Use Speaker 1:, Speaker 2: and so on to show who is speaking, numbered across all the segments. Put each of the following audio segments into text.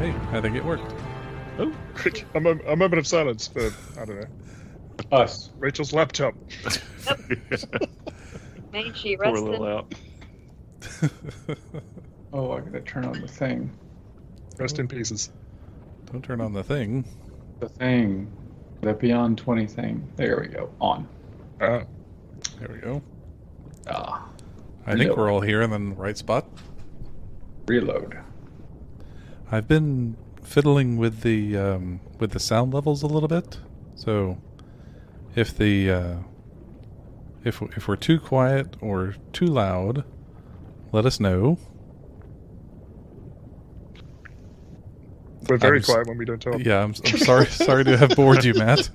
Speaker 1: it worked.
Speaker 2: Oh, quick! A, mom- a moment of silence for I don't know
Speaker 3: Us.
Speaker 2: Rachel's laptop.
Speaker 4: May she
Speaker 1: Poor
Speaker 4: rest
Speaker 1: little
Speaker 4: in
Speaker 1: out.
Speaker 3: Oh, I gotta turn on the thing.
Speaker 2: Rest in pieces.
Speaker 5: Don't turn on the thing.
Speaker 3: The thing. The Beyond 20 thing. There we go. On.
Speaker 2: Ah,
Speaker 5: There we go.
Speaker 3: Ah.
Speaker 5: I think
Speaker 3: Yep.
Speaker 5: we're all here in the right spot.
Speaker 3: Reload.
Speaker 5: I've been fiddling with the um, with the sound levels a little bit. So if the uh, if if we're too quiet or too loud, let us know.
Speaker 2: we're very
Speaker 5: I'm s-
Speaker 2: quiet when we don't talk.
Speaker 5: Yeah, I'm, I'm sorry sorry to have bored you, Matt.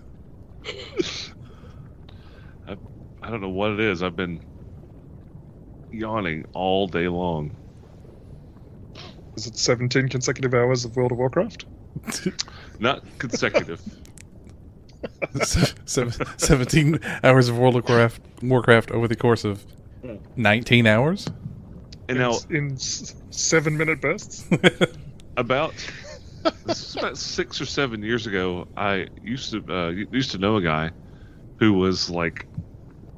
Speaker 1: I don't know what it is. I've been yawning all day long.
Speaker 2: Is it 17 consecutive hours of World of Warcraft?
Speaker 1: Not consecutive.
Speaker 5: Se- se- Seventeen hours of World of Warcraft, Warcraft over the course of nineteen hours.
Speaker 2: in,
Speaker 1: and now
Speaker 2: s- in s- seven minute bursts.
Speaker 1: about this is about six or seven years ago. I used to uh, used to know a guy who was like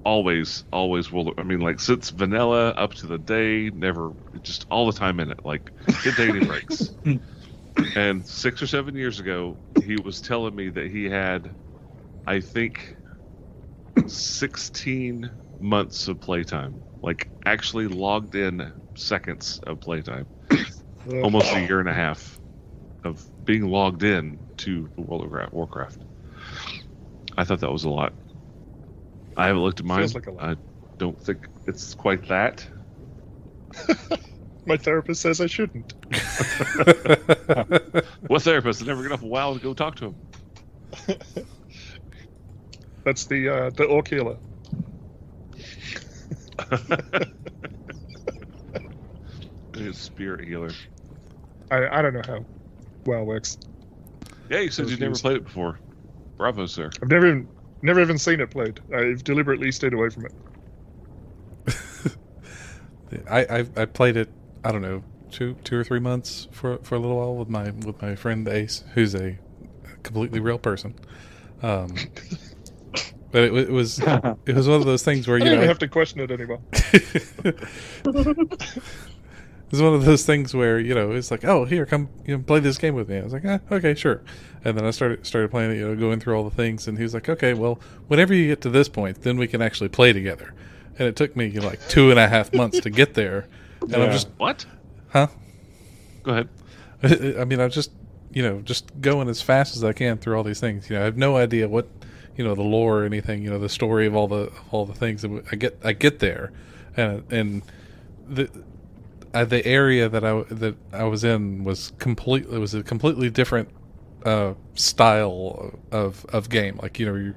Speaker 1: always, always will. I mean, like since vanilla up to the day, never just all the time in it. Like good dating breaks. and six or seven years ago, he was telling me that he had, I think, sixteen months of playtime. Like actually logged in seconds of playtime
Speaker 2: Uh,
Speaker 1: almost a year and a half of being logged in to the World of Gra- Warcraft. I thought that was a lot. I haven't looked at mine.
Speaker 2: Feels like a lot.
Speaker 1: I don't think it's quite that.
Speaker 2: My therapist says I shouldn't.
Speaker 1: What therapist? I never get off a WoW to go talk to him.
Speaker 2: That's the uh, the orc healer.
Speaker 1: His spirit healer.
Speaker 2: I, I don't know how WoW works.
Speaker 1: Yeah, you said you never
Speaker 2: Refused.
Speaker 1: played it before. Bravo, sir.
Speaker 2: I've never even never even seen it played. I've deliberately stayed away from it.
Speaker 5: I, I I played it. I don't know, two two or three months for for a little while with my with my friend Ace, who's a completely real person. Um, but it, wa- it was it was one of those things where
Speaker 2: I
Speaker 5: you
Speaker 2: don't even
Speaker 5: know
Speaker 2: have to question it anymore.
Speaker 5: it's one of those things where you know it's like, oh, here, come, you know, play this game with me. I was like, ah, okay, sure. And then I started started playing it, you know, going through all the things, and he was like, okay, well, whenever you get to this point, then we can actually play together. And it took me like two and a half months to get there, and I'm
Speaker 3: Yeah.
Speaker 5: just,
Speaker 1: What?
Speaker 5: huh?
Speaker 1: Go ahead.
Speaker 5: I mean, I'm just, you know, just going as fast as I can through all these things. You know, I have no idea what, you know, the lore or anything. You know, the story of all the of all the things. And I get I get there, and and the uh, the area that I that I was in was completely was a completely different uh, style of of game. Like you know, you,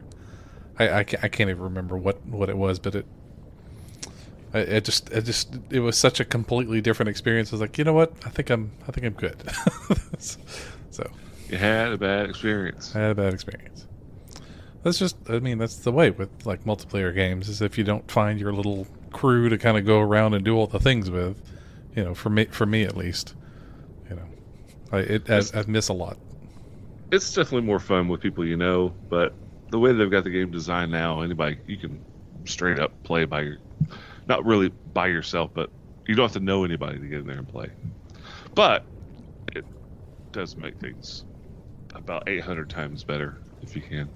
Speaker 5: I I can't, I can't even remember what what it was, but it. I it just, it just, it was such a completely different experience. I was like, you know what? I think I'm, I think I'm good. so
Speaker 1: You had a bad experience.
Speaker 5: I had a bad experience. That's just, I mean, that's the way with like multiplayer games is if you don't find your little crew to kind of go around and do all the things with, you know, for me, for me at least, you know, I, it, I, I miss a lot.
Speaker 1: it's definitely more fun with people you know, but the way they've got the game designed now, anybody you can straight up play by your not really by yourself, but you don't have to know anybody to get in there and play. But it does make things about 800 times better if you can.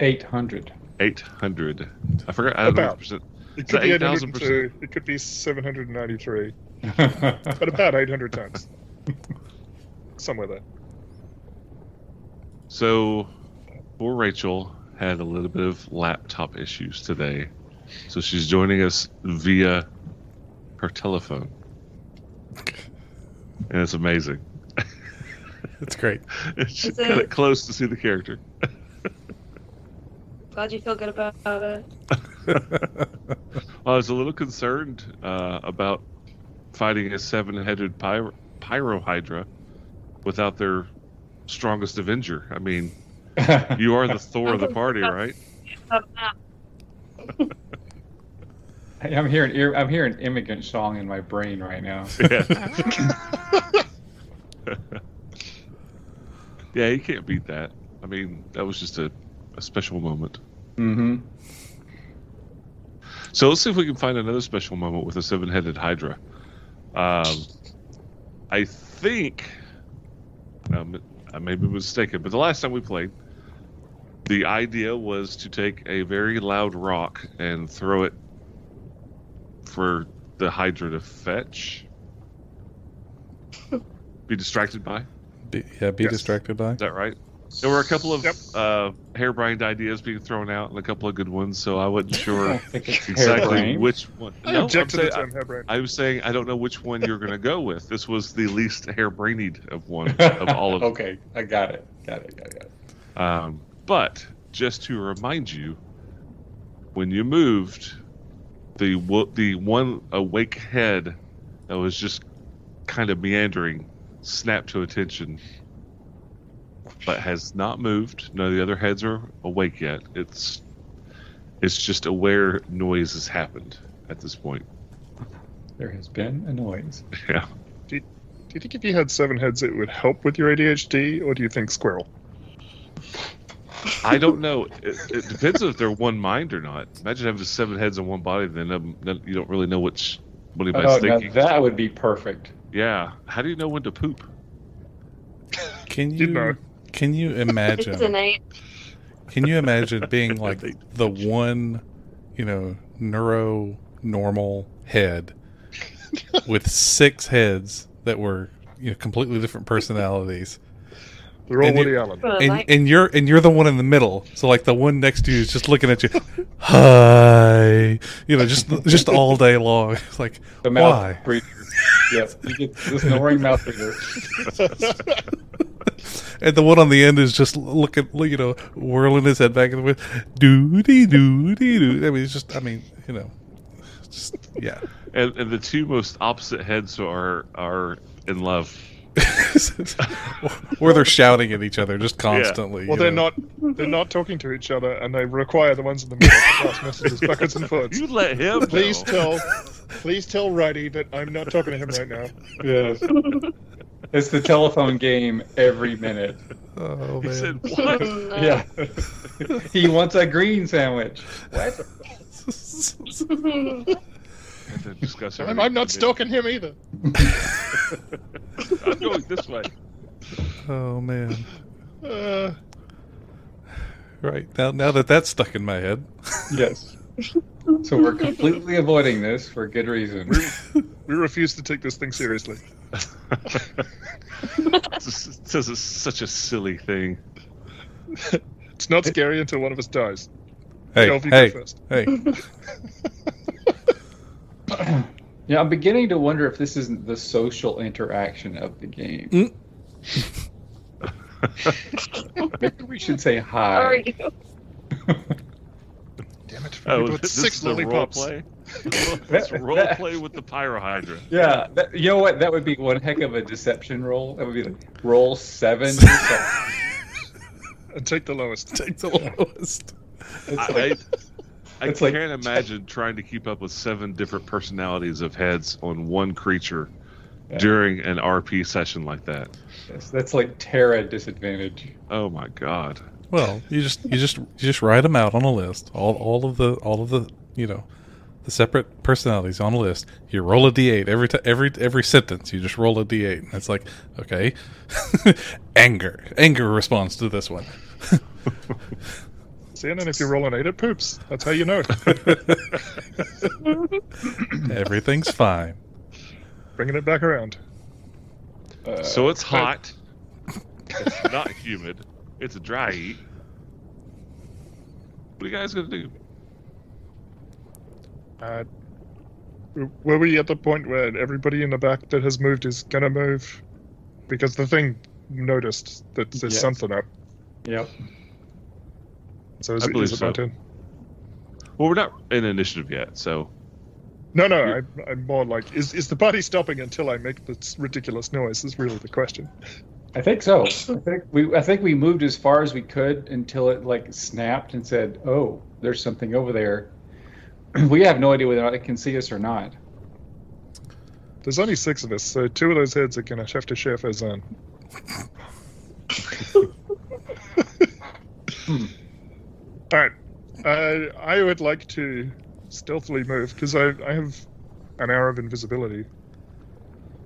Speaker 3: 800.
Speaker 1: 800. I forgot. I don't
Speaker 2: About.
Speaker 1: know.
Speaker 2: It
Speaker 1: Is that
Speaker 2: could be
Speaker 1: 8,000%?
Speaker 2: 802, It could be 793, but about 800 times. Somewhere there.
Speaker 1: So, poor Rachel had a little bit of laptop issues today, so she's joining us via her telephone, and it's amazing.
Speaker 5: It's great.
Speaker 1: She
Speaker 4: Is
Speaker 1: got
Speaker 4: it-
Speaker 1: it close to see the character.
Speaker 4: Glad you feel good about it.
Speaker 1: I was a little concerned uh, about fighting a seven-headed pyro, pyro hydra without their strongest Avenger. I mean, you are the Thor of the party, right?
Speaker 4: Um, ah,
Speaker 3: I'm hearing ear- I'm hearing immigrant song in my brain right now.
Speaker 1: Yeah. Yeah, you can't beat that. I mean, that was just a, a special moment.
Speaker 3: Mm-hmm.
Speaker 1: So let's see if we can find another special moment with a seven headed Hydra. Um, I think um, I may be mistaken, but the last time we played, the idea was to take a very loud rock and throw it for the Hydra to fetch, be distracted by. Is
Speaker 5: Be, yeah, be
Speaker 2: Yes.
Speaker 5: distracted by.
Speaker 1: that right? There were a couple of
Speaker 2: Yep.
Speaker 1: uh, harebrained ideas being thrown out and a couple of good ones, so I wasn't
Speaker 3: I
Speaker 1: sure
Speaker 3: don't think it's
Speaker 1: exactly
Speaker 3: harebrained.
Speaker 1: which one.
Speaker 2: I
Speaker 1: No, I'm
Speaker 2: object to the
Speaker 1: saying-
Speaker 2: term harebrained.
Speaker 1: I was saying I don't know which one you're going to go with. This was the least harebrained of one of all of them.
Speaker 3: Okay, I got it. Got it. Got it. Got it.
Speaker 1: Um, but just to remind you, when you moved, the wo- the one awake head that was just kind of meandering snapped to attention, but has not moved. None of the other heads are awake yet. It's it's just aware noise has happened at this point.
Speaker 3: There has been a noise.
Speaker 1: Yeah.
Speaker 2: Do you think if you had seven heads, it would help with your ADHD, or do you think squirrel?
Speaker 1: I don't know. It, it depends if they're one mind or not. Imagine having seven heads and one body, then, um, then you don't really know which what anybody's
Speaker 3: Oh, now
Speaker 1: thinking.
Speaker 3: that would be perfect.
Speaker 1: Yeah. How do you know when to poop?
Speaker 5: Can
Speaker 2: You know.
Speaker 5: you can you
Speaker 4: It's an
Speaker 5: imagine?
Speaker 4: eight.
Speaker 5: can you imagine being like the one, you know, neuro normal head with six heads that were you know completely different personalities,
Speaker 2: They're all
Speaker 5: And you-
Speaker 2: Woody Allen.
Speaker 4: But
Speaker 5: and
Speaker 4: like,
Speaker 5: and you're and you're the one in the middle. So like the one next to you is just looking at you, hi, you know, just just all day long. It's like
Speaker 3: The mouth
Speaker 5: Why?
Speaker 3: breather. yes, you get the snoring mouth breather.
Speaker 5: And the one on the end is just looking, look, you know, whirling his head back and forth. Doody, doody, doo. I mean, it's just, I mean, you know, just, yeah.
Speaker 1: And, and the two most opposite heads are are in love.
Speaker 5: or they're shouting at each other just constantly.
Speaker 2: Well,
Speaker 5: you
Speaker 2: they're
Speaker 5: know.
Speaker 2: not. They're not talking to each other, and they require the ones in the middle to pass messages backwards and forwards.
Speaker 1: You let him. know.
Speaker 2: Please tell, please tell Righty that I'm not talking to him right now.
Speaker 3: Yes. It's the telephone game every minute.
Speaker 5: Oh,
Speaker 1: He
Speaker 5: man.
Speaker 1: said what?
Speaker 4: no.
Speaker 3: Yeah. he wants a green sandwich. What?
Speaker 1: And then discuss
Speaker 2: I'm, I'm not
Speaker 1: everything.
Speaker 2: stalking him either.
Speaker 1: I'm going this way.
Speaker 5: oh, man.
Speaker 2: Uh,
Speaker 5: Right. Now, now that that's stuck in my head.
Speaker 3: Yes. So we're completely avoiding this for good reason.
Speaker 2: we refuse to take this thing seriously.
Speaker 1: This says it's such a silly thing.
Speaker 2: It's not scary until one of us dies.
Speaker 5: Hey,
Speaker 2: Delph, you
Speaker 5: hey,
Speaker 2: go first.
Speaker 5: hey.
Speaker 3: Yeah, I'm beginning to wonder if this isn't the social interaction of the game.
Speaker 5: Mm.
Speaker 3: Maybe we should say
Speaker 4: How are
Speaker 3: hi.
Speaker 4: you?
Speaker 2: Damn it!
Speaker 1: Oh,
Speaker 2: People with
Speaker 1: this
Speaker 2: six
Speaker 1: is the role
Speaker 2: lollipops.
Speaker 1: play. Let's role play with the pyro hydra.
Speaker 3: Yeah, that, you know what? That would be one heck of a deception roll. That would be like roll seven. It's like-
Speaker 2: And take the lowest.
Speaker 5: Take the lowest.
Speaker 3: it's
Speaker 1: I, I,
Speaker 3: like-
Speaker 1: I
Speaker 3: it's
Speaker 1: can't
Speaker 3: like-
Speaker 1: imagine trying to keep up with seven different personalities of heads on one creature
Speaker 3: Yeah.
Speaker 1: during an RP session like that.
Speaker 3: yes, that's like Terra disadvantage.
Speaker 1: Oh my god.
Speaker 5: Well, you just you just you just write them out on a list. All all of the all of the you know the separate personalities on a list. You roll a d8 every t- every every sentence. You just roll a d8, and it's like okay, anger anger responds to this one.
Speaker 2: See, and then if you roll an eight, it poops. That's how you know it.
Speaker 5: Everything's fine.
Speaker 2: Bringing it back around.
Speaker 3: Uh,
Speaker 1: so it's hot. it's not humid. It's a dry heat. What are you guys gonna do?
Speaker 2: Uh, were we at the point where everybody in the back that has moved is gonna move? Because the thing noticed that there's
Speaker 3: Yes.
Speaker 2: something up.
Speaker 3: yep.
Speaker 2: So is,
Speaker 1: I
Speaker 2: it-
Speaker 1: believe
Speaker 2: is it my
Speaker 1: so.
Speaker 2: turn?
Speaker 1: Well, we're not in initiative yet, so
Speaker 2: No, no. I, I'm more like, is is the party stopping until I make this ridiculous noise? Is really the question.
Speaker 3: I think so. I think we I think we moved as far as we could until it like snapped and said, "Oh, there's something over there." we have no idea whether or not it can see us or not.
Speaker 2: There's only six of us, so two of those heads are gonna have to share for zone. All right. Uh, I would like to stealthily move because I, I have an hour of invisibility.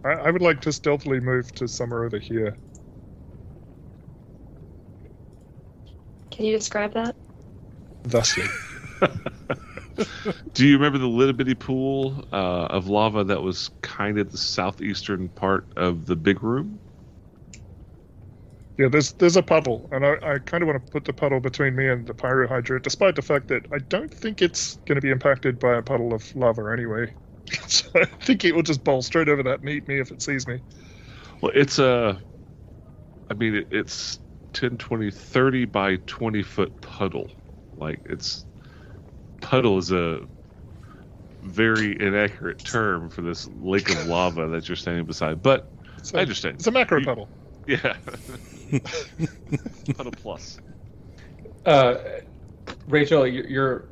Speaker 2: I, I would like to stealthily move to somewhere over here.
Speaker 4: Can you describe that?
Speaker 2: Thusly.
Speaker 1: Do you remember the little bitty pool uh, of lava that was kind of the southeastern part of the big room?
Speaker 2: Yeah, there's there's a puddle, and I, I kind of want to put the puddle between me and the pyrohydrate, despite the fact that I don't think it's going to be impacted by a puddle of lava anyway. so I think it will just bowl straight over that and eat me if it sees me.
Speaker 1: Well, it's a, I mean, it, it's 10, 20, 30 by 20 foot puddle. Like, it's, puddle is a very inaccurate term for this lake of lava that you're standing beside, but
Speaker 2: So
Speaker 1: I understand.
Speaker 2: It's a macro
Speaker 1: You-
Speaker 2: puddle.
Speaker 1: Yeah. puddle plus.
Speaker 3: Uh, Rachel, you're, you're.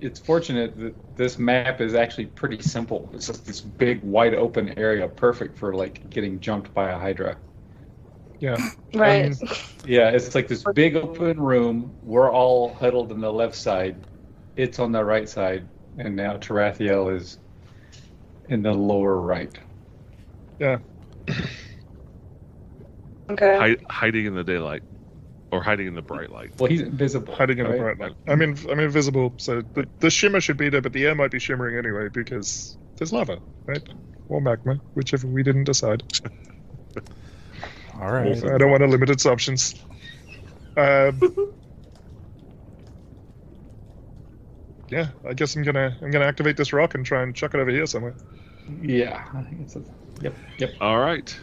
Speaker 3: It's fortunate that this map is actually pretty simple. It's just this big, wide open area, perfect for like getting jumped by a hydra.
Speaker 2: Yeah.
Speaker 4: Right.
Speaker 3: Yeah, it's like this big open room. We're all huddled on the left side. It's on the right side, and now Tarathiel is in the lower right.
Speaker 4: okay.
Speaker 1: Hi- hiding in the daylight or hiding in the bright light.
Speaker 3: Well, he's invisible.
Speaker 2: Hiding in the
Speaker 3: right?
Speaker 2: bright light. I'm in, I'm invisible, so the, the shimmer should be there, but the air might be shimmering anyway because there's lava, right? Or magma, whichever we didn't decide.
Speaker 5: All right.
Speaker 2: I don't want to limit its options. Um, yeah, I guess I'm gonna I'm gonna activate this rock and try and chuck it over here somewhere.
Speaker 3: Yeah. I think it's a- yep. Yep.
Speaker 1: All right.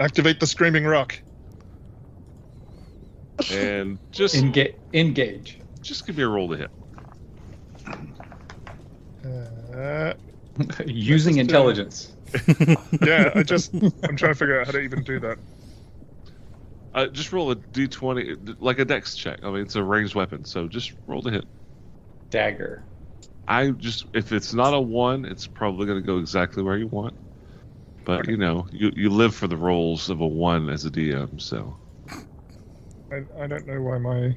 Speaker 2: Activate the screaming rock.
Speaker 1: And just
Speaker 3: Engage. Engage.
Speaker 1: just give me a roll to hit.
Speaker 2: Uh,
Speaker 3: Using intelligence.
Speaker 2: yeah, I just I'm trying to figure out how to even do that.
Speaker 1: Uh, just roll a d20, like a dex check. I mean, it's a ranged weapon, so just roll to hit.
Speaker 3: Dagger.
Speaker 1: I just, if it's not a one, it's probably going to go exactly where you want. But, you know, you, you live for the rolls of a one as a DM, so.
Speaker 2: I, I don't know why my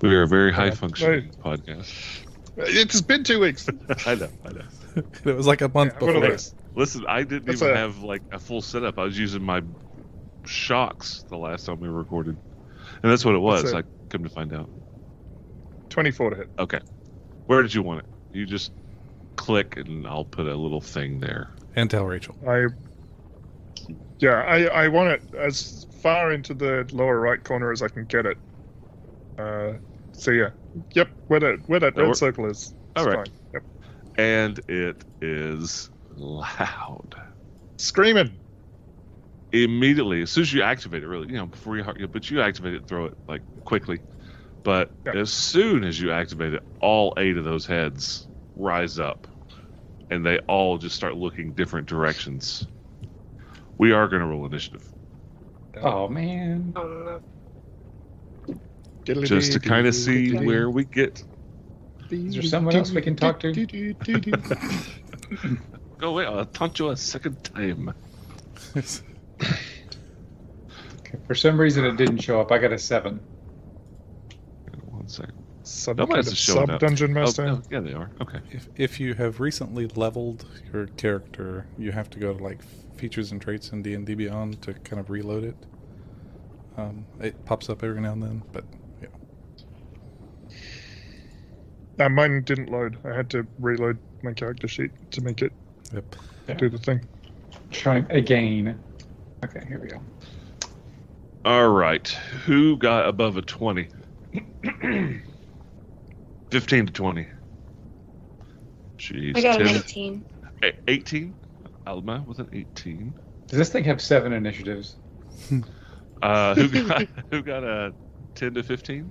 Speaker 1: We are a very high
Speaker 2: Yeah,
Speaker 1: functioning podcast.
Speaker 2: it's been two weeks.
Speaker 1: I know, I know.
Speaker 5: It was like a month
Speaker 2: Yeah, what
Speaker 5: before.
Speaker 2: are those?
Speaker 1: Listen, I didn't
Speaker 2: That's
Speaker 1: even
Speaker 2: a-
Speaker 1: have like a full setup. I was using my shocks the last time we recorded, and that's what it was.
Speaker 2: a-
Speaker 1: I come to find out.
Speaker 2: Twenty-four to hit.
Speaker 1: Okay, where did you want it? You just click, and I'll put a little thing there.
Speaker 5: And tell Rachel.
Speaker 2: I yeah, I I want it as far into the lower right corner as I can get it. Uh, so yeah, yep, where that where that
Speaker 1: That
Speaker 2: red
Speaker 1: work-
Speaker 2: circle is.
Speaker 1: All
Speaker 2: All
Speaker 1: right.
Speaker 2: right, Yep.
Speaker 1: And it is loud.
Speaker 2: Screaming.
Speaker 1: Immediately, as soon as you activate it, really, you know, before you, har- but you activate it, throw it like quickly. But
Speaker 2: Yeah.
Speaker 1: as soon as you activate it, all eight of those heads rise up, and they all just start looking different directions. We are going to roll initiative.
Speaker 3: Oh man.
Speaker 4: I don't know.
Speaker 1: just to kind of see where we get.
Speaker 3: Is there someone else we can talk to?
Speaker 1: Go away, I'll taunt you a second time.
Speaker 3: For some reason, it didn't show up. I got a seven.
Speaker 1: One second.
Speaker 2: Some
Speaker 1: Nobody's
Speaker 2: kind of
Speaker 1: just showing
Speaker 2: sub
Speaker 1: up.
Speaker 2: dungeon
Speaker 1: Oh,
Speaker 2: master.
Speaker 1: no, yeah, they are. Okay.
Speaker 5: If, if you have recently leveled your character, you have to go to like features and traits in D and D Beyond to kind of reload it. Um, it pops up every now and then, but yeah.
Speaker 2: Uh, mine didn't load. I had to reload my character sheet to make it
Speaker 5: Yep.
Speaker 2: do the thing.
Speaker 3: Trying again. Okay, here we go.
Speaker 1: All right. Who got above a 20? 15 to 20. Jeez.
Speaker 4: I got an
Speaker 1: 10
Speaker 4: 18.
Speaker 1: eh, 18? Alma with an 18.
Speaker 3: Does this thing have seven initiatives?
Speaker 1: Uh, who got who got a 10 to 15?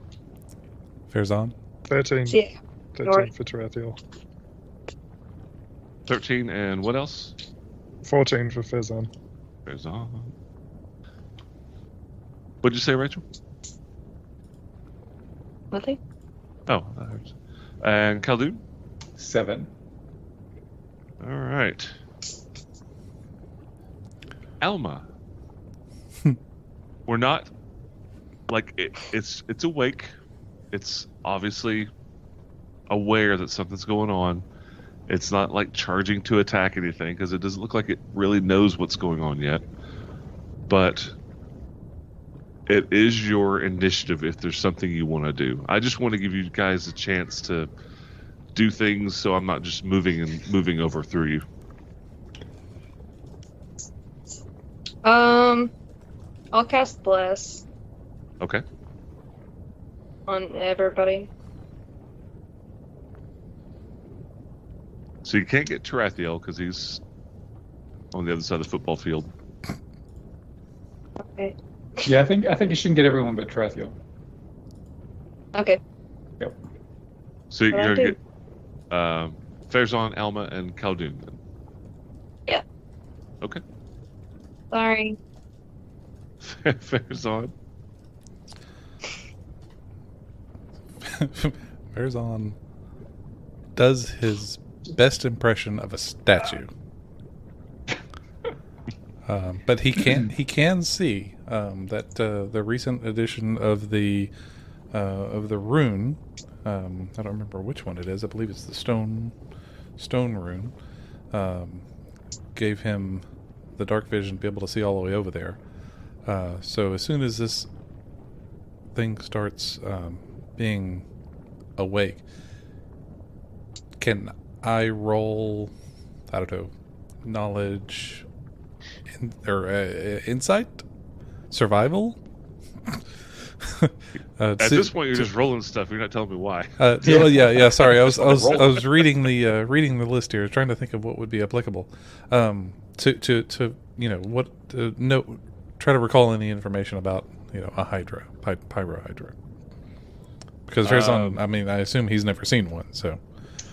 Speaker 5: Fairzon.
Speaker 2: 13,
Speaker 4: Yeah.
Speaker 2: 13 for Tarathiel.
Speaker 1: 13 and what else?
Speaker 2: 14 for Fezan.
Speaker 1: Goes on. What'd you say, Rachel?
Speaker 4: Nothing.
Speaker 1: Oh, that hurts. And Khaldun?
Speaker 3: Seven.
Speaker 1: All right. Alma, we're not like it, it's it's awake. It's obviously aware that something's going on. It's not like charging to attack anything because it doesn't look like it really knows what's going on yet. But it is your initiative if there's something you want to do. I just want to give you guys a chance to do things so I'm not just moving and moving over through you.
Speaker 4: Um, I'll cast bless
Speaker 1: Okay.
Speaker 4: on everybody.
Speaker 1: So you can't get Tarathiel because he's on the other side of the football field.
Speaker 4: Okay.
Speaker 3: Yeah, I think I think you shouldn't get everyone but Tarathiel.
Speaker 4: Okay.
Speaker 1: So you're
Speaker 4: Well,
Speaker 1: gonna
Speaker 4: I do.
Speaker 1: get uh, Farazan, Alma, and Khaldun. then.
Speaker 4: Sorry.
Speaker 1: Farazan,
Speaker 5: Verzon does his best impression of a statue. Um, but he can he can see um, that uh, the recent edition of the uh, of the rune um, I don't remember which one it is I believe it's the stone stone rune um, gave him the dark vision to be able to see all the way over there uh, so as soon as this thing starts um, being awake. Can I roll? I don't know, knowledge, in, or uh, insight, survival. uh,
Speaker 1: at
Speaker 5: see-
Speaker 1: this point you're just rolling stuff. You're not telling me why.
Speaker 5: uh, yeah. Well, yeah, yeah. Sorry, I was, I was,
Speaker 3: Roll.
Speaker 5: I was reading the uh, reading the list here, trying to think of what would be applicable um, to to to you know what uh, no try to recall any information about you know a hydra py, pyro hydra because there's on.
Speaker 1: Um,
Speaker 5: I mean, I assume he's never seen one, so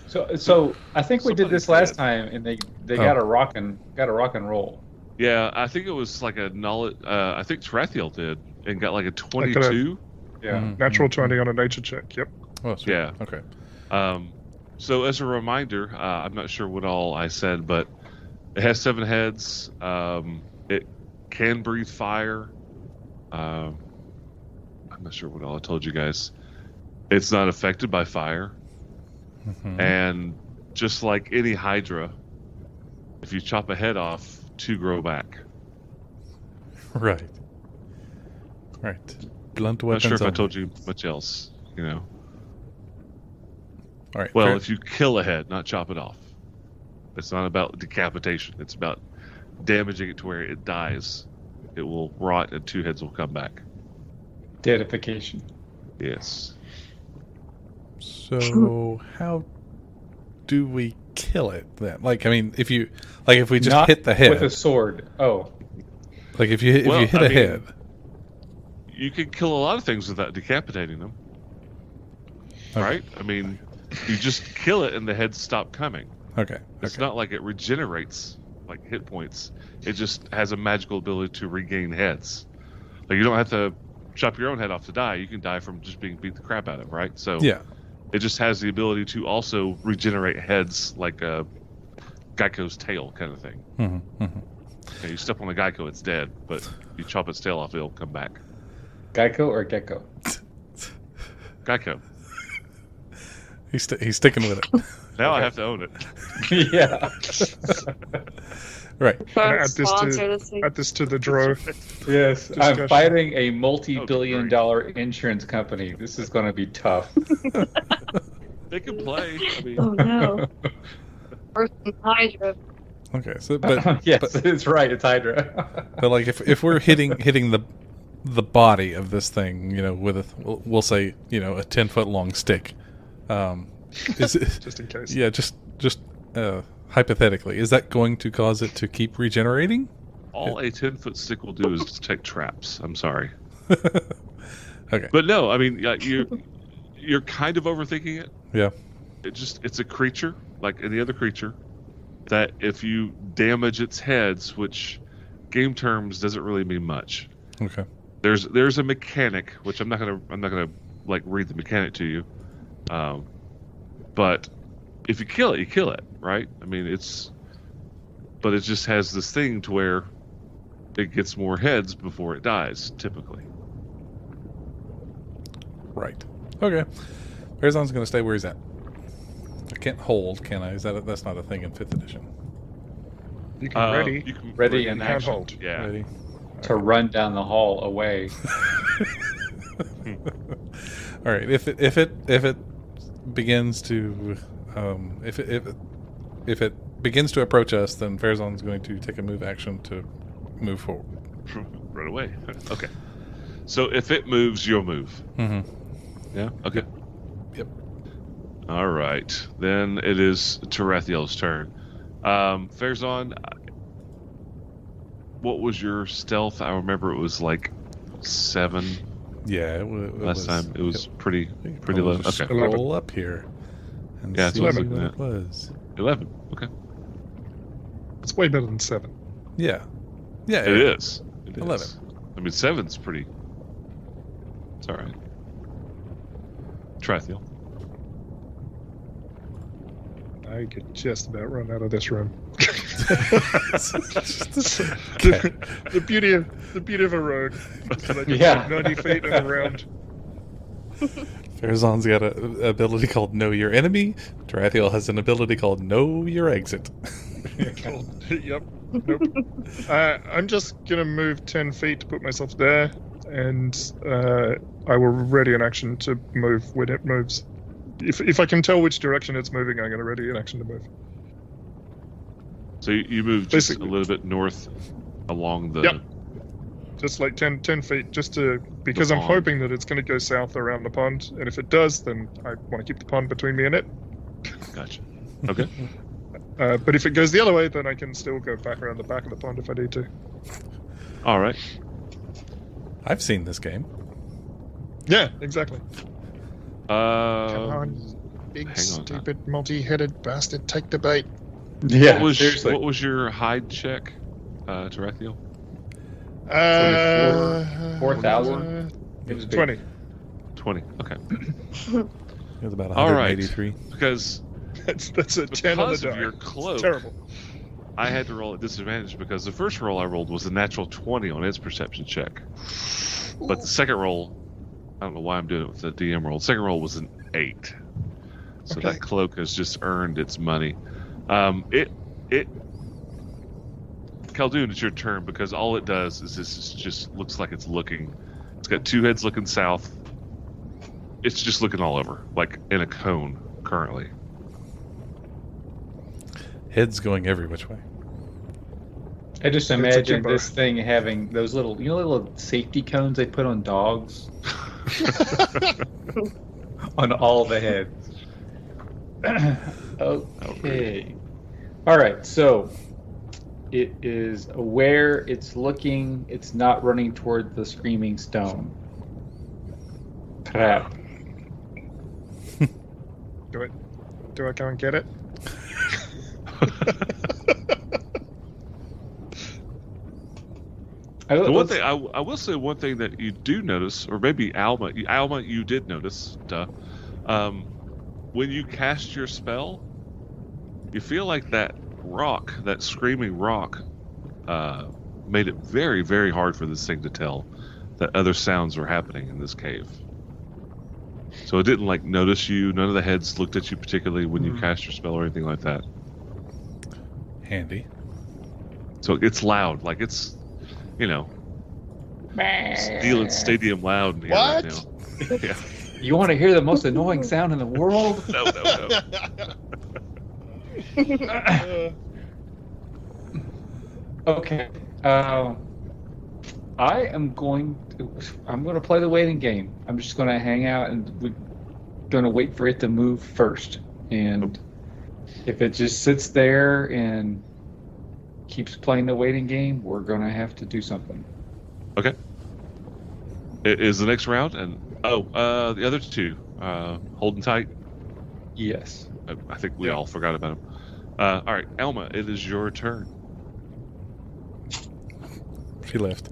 Speaker 3: So so I think we did
Speaker 1: Somebody
Speaker 3: this last
Speaker 1: did.
Speaker 3: time, and they they
Speaker 5: Oh.
Speaker 3: got a rock and got a rock and roll.
Speaker 1: Yeah, I think it was like a knowledge. Uh, I think Tarathiel did and got like a
Speaker 2: a-
Speaker 1: 22.
Speaker 3: Yeah.
Speaker 5: Mm,
Speaker 2: Natural
Speaker 1: Mm-hmm.
Speaker 5: mm,
Speaker 2: 20 on a nature check. Yep.
Speaker 5: mm. Oh, sweet.
Speaker 1: Yeah.
Speaker 5: Okay.
Speaker 1: Um, so as a reminder, uh, I'm not sure what all I said, but it has seven heads. Um, it can breathe fire. Um, I'm not sure what all I told you guys. It's not affected by fire,
Speaker 5: Mhm.
Speaker 1: and just like any Hydra, if you chop a head off, two grow back.
Speaker 5: Right. Right. Blunt
Speaker 1: I'm not
Speaker 5: weapons.
Speaker 1: sure if I
Speaker 5: only.
Speaker 1: told you much else. You know,
Speaker 5: All right.
Speaker 1: well,
Speaker 5: fair-
Speaker 1: if you kill a head, not chop it off. It's not about decapitation. It's about damaging it to where it dies. It will rot, and two heads will come back.
Speaker 3: Deadification.
Speaker 1: Yes.
Speaker 5: So how do we kill it then? Like I mean, if you like, if we just
Speaker 3: Not
Speaker 5: hit the head,
Speaker 3: with a sword. Oh,
Speaker 5: like if you if
Speaker 1: Well,
Speaker 5: you hit
Speaker 1: I
Speaker 5: a
Speaker 1: mean-
Speaker 5: head,
Speaker 1: You can kill a lot of things without decapitating them,
Speaker 5: Okay.
Speaker 1: right? I mean, you just kill it, and the heads stop coming.
Speaker 5: okay,
Speaker 1: It's
Speaker 5: okay.
Speaker 1: not like it regenerates like hit points. It just has a magical ability to regain heads. Like you don't have to chop your own head off to die. You can die from just being beat the crap out of, right? So
Speaker 5: yeah,
Speaker 1: it just has the ability to also regenerate heads like a geico's tail kind of thing.
Speaker 5: hmm hmm
Speaker 1: You, know, you step on the geico, it's dead, but you chop its tail off, it'll come back.
Speaker 3: Geico or Gecko?
Speaker 1: Geico.
Speaker 5: He's st- he's sticking with it,
Speaker 1: Now I
Speaker 3: Okay.
Speaker 1: have to own it.
Speaker 3: yeah.
Speaker 5: right?
Speaker 4: Sorry,
Speaker 2: add this to-
Speaker 4: sponsor this week.
Speaker 2: Add this to the draw.
Speaker 3: yes.
Speaker 2: Discussion.
Speaker 3: I'm fighting a
Speaker 1: Oh,
Speaker 3: multi-billion
Speaker 1: great.
Speaker 3: dollar insurance company. This is going to be tough.
Speaker 1: They can play. I mean,
Speaker 4: Oh no. First in Hydra.
Speaker 5: Okay, so but
Speaker 3: yes,
Speaker 5: but-
Speaker 3: it's right. It's Hydra.
Speaker 5: But like if if we're hitting hitting the the body of this thing, you know, with a we'll, we'll say you know a ten foot long stick, um, is it,
Speaker 2: Just in case.
Speaker 5: yeah, just just uh, hypothetically, is that going to cause it to keep regenerating?
Speaker 1: all a 10 foot stick will do is detect traps. I'm sorry.
Speaker 5: okay,
Speaker 1: But no, I mean, yeah, you, you're kind of overthinking it.
Speaker 5: yeah,
Speaker 1: It just It's a creature, like any other creature, that if you damage its heads, which game terms doesn't really mean much.
Speaker 5: okay,
Speaker 1: there's there's a mechanic which I'm not gonna I'm not gonna like read the mechanic to you, um, but if you kill it, you kill it, right? I mean, it's but it just has this thing to where it gets more heads before it dies, typically.
Speaker 5: Right. Okay. Parazon's going to stay where he's at. I can't hold, can I? Is that a, that's not a thing in fifth edition?
Speaker 2: You can
Speaker 1: Uh,
Speaker 2: ready.
Speaker 1: you can-
Speaker 3: Ready and
Speaker 2: You can't
Speaker 3: action
Speaker 2: hold.
Speaker 1: Yeah.
Speaker 5: Ready?
Speaker 3: to run down the hall away.
Speaker 5: All right. If it if it if it begins to um, if it, if it, if it begins to approach us, then Farazan's going to take a move action to move forward.
Speaker 1: right away. okay. So if it moves, you'll move.
Speaker 5: Mm-hmm.
Speaker 1: Yeah. Okay.
Speaker 5: Yep.
Speaker 1: All right. Then it is Tarathiel's turn. Um, Fairzon, I- what was your stealth? I remember it was like seven
Speaker 5: Yeah. It, wa- it
Speaker 1: last
Speaker 5: was,
Speaker 1: time. It was pretty
Speaker 5: I think
Speaker 1: pretty
Speaker 5: I'll
Speaker 1: low.
Speaker 5: just
Speaker 1: Okay.
Speaker 5: Scroll up here. And
Speaker 1: Yeah, that's
Speaker 5: see
Speaker 1: what
Speaker 5: what
Speaker 1: I was looking
Speaker 5: it
Speaker 1: at.
Speaker 5: was.
Speaker 1: eleven. Okay.
Speaker 2: It's way better than seven.
Speaker 5: Yeah. Yeah.
Speaker 1: It is. It is.
Speaker 5: 11.
Speaker 1: I mean, seven's pretty. It's all right. Tarathiel.
Speaker 2: I could just about run out of this room.
Speaker 5: Okay.
Speaker 2: the beauty of the beauty of a road. is that I can
Speaker 3: Yeah.
Speaker 2: run Ninety feet and around.
Speaker 5: Farazan's got an ability called Know Your Enemy. Tarathiel has an ability called Know Your Exit.
Speaker 2: yep. Nope. uh, I'm just gonna move ten feet to put myself there, and uh, I will ready an action to move when it moves. If, if I can tell which direction it's moving, I'm gonna ready an action to move.
Speaker 1: So you, you moved just
Speaker 2: Basically.
Speaker 1: a little bit north along the.
Speaker 2: Yep. Just like 10, 10 feet, just to because I'm
Speaker 1: pond.
Speaker 2: hoping that it's gonna go south around the pond, and if it does, then I want to keep the pond between me and it.
Speaker 1: Gotcha.
Speaker 2: Uh, but if it goes the other way, then I can still go back around the back of the pond if I need to.
Speaker 1: All right.
Speaker 5: I've seen this game.
Speaker 2: Yeah, exactly.
Speaker 1: Uh,
Speaker 2: big
Speaker 1: hang on, stupid
Speaker 2: multi-headed bastard, take the bait.
Speaker 3: yeah,
Speaker 1: what was
Speaker 3: seriously.
Speaker 1: what was your hide check, uh, Tarathiel?
Speaker 3: Uh, 4,000? It was big.
Speaker 2: Twenty.
Speaker 1: Twenty. Okay.
Speaker 5: It was about
Speaker 1: All right.
Speaker 5: 183.
Speaker 1: Because
Speaker 2: That's that's a ten on the
Speaker 1: because of
Speaker 2: die.
Speaker 1: your
Speaker 2: It's
Speaker 1: cloak,
Speaker 2: terrible.
Speaker 1: I had to roll at disadvantage because the first roll I rolled was a natural twenty on its perception check, but the second roll, I don't know why I'm doing it with the DM roll. The second roll was an eight, so
Speaker 2: Okay.
Speaker 1: that cloak has just earned its money. Um, it it. Khaldun, it's your turn because all it does is this is just looks like it's looking. It's got two heads looking south. It's just looking all over, like in a cone currently.
Speaker 5: Heads going every which way.
Speaker 3: I just
Speaker 2: a
Speaker 3: imagine
Speaker 2: jumper.
Speaker 3: this thing having those little, you know, little safety cones they put on dogs on all the heads. okay. All right. So it is aware. It's looking. It's not running toward the screaming stone. Crap.
Speaker 2: Do it. Do I go and get it?
Speaker 3: I,
Speaker 1: The one
Speaker 3: let's-
Speaker 1: thing I, I will say, one thing that you do notice, or maybe Alma, Alma, you did notice, duh. Um, when you cast your spell, you feel like that rock, that screaming rock, uh, made it very, very hard for this thing to tell that other sounds were happening in this cave. So it didn't like notice you. None of the heads looked at you particularly when you
Speaker 3: Hmm.
Speaker 1: cast your spell or anything like that.
Speaker 5: Handy.
Speaker 1: So it's loud, like it's, you know, it's dealing stadium loud in here right now.
Speaker 6: What?
Speaker 3: you want to hear the most annoying sound in the world?
Speaker 1: no, no, no.
Speaker 2: Uh,
Speaker 3: Okay. Uh, I am going. To, I'm going to play the waiting game. I'm just going to hang out and we're going to wait for it to move first. And if it just sits there and keeps playing the waiting game, we're going to have to do something.
Speaker 1: It is the next round, and oh, uh, the other two, uh, holding tight.
Speaker 3: Yes.
Speaker 1: I, I think we all forgot about him. Uh, all right, Elma, it is your turn.
Speaker 5: She left.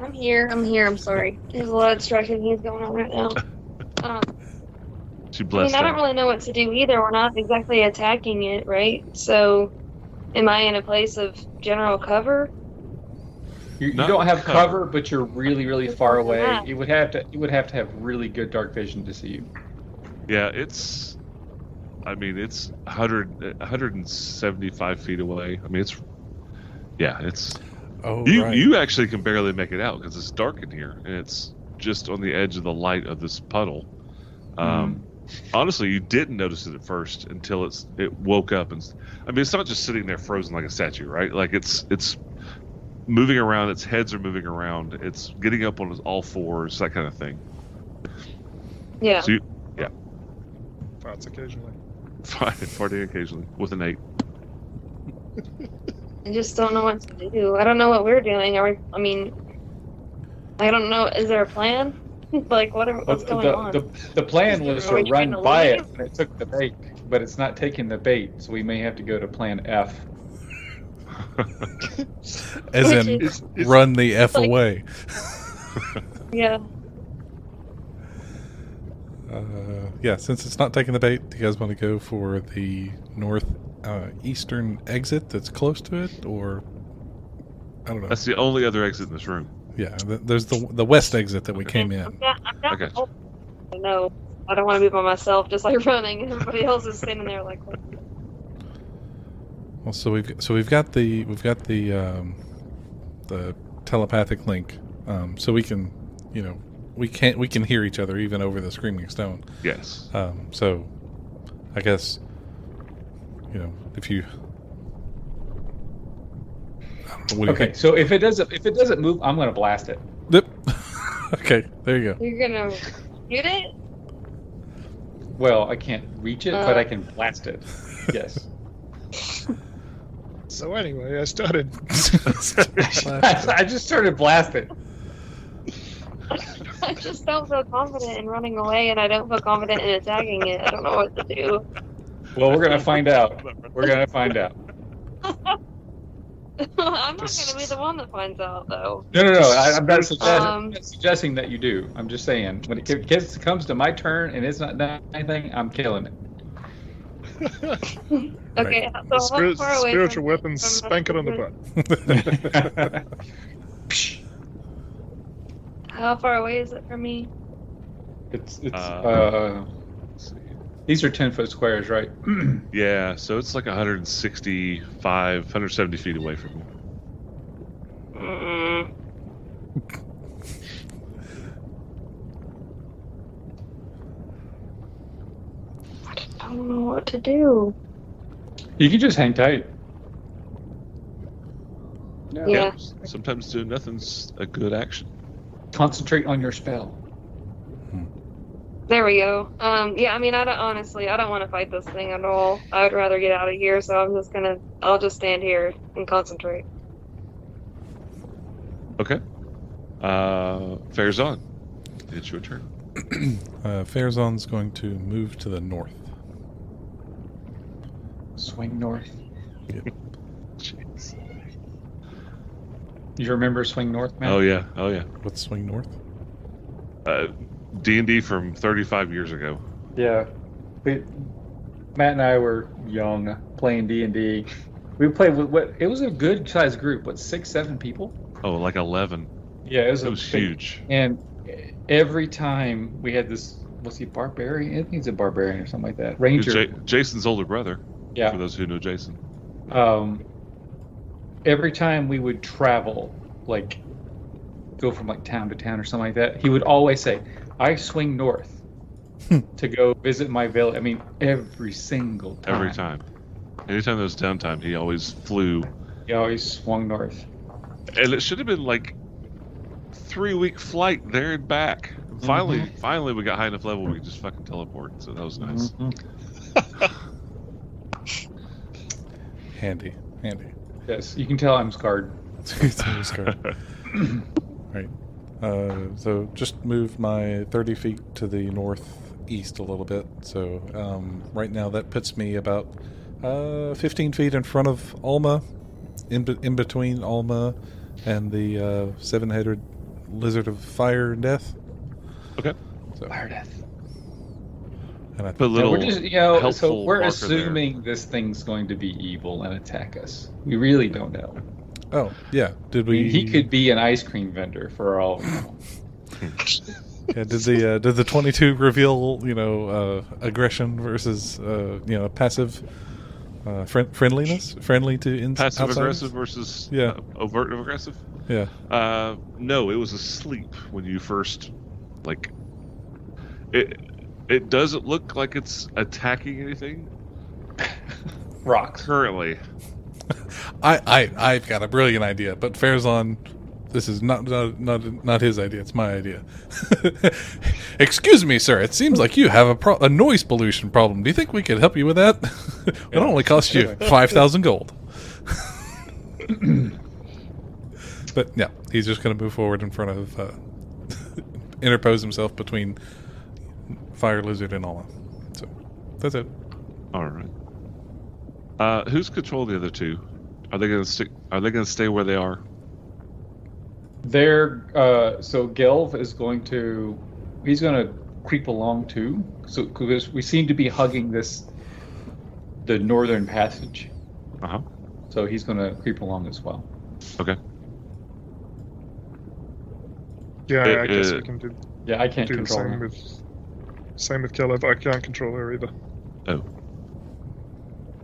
Speaker 4: I'm here. I'm here. I'm sorry. There's a lot of destruction things going on right now. Um,
Speaker 1: She
Speaker 4: I mean,
Speaker 1: blessed.
Speaker 4: I don't
Speaker 1: Elma.
Speaker 4: really know what to do either. We're not exactly attacking it, right? So Am I in a place of general cover?
Speaker 3: You, you
Speaker 1: Not
Speaker 3: don't have
Speaker 1: cover.
Speaker 3: cover, but you're really, really far
Speaker 4: Look
Speaker 3: away.
Speaker 4: at that.
Speaker 3: You would have to. You would have to have really good dark vision to see you.
Speaker 1: Yeah, it's. I mean, it's 100, 175 feet away. I mean, it's. Yeah, it's.
Speaker 5: Oh,
Speaker 1: You
Speaker 5: right.
Speaker 1: you actually can barely make it out because it's dark in here and it's just on the edge of the light of this puddle.
Speaker 3: Mm-hmm.
Speaker 1: Um, Honestly, you didn't notice it at first until it's it woke up and s- I mean it's not just sitting there frozen like a statue, right? Like it's it's moving around. Its heads are moving around. It's getting up on its all fours, that kind of thing.
Speaker 4: Yeah.
Speaker 1: So you
Speaker 2: Farts occasionally.
Speaker 1: farting occasionally with an eight.
Speaker 4: I just don't know what to do. I don't know what we're doing. Are we, I mean, I don't know. Is there a plan? like, what are,
Speaker 3: But
Speaker 4: what's
Speaker 3: the,
Speaker 4: going on?
Speaker 3: the, the plan was
Speaker 4: Are
Speaker 3: to
Speaker 4: we trying
Speaker 3: run
Speaker 4: to
Speaker 3: by it,
Speaker 4: leave?
Speaker 3: and it took the bait, but it's not taking the bait, so we may have to go to Plan F.
Speaker 5: as
Speaker 4: Which
Speaker 5: in
Speaker 2: It's, it's,
Speaker 5: run the f
Speaker 4: like-
Speaker 5: away.
Speaker 4: yeah.
Speaker 5: Uh, yeah, since it's not taking the bait, do you guys want to go for the north uh, eastern exit that's close to it, or I don't know.
Speaker 1: That's the only other exit in this room.
Speaker 5: yeah, th- there's the the west exit that we came
Speaker 4: I'm
Speaker 5: in.
Speaker 4: not, I'm not
Speaker 1: Okay.
Speaker 4: old- No, I don't want to be by myself, just like running. and Everybody else is standing there like, what?
Speaker 5: Well, so we've so we've got the we've got the um, the telepathic link, um, so we can you know we can't we can hear each other even over the screaming stone.
Speaker 1: Yes.
Speaker 5: Um, so, I guess, you know, if you, I don't know, what do you
Speaker 3: Okay, so if it doesn't, if it doesn't move, I'm gonna blast it.
Speaker 5: think? Yep. okay, there you go.
Speaker 4: you're gonna shoot it?
Speaker 3: Well, I can't reach it, but
Speaker 4: Uh.
Speaker 3: I can blast it. Yes.
Speaker 2: so anyway, I started.
Speaker 3: I just started blasting.
Speaker 4: I just don't feel confident in running away, and I don't feel confident in attacking it. I don't know what to do.
Speaker 3: Well, we're gonna find out. We're gonna find out.
Speaker 4: I'm not gonna be the one that finds out, though.
Speaker 3: No, no, no. I, I'm, not suggesting,
Speaker 4: Um.
Speaker 3: I'm not suggesting that you do. I'm just saying when it ge- gets, comes to my turn and it's not done anything, I'm killing it.
Speaker 4: Okay,
Speaker 2: The
Speaker 4: so how
Speaker 2: spirit,
Speaker 4: far away?
Speaker 2: spiritual
Speaker 4: from-
Speaker 2: weapons
Speaker 4: from-
Speaker 2: spank it on the butt.
Speaker 4: How far away is it from me?
Speaker 3: it's it's.
Speaker 1: Uh.
Speaker 3: Uh,
Speaker 1: Let's see.
Speaker 3: these are ten foot squares, right?
Speaker 1: Yeah, so it's like 165, 170 feet away from you.
Speaker 4: Mm, I don't know what to do.
Speaker 3: You can just hang tight. Yeah.
Speaker 4: Yeah.
Speaker 1: Sometimes doing nothing's a good action.
Speaker 3: Concentrate on your spell.
Speaker 4: There we go. Um, yeah, I mean, I don't, honestly, I don't want to fight this thing at all. I would rather get out of here, so I'm just gonna, I'll just stand here and concentrate.
Speaker 1: Okay. Uh, fares on. It's your turn.
Speaker 5: uh, Fairzon's going to move to the north.
Speaker 3: Swing north.
Speaker 1: Jeez.
Speaker 3: You remember swing north, man?
Speaker 1: Oh yeah, oh yeah.
Speaker 5: Let's swing north.
Speaker 1: Uh, D and D from 35 years ago.
Speaker 3: Yeah, we, Matt and I were young playing D and D. We played with what it was a good sized group, what six, seven people.
Speaker 1: Oh, like 11.
Speaker 3: Yeah, it was,
Speaker 1: It was
Speaker 3: big-
Speaker 1: huge.
Speaker 3: And every time we had this, was he barbarian? I think he's a barbarian or something like that. Ranger.
Speaker 1: Ja- Jason's older brother. For
Speaker 3: yeah. Uh-huh.
Speaker 1: those who know Jason.
Speaker 3: Um, every time we would travel, like go from like town to town or something like that, he would always say, "I swing north." to go visit my village. I mean, every single time.
Speaker 1: Every time. Anytime there was downtime, he always flew
Speaker 3: He always swung north.
Speaker 1: and it should have been like three week flight there and back. Finally,
Speaker 3: Mm-hmm.
Speaker 1: finally, we got high enough level we could just fucking teleport. So that was nice.
Speaker 5: Handy, handy.
Speaker 3: Yes, you can tell I'm scarred.
Speaker 5: It's always
Speaker 3: Mm-hmm.
Speaker 5: good. right. Uh, so just move my 30 feet to the northeast a little bit. So um, right now that puts me about uh, 15 feet in front of Alma, in, be- in between Alma and the uh, seven headed lizard of fire and death.
Speaker 1: Okay.
Speaker 5: So,
Speaker 3: Fire death.
Speaker 5: And I
Speaker 1: Put a
Speaker 5: think
Speaker 1: little
Speaker 3: we're just, you know, so
Speaker 1: helpful
Speaker 3: we're
Speaker 1: marker
Speaker 3: assuming this thing's going to be evil and attack us. We really don't know.
Speaker 5: oh yeah, did
Speaker 3: I mean,
Speaker 5: we?
Speaker 3: he could be an ice cream vendor for all. we know.
Speaker 5: Yeah, did the uh, did the twenty two reveal you know uh, aggression versus uh, you know passive uh, friend, friendliness, friendly to ins-
Speaker 1: Passive
Speaker 5: outsiders?
Speaker 1: aggressive versus
Speaker 5: Yeah.
Speaker 1: uh, overt aggressive.
Speaker 5: Yeah.
Speaker 1: Uh, no, it was asleep when you first, like, it. It doesn't look like it's attacking anything
Speaker 3: Rocks.
Speaker 1: currently.
Speaker 5: I, I I've got a brilliant idea, but Farazan, this is not not not, not his idea. It's my idea. Excuse me, sir. It seems like you have a pro- a noise pollution problem. Do you think we could help you with that? it only cost you five thousand gold. but yeah, he's just going to move forward in front of, uh, interpose himself between Fire Lizard and Alma. So that's it.
Speaker 1: All right. Uh, who's controlling the other two? Are they gonna stick? Are they gonna stay where they are?
Speaker 3: There. Uh, so Gelv is going to. He's going to creep along too. So because we seem to be hugging this, the northern passage.
Speaker 1: Uh huh.
Speaker 3: So he's going to creep along as well.
Speaker 2: Yeah,
Speaker 1: It-
Speaker 2: I guess
Speaker 1: it-
Speaker 2: we can do,
Speaker 3: Yeah, I can't
Speaker 2: do the
Speaker 3: control
Speaker 2: same
Speaker 3: him.
Speaker 2: with same with Caleb. I can't control her either.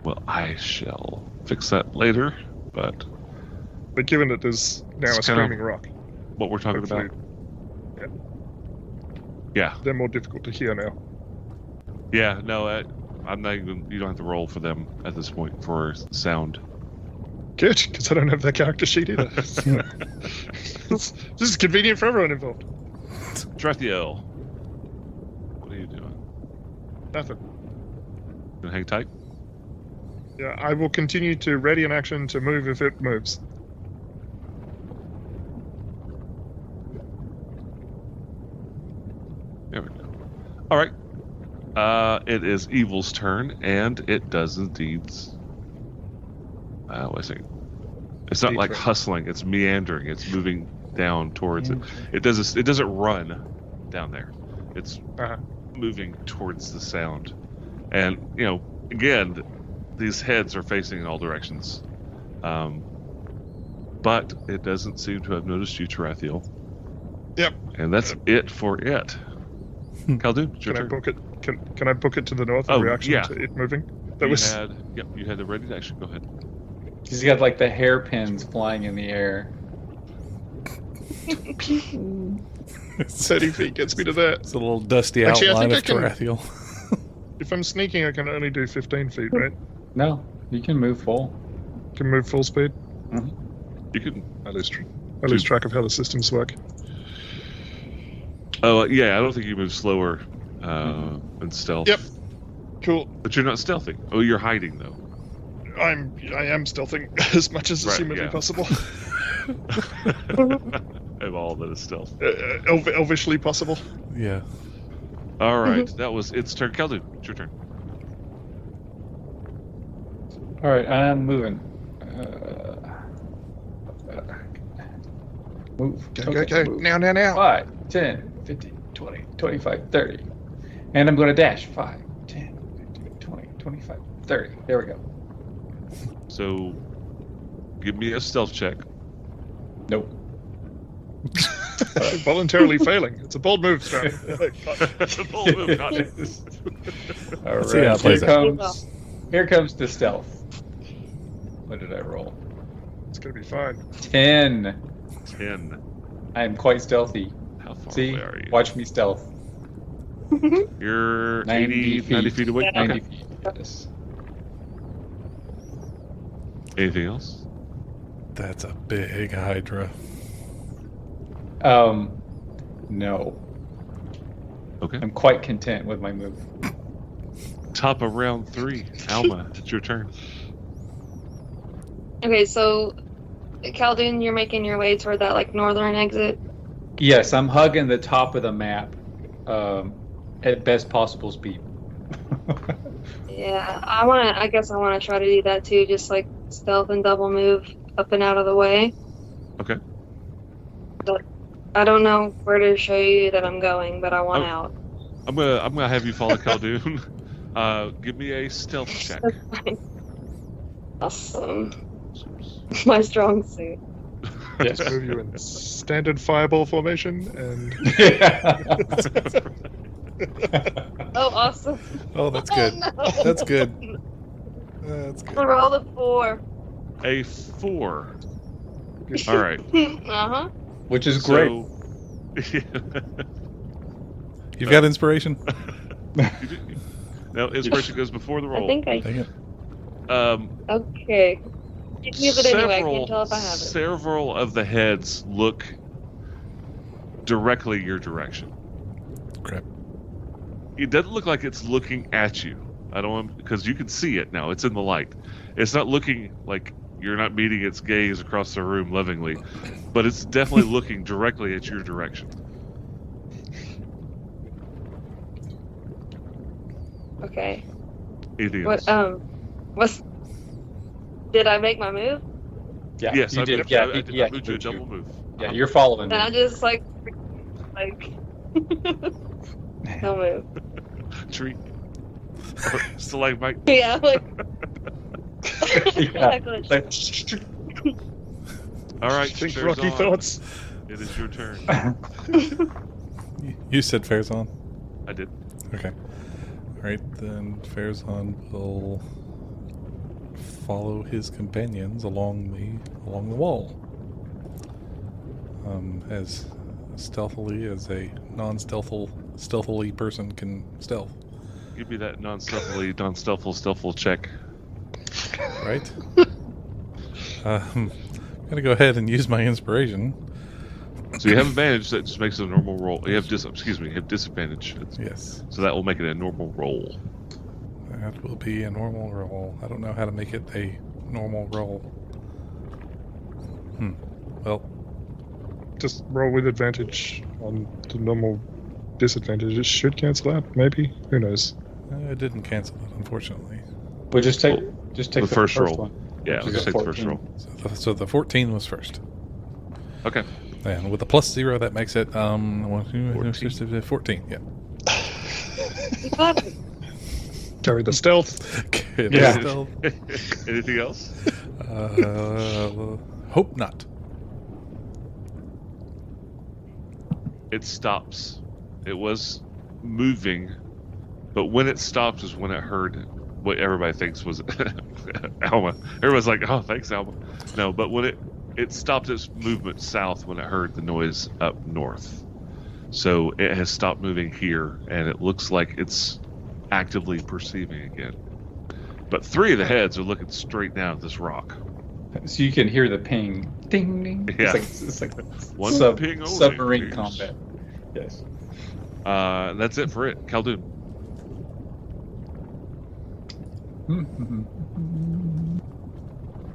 Speaker 1: Well, I shall fix that later. But
Speaker 2: But given that there's now a
Speaker 1: It's kinda-
Speaker 2: screaming rock,
Speaker 1: what we're talking
Speaker 2: hopefully
Speaker 1: about? Yeah.
Speaker 2: they're more difficult to hear now.
Speaker 1: Yeah. No, I, I'm not even. You don't have to roll for them at this point for sound.
Speaker 2: Good, because I don't have that character sheet either. this, this is convenient for everyone involved.
Speaker 1: Drathiel, what are you doing?
Speaker 2: Nothing.
Speaker 1: Gonna hang tight.
Speaker 2: Yeah, I will continue to ready an action to move if it moves.
Speaker 1: There we go. All right. Uh, it is Evil's turn, and it does indeed. s- Uh, what is it? It's not like
Speaker 3: Detour.
Speaker 1: hustling. It's meandering. It's moving down towards it. It doesn't. It doesn't run down there. It's
Speaker 2: Uh-huh.
Speaker 1: moving towards the sound, and you know, again, th- these heads are facing in all directions. Um, but it doesn't seem to have noticed you, Tarathiel.
Speaker 2: Yep.
Speaker 1: And that's it for it.
Speaker 5: Hmm.
Speaker 1: Khaldun, it's your
Speaker 2: Can I
Speaker 1: turn.
Speaker 2: book it? Can Can I book it to the north in
Speaker 1: Oh,
Speaker 2: reaction
Speaker 1: yeah.
Speaker 2: to it moving? That
Speaker 1: you
Speaker 2: was
Speaker 1: had, yep, you had the ready to action. Go ahead.
Speaker 3: He's got like the hairpins flying in the air.
Speaker 5: It's,
Speaker 2: thirty feet gets me to that.
Speaker 5: it's a little dusty
Speaker 2: Actually, I
Speaker 5: outline of
Speaker 2: think I
Speaker 5: Tarathiel.
Speaker 2: If I'm sneaking, I can only do fifteen feet, right?
Speaker 3: No, you can move full.
Speaker 2: Can move full speed.
Speaker 1: You can.
Speaker 2: I lose, tr- I lose
Speaker 1: Dude.
Speaker 2: track of how the systems work.
Speaker 1: Oh yeah, I don't think you move slower uh, in stealth.
Speaker 2: Yep. Cool.
Speaker 1: But you're not stealthy. Oh, you're hiding though.
Speaker 2: I'm I am stealthing as much as is
Speaker 1: Right,
Speaker 2: humanly
Speaker 1: yeah.
Speaker 2: possible,
Speaker 1: of all that is stealth.
Speaker 2: uh, uh, elv- elvishly possible.
Speaker 5: Yeah.
Speaker 1: All right, that was its turn. Keldon, it's your turn.
Speaker 3: All right, I'm moving. Uh, move.
Speaker 2: Go
Speaker 3: Okay,
Speaker 2: go go!
Speaker 3: move.
Speaker 2: Now now now!
Speaker 3: 5, 10, 15, 20, 25, 30. And I'm going to dash 5, 10, 15, 20, 25, 30. There we go.
Speaker 1: So, give me a stealth check.
Speaker 3: Nope.
Speaker 2: Voluntarily failing. It's a bold move, Stan.
Speaker 1: The bold move, not-
Speaker 3: All
Speaker 5: see how it
Speaker 3: right. Here
Speaker 5: plays
Speaker 4: out.
Speaker 3: comes, here comes the stealth. What did I roll?
Speaker 2: It's gonna be fine.
Speaker 3: 10.
Speaker 1: Ten.
Speaker 3: I am quite stealthy.
Speaker 1: How
Speaker 5: Oh,
Speaker 1: far
Speaker 3: See?
Speaker 1: away are you?
Speaker 3: Watch me stealth.
Speaker 1: You're
Speaker 3: 90
Speaker 1: 80, 90
Speaker 3: feet.
Speaker 1: feet away.
Speaker 4: Yeah.
Speaker 3: 90
Speaker 1: Okay.
Speaker 3: feet. Yes.
Speaker 1: Anything else?
Speaker 5: That's a big hydra.
Speaker 3: Um, no.
Speaker 1: Okay.
Speaker 3: I'm quite content with my move.
Speaker 1: Top of round three. Alma, it's your turn.
Speaker 4: Okay, so Caldoon, you're making your way toward that like northern exit.
Speaker 3: Yes, I'm hugging the top of the map um, at best possible speed.
Speaker 4: Yeah, I want to. I guess I want to try to do that too, just like stealth and double move up and out of the way.
Speaker 1: Okay.
Speaker 4: But I don't know where to show you that I'm going, but I want
Speaker 1: Oh.
Speaker 4: out.
Speaker 1: I'm gonna I'm gonna have you follow Khaldun. Uh, give me a stealth check.
Speaker 4: Awesome. My strong suit.
Speaker 3: Yes.
Speaker 2: Move you in standard fireball formation, and
Speaker 4: Oh, awesome.
Speaker 5: Oh, that's good.
Speaker 4: Oh, no.
Speaker 5: That's good.
Speaker 2: uh,
Speaker 5: That's good.
Speaker 4: I rolled a four.
Speaker 1: a four. All right.
Speaker 4: uh huh.
Speaker 3: Which is great.
Speaker 1: so,
Speaker 5: You've got inspiration.
Speaker 1: You do- now inspiration goes before the
Speaker 4: I
Speaker 1: roll.
Speaker 4: think I.
Speaker 5: Dang it.
Speaker 1: um,
Speaker 4: Okay. You can use it anyway. I can't tell if I have it.
Speaker 1: Several of the heads look directly your direction.
Speaker 5: Crap.
Speaker 1: It doesn't look like it's looking at you. I don't want because you can see it now. It's in the light. It's not looking like you're not meeting its gaze across the room lovingly, but it's definitely looking directly at your direction.
Speaker 4: Okay.
Speaker 1: Anything else?
Speaker 4: What um, what's? Did I make my move?
Speaker 3: Yeah,
Speaker 1: yes,
Speaker 3: you
Speaker 1: I
Speaker 3: did.
Speaker 1: moved,
Speaker 3: yeah,
Speaker 1: I, I
Speaker 3: you-
Speaker 1: did- I
Speaker 3: yeah,
Speaker 1: moved you a
Speaker 3: you moved you.
Speaker 1: double move.
Speaker 3: Yeah,
Speaker 1: Uh-huh.
Speaker 3: you're following
Speaker 4: Then I
Speaker 3: me.
Speaker 4: just like, like, no move.
Speaker 1: tree. so like Mike,
Speaker 4: Yeah, like.
Speaker 3: Yeah.
Speaker 4: Exactly.
Speaker 3: Like,
Speaker 1: all right,
Speaker 2: think
Speaker 1: chairs
Speaker 2: rocky
Speaker 1: on.
Speaker 2: thoughts.
Speaker 1: It is your turn.
Speaker 5: You- You said Farazan.
Speaker 1: I did.
Speaker 5: Okay. All right, then Farazan will follow his companions along the along the wall. Um, as stealthily as a non-stealthful stealthily person can stealth,
Speaker 1: Give me that non-stealthily, non-stealthful, stealthful check.
Speaker 5: right? um, I'm gonna go ahead and use my inspiration.
Speaker 1: So you have advantage. That just makes it a normal roll. You have dis. Excuse me. You have disadvantage.
Speaker 5: Yes,
Speaker 1: So that will make it a normal roll.
Speaker 5: that will be a normal roll. I don't know how to make it a normal roll. Hmm. Well,
Speaker 2: Just roll with advantage on the normal disadvantage. It should cancel out, maybe. Who knows?
Speaker 5: I didn't cancel Uh, it, unfortunately.
Speaker 3: but just take, just take
Speaker 1: The
Speaker 3: the,
Speaker 1: first roll.
Speaker 3: one.
Speaker 1: Yeah.
Speaker 3: You
Speaker 1: Let's
Speaker 3: got
Speaker 1: take the first
Speaker 3: 14.
Speaker 1: roll.
Speaker 5: So the, so the 14 was first.
Speaker 1: Okay.
Speaker 5: And with a plus zero, that makes it um one, two, 14.
Speaker 1: 14.
Speaker 5: 14 yeah.
Speaker 4: You got it.
Speaker 2: Carry the stealth.
Speaker 5: Okay,
Speaker 3: Yeah.
Speaker 5: that's still-
Speaker 1: Anything else?
Speaker 5: uh, hope not.
Speaker 1: It stops. It was moving, but when it stopped is when it heard what everybody thinks was Alma. Everybody's like, "Oh, thanks, Alma." No, but when it it stopped its movement south when it heard the noise up north. So it has stopped moving here, and it looks like it's actively perceiving again. But three of the heads are looking straight down at this rock.
Speaker 3: So you can hear the ping, ding, ding.
Speaker 1: Yeah.
Speaker 3: It's like, it's like
Speaker 1: One
Speaker 3: sub,
Speaker 1: ping only,
Speaker 3: submarine
Speaker 1: please.
Speaker 3: combat. Yes.
Speaker 1: Uh, that's it for it. Khaldun.
Speaker 3: Mhm.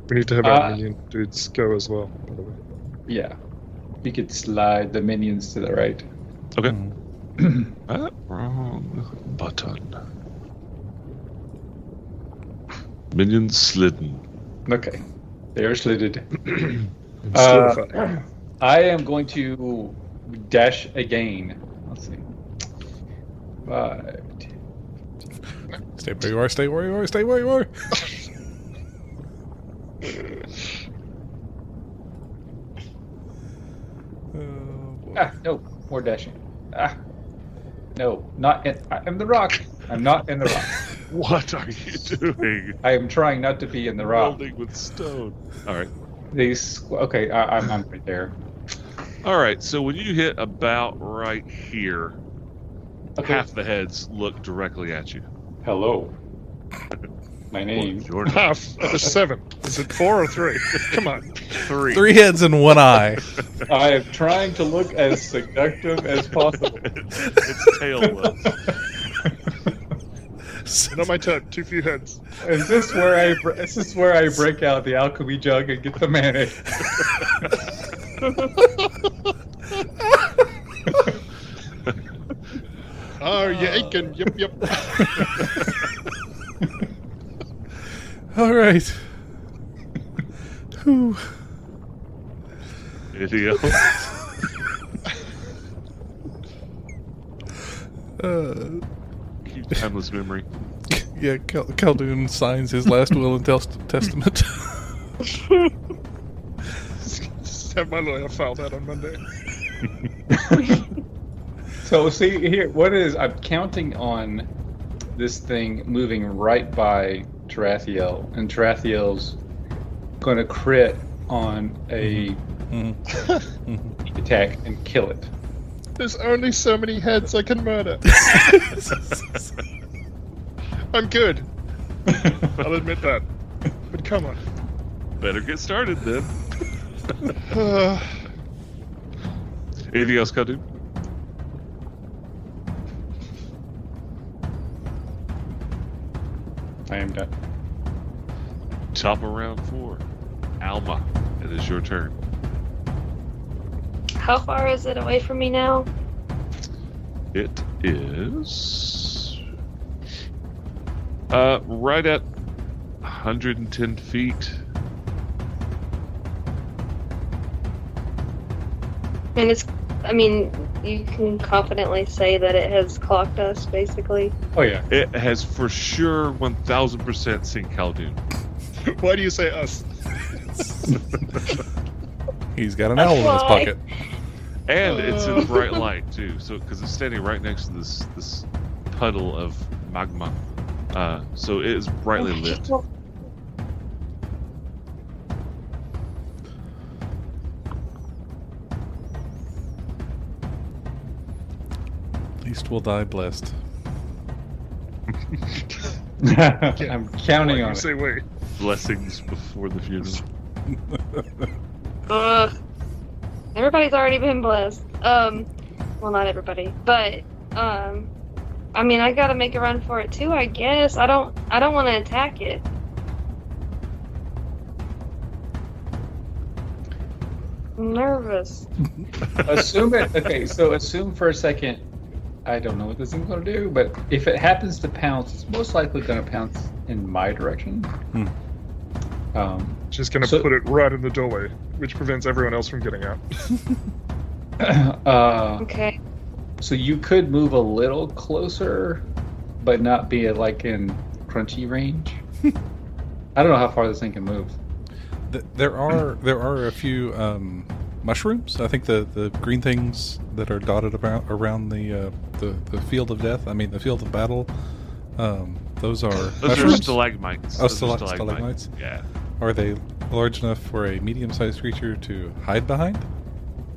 Speaker 2: We need to have our
Speaker 3: Uh,
Speaker 2: minion dudes go as well, by the way.
Speaker 3: Yeah. You could slide the minions to the right.
Speaker 1: Okay.
Speaker 5: Mm.
Speaker 1: Uh, wrong button. Minions slidden.
Speaker 3: Okay. They are slitted.
Speaker 2: And
Speaker 3: Uh,
Speaker 2: solidify.
Speaker 3: I am going to dash again. Let's see. Five, ten.
Speaker 5: Stay where you are, stay where you are, stay where you are. Oh, boy.
Speaker 3: Ah, no, more dashing. Ah, no, not in. I am the rock. I'm not in the rock.
Speaker 1: What are you doing?
Speaker 3: I am trying not to be in the rock.
Speaker 1: Building with stone. All right.
Speaker 3: These. Okay, I, I'm, I'm right there.
Speaker 1: All right. So when you hit about right here,
Speaker 3: Okay.
Speaker 1: half the heads look directly at you.
Speaker 3: Hello. My
Speaker 1: Well,
Speaker 3: name.
Speaker 1: Jordan.
Speaker 2: Half out of Ah, seven. Is it four or three? Come on.
Speaker 1: Three.
Speaker 5: Three heads and one eye.
Speaker 3: I am trying to look as seductive as possible.
Speaker 1: it's tail was.
Speaker 2: Not my turn. Too few heads.
Speaker 3: Is this where I? br- Is this where I break out the alchemy jug and get the mayonnaise?
Speaker 2: Oh, you aching. Yep, yep.
Speaker 5: All right. Whew.
Speaker 1: Anything else?
Speaker 5: Uh,
Speaker 1: Keep timeless memory.
Speaker 5: yeah, Cal- Caldoon signs his last will and tes- testament.
Speaker 2: Just have my lawyer file that on Monday.
Speaker 3: So see here, what is I'm counting on this thing moving right by Tarathiel, and Tarathiel's going to crit on a
Speaker 5: Mhm.
Speaker 3: attack and kill it.
Speaker 2: There's only so many heads I can murder. I'm good. I'll admit that. But come on.
Speaker 1: Better get started then.
Speaker 2: Uh,
Speaker 1: Anything else, Kadu?
Speaker 3: I am done.
Speaker 1: Top of round four. Alma, it is your turn.
Speaker 4: How far is it away from me now?
Speaker 1: It is uh, right at 110 feet.
Speaker 4: And it's, I mean, you can confidently say that it has clocked us, basically.
Speaker 3: Oh yeah,
Speaker 1: It has for sure 1,000% seen Khaldun.
Speaker 2: why do you say us?
Speaker 5: He's got an owl in his
Speaker 4: Why?
Speaker 5: pocket.
Speaker 1: And it's
Speaker 2: Oh.
Speaker 1: in bright light, too. So, because it's standing right next to this, this puddle of magma. Uh, so it is brightly lit.
Speaker 5: At least we'll die blessed.
Speaker 3: I'm counting
Speaker 2: Why
Speaker 3: on
Speaker 2: you say
Speaker 3: it.
Speaker 2: we?
Speaker 1: Blessings before the funeral.
Speaker 4: Ugh. Everybody's already been blessed. Um, well, not everybody, but um, I mean, I gotta make a run for it too. I guess I don't. I don't want to attack it. Nervous.
Speaker 3: assume it. Okay, so assume for a second. I don't know what this thing's going to do, but if it happens to pounce, it's most likely going to pounce in my direction. Um,
Speaker 2: Just gonna
Speaker 3: So-
Speaker 2: put it right in the doorway, which prevents everyone else from getting out.
Speaker 3: uh,
Speaker 4: Okay.
Speaker 3: So you could move a little closer, but not be at, like in crunchy range. I don't know how far this thing can move.
Speaker 5: Th- there are there are a few um, mushrooms. I think the, the green things that are dotted about around the, uh, the the field of death. I mean the field of battle. Um, those are
Speaker 1: Those are
Speaker 5: mushrooms?
Speaker 1: stalagmites.
Speaker 5: Oh,
Speaker 1: Those
Speaker 5: stala-
Speaker 1: are stalagmites.
Speaker 5: stalagmites.
Speaker 1: Yeah.
Speaker 5: Are they large enough for a medium-sized creature to hide behind?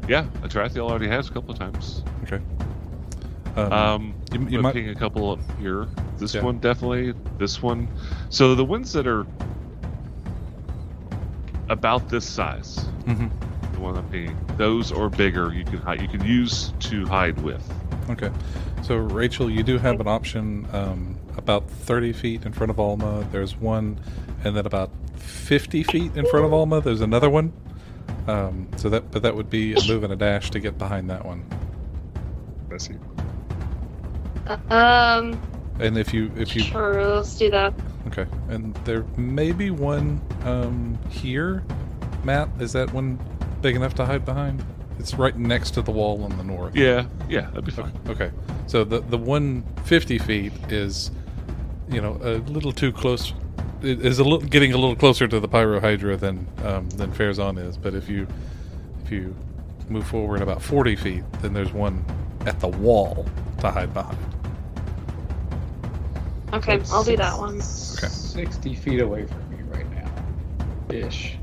Speaker 1: Yeah, a Tarathiel already has a couple of times.
Speaker 5: Okay. Um,
Speaker 1: Um,
Speaker 5: you, you
Speaker 1: I'm
Speaker 5: might.
Speaker 1: picking a couple up here. This
Speaker 5: Yeah.
Speaker 1: one definitely. This one. So the ones that are about this size,
Speaker 5: Mhm.
Speaker 1: the one I'm picking, those or bigger, you can hide. You can use to hide with.
Speaker 5: Okay. So, Rachel, you do have an option um, about 30 feet in front of Alma. There's one, and then about 50 feet in front of Alma, there's another one. Um, so that, but that would be a move and a dash to get behind that one.
Speaker 2: Messy.
Speaker 4: Um.
Speaker 5: And if you, if you,
Speaker 4: Sure. Let's do that.
Speaker 5: okay. And there may be one um, here. Matt, is that one big enough to hide behind? It's right next to the wall on the north.
Speaker 1: Yeah, yeah, that'd be fine.
Speaker 5: Okay. So the the one fifty feet is, you know, a little too close. It is a little getting a little closer to the pyrohydra than um, than Fairzon is. But if you if you move forward about forty feet, then there's one at the wall to hide behind.
Speaker 4: Okay.
Speaker 3: It's
Speaker 4: I'll do
Speaker 3: six-
Speaker 4: that one.
Speaker 3: Sixty feet away from me right now, ish.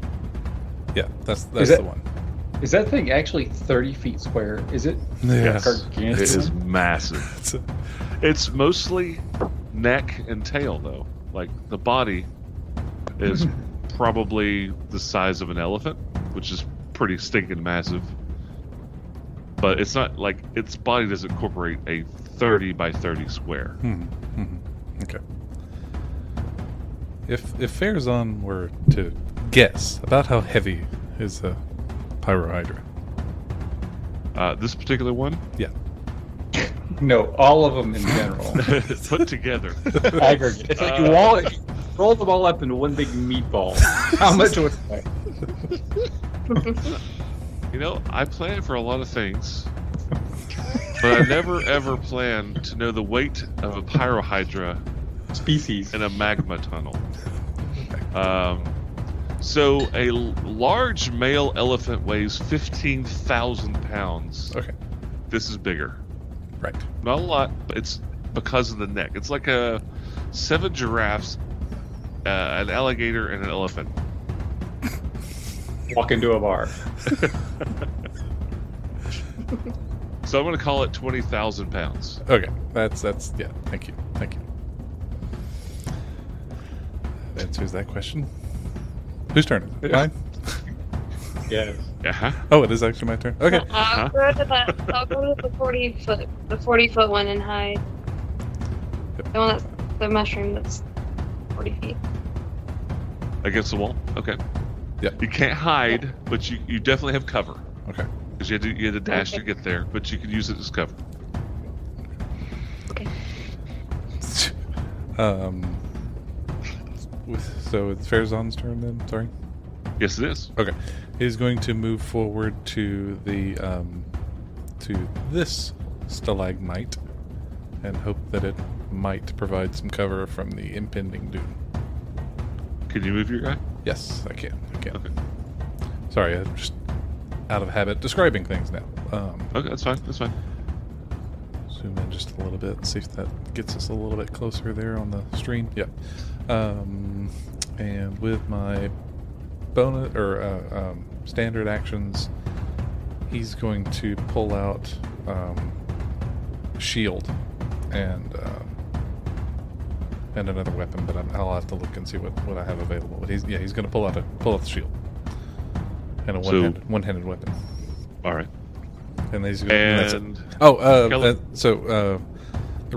Speaker 5: Yeah, that's that's
Speaker 3: that-
Speaker 5: the one.
Speaker 3: Is that thing actually thirty feet square? Is it
Speaker 1: Yes. It
Speaker 3: gargantuan?
Speaker 1: is massive.
Speaker 5: It's a-
Speaker 1: It's mostly neck and tail though. Like the body is probably the size of an elephant, which is pretty stinking massive. But it's not like its body doesn't incorporate a 30 by 30 square.
Speaker 5: hmm, hmm. Okay. If if Fairzon were to guess about how heavy is a pyrohydra,
Speaker 1: Uh, this particular one,
Speaker 3: No, all of them in general.
Speaker 1: put together,
Speaker 3: Aggregate. It's like you all you roll them all up into one big meatball. How much would it weigh?
Speaker 1: you know, I plan for a lot of things, but I never ever planned to know the weight of a pyrohydra
Speaker 3: Species.
Speaker 1: in a magma tunnel. Um, so a l- large male elephant weighs 15,000 pounds.
Speaker 5: Okay.
Speaker 1: This is bigger.
Speaker 5: Right.
Speaker 1: Not a lot, but it's because of the neck. It's like a seven giraffes, uh, an alligator, and an elephant.
Speaker 3: Walk into a bar.
Speaker 1: So I'm going to call it 20,000 pounds.
Speaker 5: Okay. That's that's yeah. Thank you. Thank you. That answers that question. Whose turn is it?
Speaker 3: Yeah.
Speaker 5: Mine.
Speaker 3: Yeah.
Speaker 1: Uh-huh.
Speaker 5: Oh, it is actually my turn. Okay. Uh-huh.
Speaker 1: Huh?
Speaker 4: I'll go to the I'll go to the forty foot the forty foot one and hide.
Speaker 5: Yep.
Speaker 4: The one that's the mushroom that's forty feet.
Speaker 1: Against the wall? Okay.
Speaker 5: Yep.
Speaker 1: You can't hide, but you, you definitely have cover.
Speaker 5: Okay.
Speaker 1: Because you, had to- you had to dash to get there, but you could use it as cover.
Speaker 5: Um. with- So it's Farazan's turn then. Sorry.
Speaker 1: Yes, it is.
Speaker 5: He's going to move forward to the um, to this stalagmite and hope that it might provide some cover from the impending doom.
Speaker 1: Can you move your guy?
Speaker 5: Yes, I can. I can.
Speaker 1: Okay.
Speaker 5: Sorry, I'm just out of habit describing things now. Um,
Speaker 1: Okay, that's fine. That's fine.
Speaker 5: zoom in just a little bit, see if that gets us a little bit closer there on the stream. Yep. Um, and with my bonus or uh, um, standard actions, he's going to pull out um, shield and um, and another weapon, but I'm, I'll have to look and see what, what I have available. But he's yeah, he's going to pull out a pull out the shield and a
Speaker 1: So-
Speaker 5: one handed one handed weapon,
Speaker 1: All right.
Speaker 5: and he's gonna, that's it.
Speaker 1: And
Speaker 5: Oh, uh,
Speaker 1: Kill
Speaker 5: uh, so uh,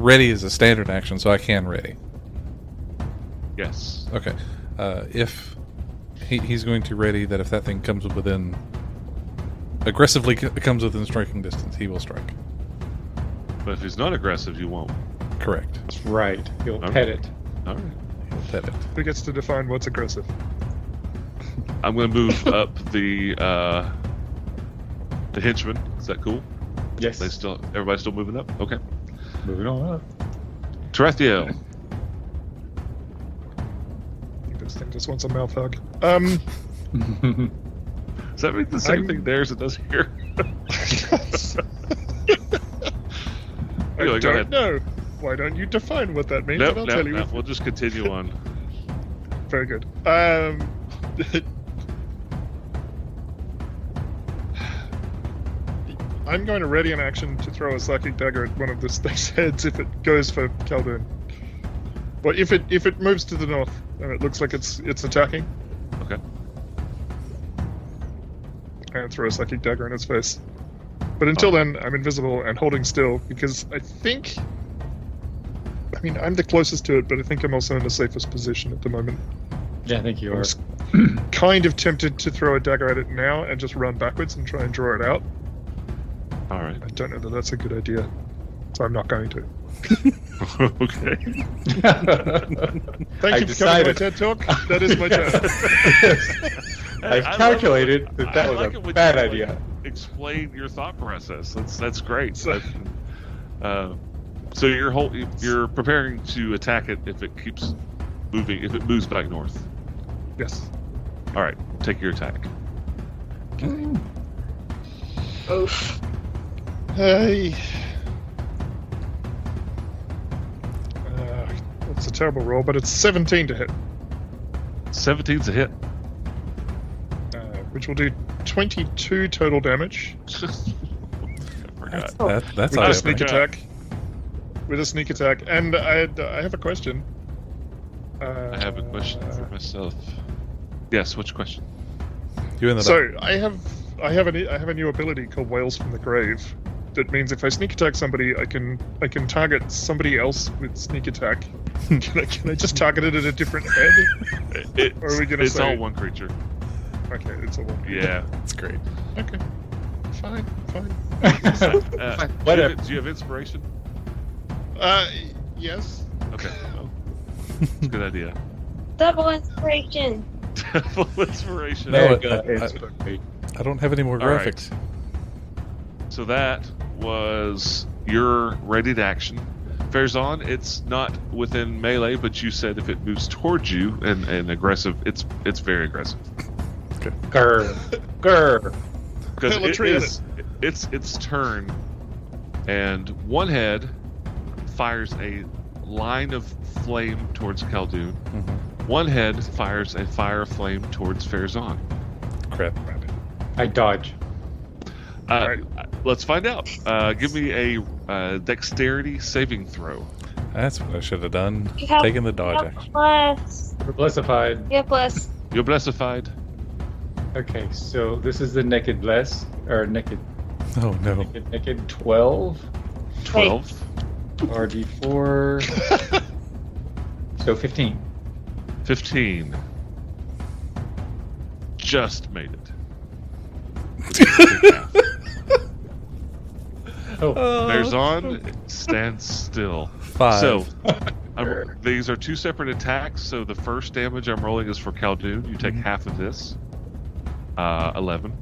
Speaker 5: ready is a standard action, so I can ready.
Speaker 1: yes.
Speaker 5: Okay. Uh, if he, he's going to ready that if that thing comes within aggressively c- comes within striking distance, he will strike.
Speaker 1: But if he's not aggressive, you won't.
Speaker 5: Correct.
Speaker 3: That's right. He'll
Speaker 1: Okay.
Speaker 3: pet it.
Speaker 1: All right.
Speaker 5: He'll pet it.
Speaker 2: Who gets to define what's aggressive?
Speaker 1: I'm going to move up the uh, the henchman. Is that cool?
Speaker 3: Yes.
Speaker 1: They still everybody's still moving up. Okay.
Speaker 3: Moving on up.
Speaker 1: Tarathiel.
Speaker 2: I think This thing just wants a mouth hug. Um,
Speaker 1: Does that mean the same
Speaker 2: I'm-
Speaker 1: thing there as it does here?
Speaker 2: I
Speaker 1: Anyway, go
Speaker 2: don't
Speaker 1: ahead.
Speaker 2: know. Why don't you define what that means?
Speaker 1: No,
Speaker 2: and I'll
Speaker 1: no,
Speaker 2: tell you.
Speaker 1: no. We'll just continue on.
Speaker 2: Very good. Um, I'm going to ready an action to throw a psychic dagger at one of this thing's heads if it goes for Caldoon. Well, if it if it moves to the north and it looks like it's it's attacking.
Speaker 1: Okay.
Speaker 2: And throw a psychic dagger in its face. But until then, I'm invisible and holding still because I think. I mean, I'm the closest to it, but I think I'm also in the safest position at the moment.
Speaker 3: Yeah, I think you
Speaker 2: I'm
Speaker 3: are.
Speaker 2: s- kind of tempted to throw a dagger at it now and just run backwards and try and draw it out.
Speaker 1: All right.
Speaker 2: I don't know that that's a good idea, so I'm not going to.
Speaker 1: okay.
Speaker 2: Thank
Speaker 3: I
Speaker 2: you for coming
Speaker 3: decided.
Speaker 2: to my TED Talk. That is my turn.
Speaker 1: I
Speaker 3: I've
Speaker 1: love it.
Speaker 3: calculated that that
Speaker 1: I
Speaker 3: was
Speaker 1: like
Speaker 3: a
Speaker 1: it when
Speaker 3: bad
Speaker 1: you, like,
Speaker 3: idea.
Speaker 1: Explain your thought process. That's that's great.
Speaker 2: So-
Speaker 1: Uh, so you're whole, you're preparing to attack it if it keeps moving. If it moves back north,
Speaker 2: Yes.
Speaker 1: all right, take your attack.
Speaker 4: Oof.
Speaker 2: Hey. Uh, that's a terrible roll, but it's 17 to hit,
Speaker 1: 17's a hit.
Speaker 2: uh, which will do 22 total damage
Speaker 1: I forgot.
Speaker 5: That, that's
Speaker 2: with
Speaker 5: all
Speaker 2: a
Speaker 5: right.
Speaker 2: sneak
Speaker 1: right.
Speaker 2: attack. With a sneak attack, and I, had, I have a question. Uh,
Speaker 1: I have a question for myself. Yes, what's your question?
Speaker 5: You in the
Speaker 2: So I have I have a I have a new ability called Whales from the Grave. That means if I sneak attack somebody, I can I can target somebody else with sneak attack. can, I, can I just target it at a different head?
Speaker 1: It,
Speaker 2: Or are we gonna
Speaker 1: it's
Speaker 2: say-
Speaker 1: all one creature.
Speaker 2: Okay, it's a one.
Speaker 1: Yeah.
Speaker 5: That's great.
Speaker 2: Okay. Fine. Fine.
Speaker 1: Uh, do, you
Speaker 3: Whatever.
Speaker 1: have, do you have inspiration?
Speaker 2: Uh, yes.
Speaker 1: Okay. Well, it's a good idea.
Speaker 4: Double inspiration.
Speaker 1: Full inspiration.
Speaker 5: No,
Speaker 3: Mega
Speaker 2: uh,
Speaker 5: I- I-
Speaker 3: inspiration.
Speaker 5: I don't have any more
Speaker 1: All right.
Speaker 5: graphics.
Speaker 1: So that was you're ready to action. Farazan, it's not within melee, but you said if it moves towards you and, and aggressive, it's it's very aggressive
Speaker 3: Grr. Grr.
Speaker 1: because
Speaker 2: Hey,
Speaker 1: it
Speaker 2: Latrina.
Speaker 1: is it's its turn, and one head fires a line of flame towards Khaldun.
Speaker 5: Mm-hmm.
Speaker 1: One head fires a fire of flame towards Farazan.
Speaker 5: Crap.
Speaker 3: I dodge.
Speaker 1: Uh,
Speaker 2: Alright.
Speaker 1: Let's find out. Uh, give me a uh, dexterity saving throw.
Speaker 5: That's what I should have done.
Speaker 4: You have,
Speaker 5: Taking the
Speaker 4: you
Speaker 5: dodge
Speaker 4: have
Speaker 5: action.
Speaker 4: plus.
Speaker 3: Blessified.
Speaker 4: Yeah, plus.
Speaker 1: You're blessified.
Speaker 3: Okay, so this is the naked bless or naked
Speaker 5: Oh no.
Speaker 3: naked, naked twelve
Speaker 1: Twelve.
Speaker 3: RD four. so fifteen.
Speaker 1: 15. Just made it.
Speaker 3: Oh,
Speaker 1: Berzon stands still.
Speaker 5: Five.
Speaker 1: So, I'm, these are two separate attacks. So, the first damage I'm rolling is for Khaldun. You take half of this. Uh, 11.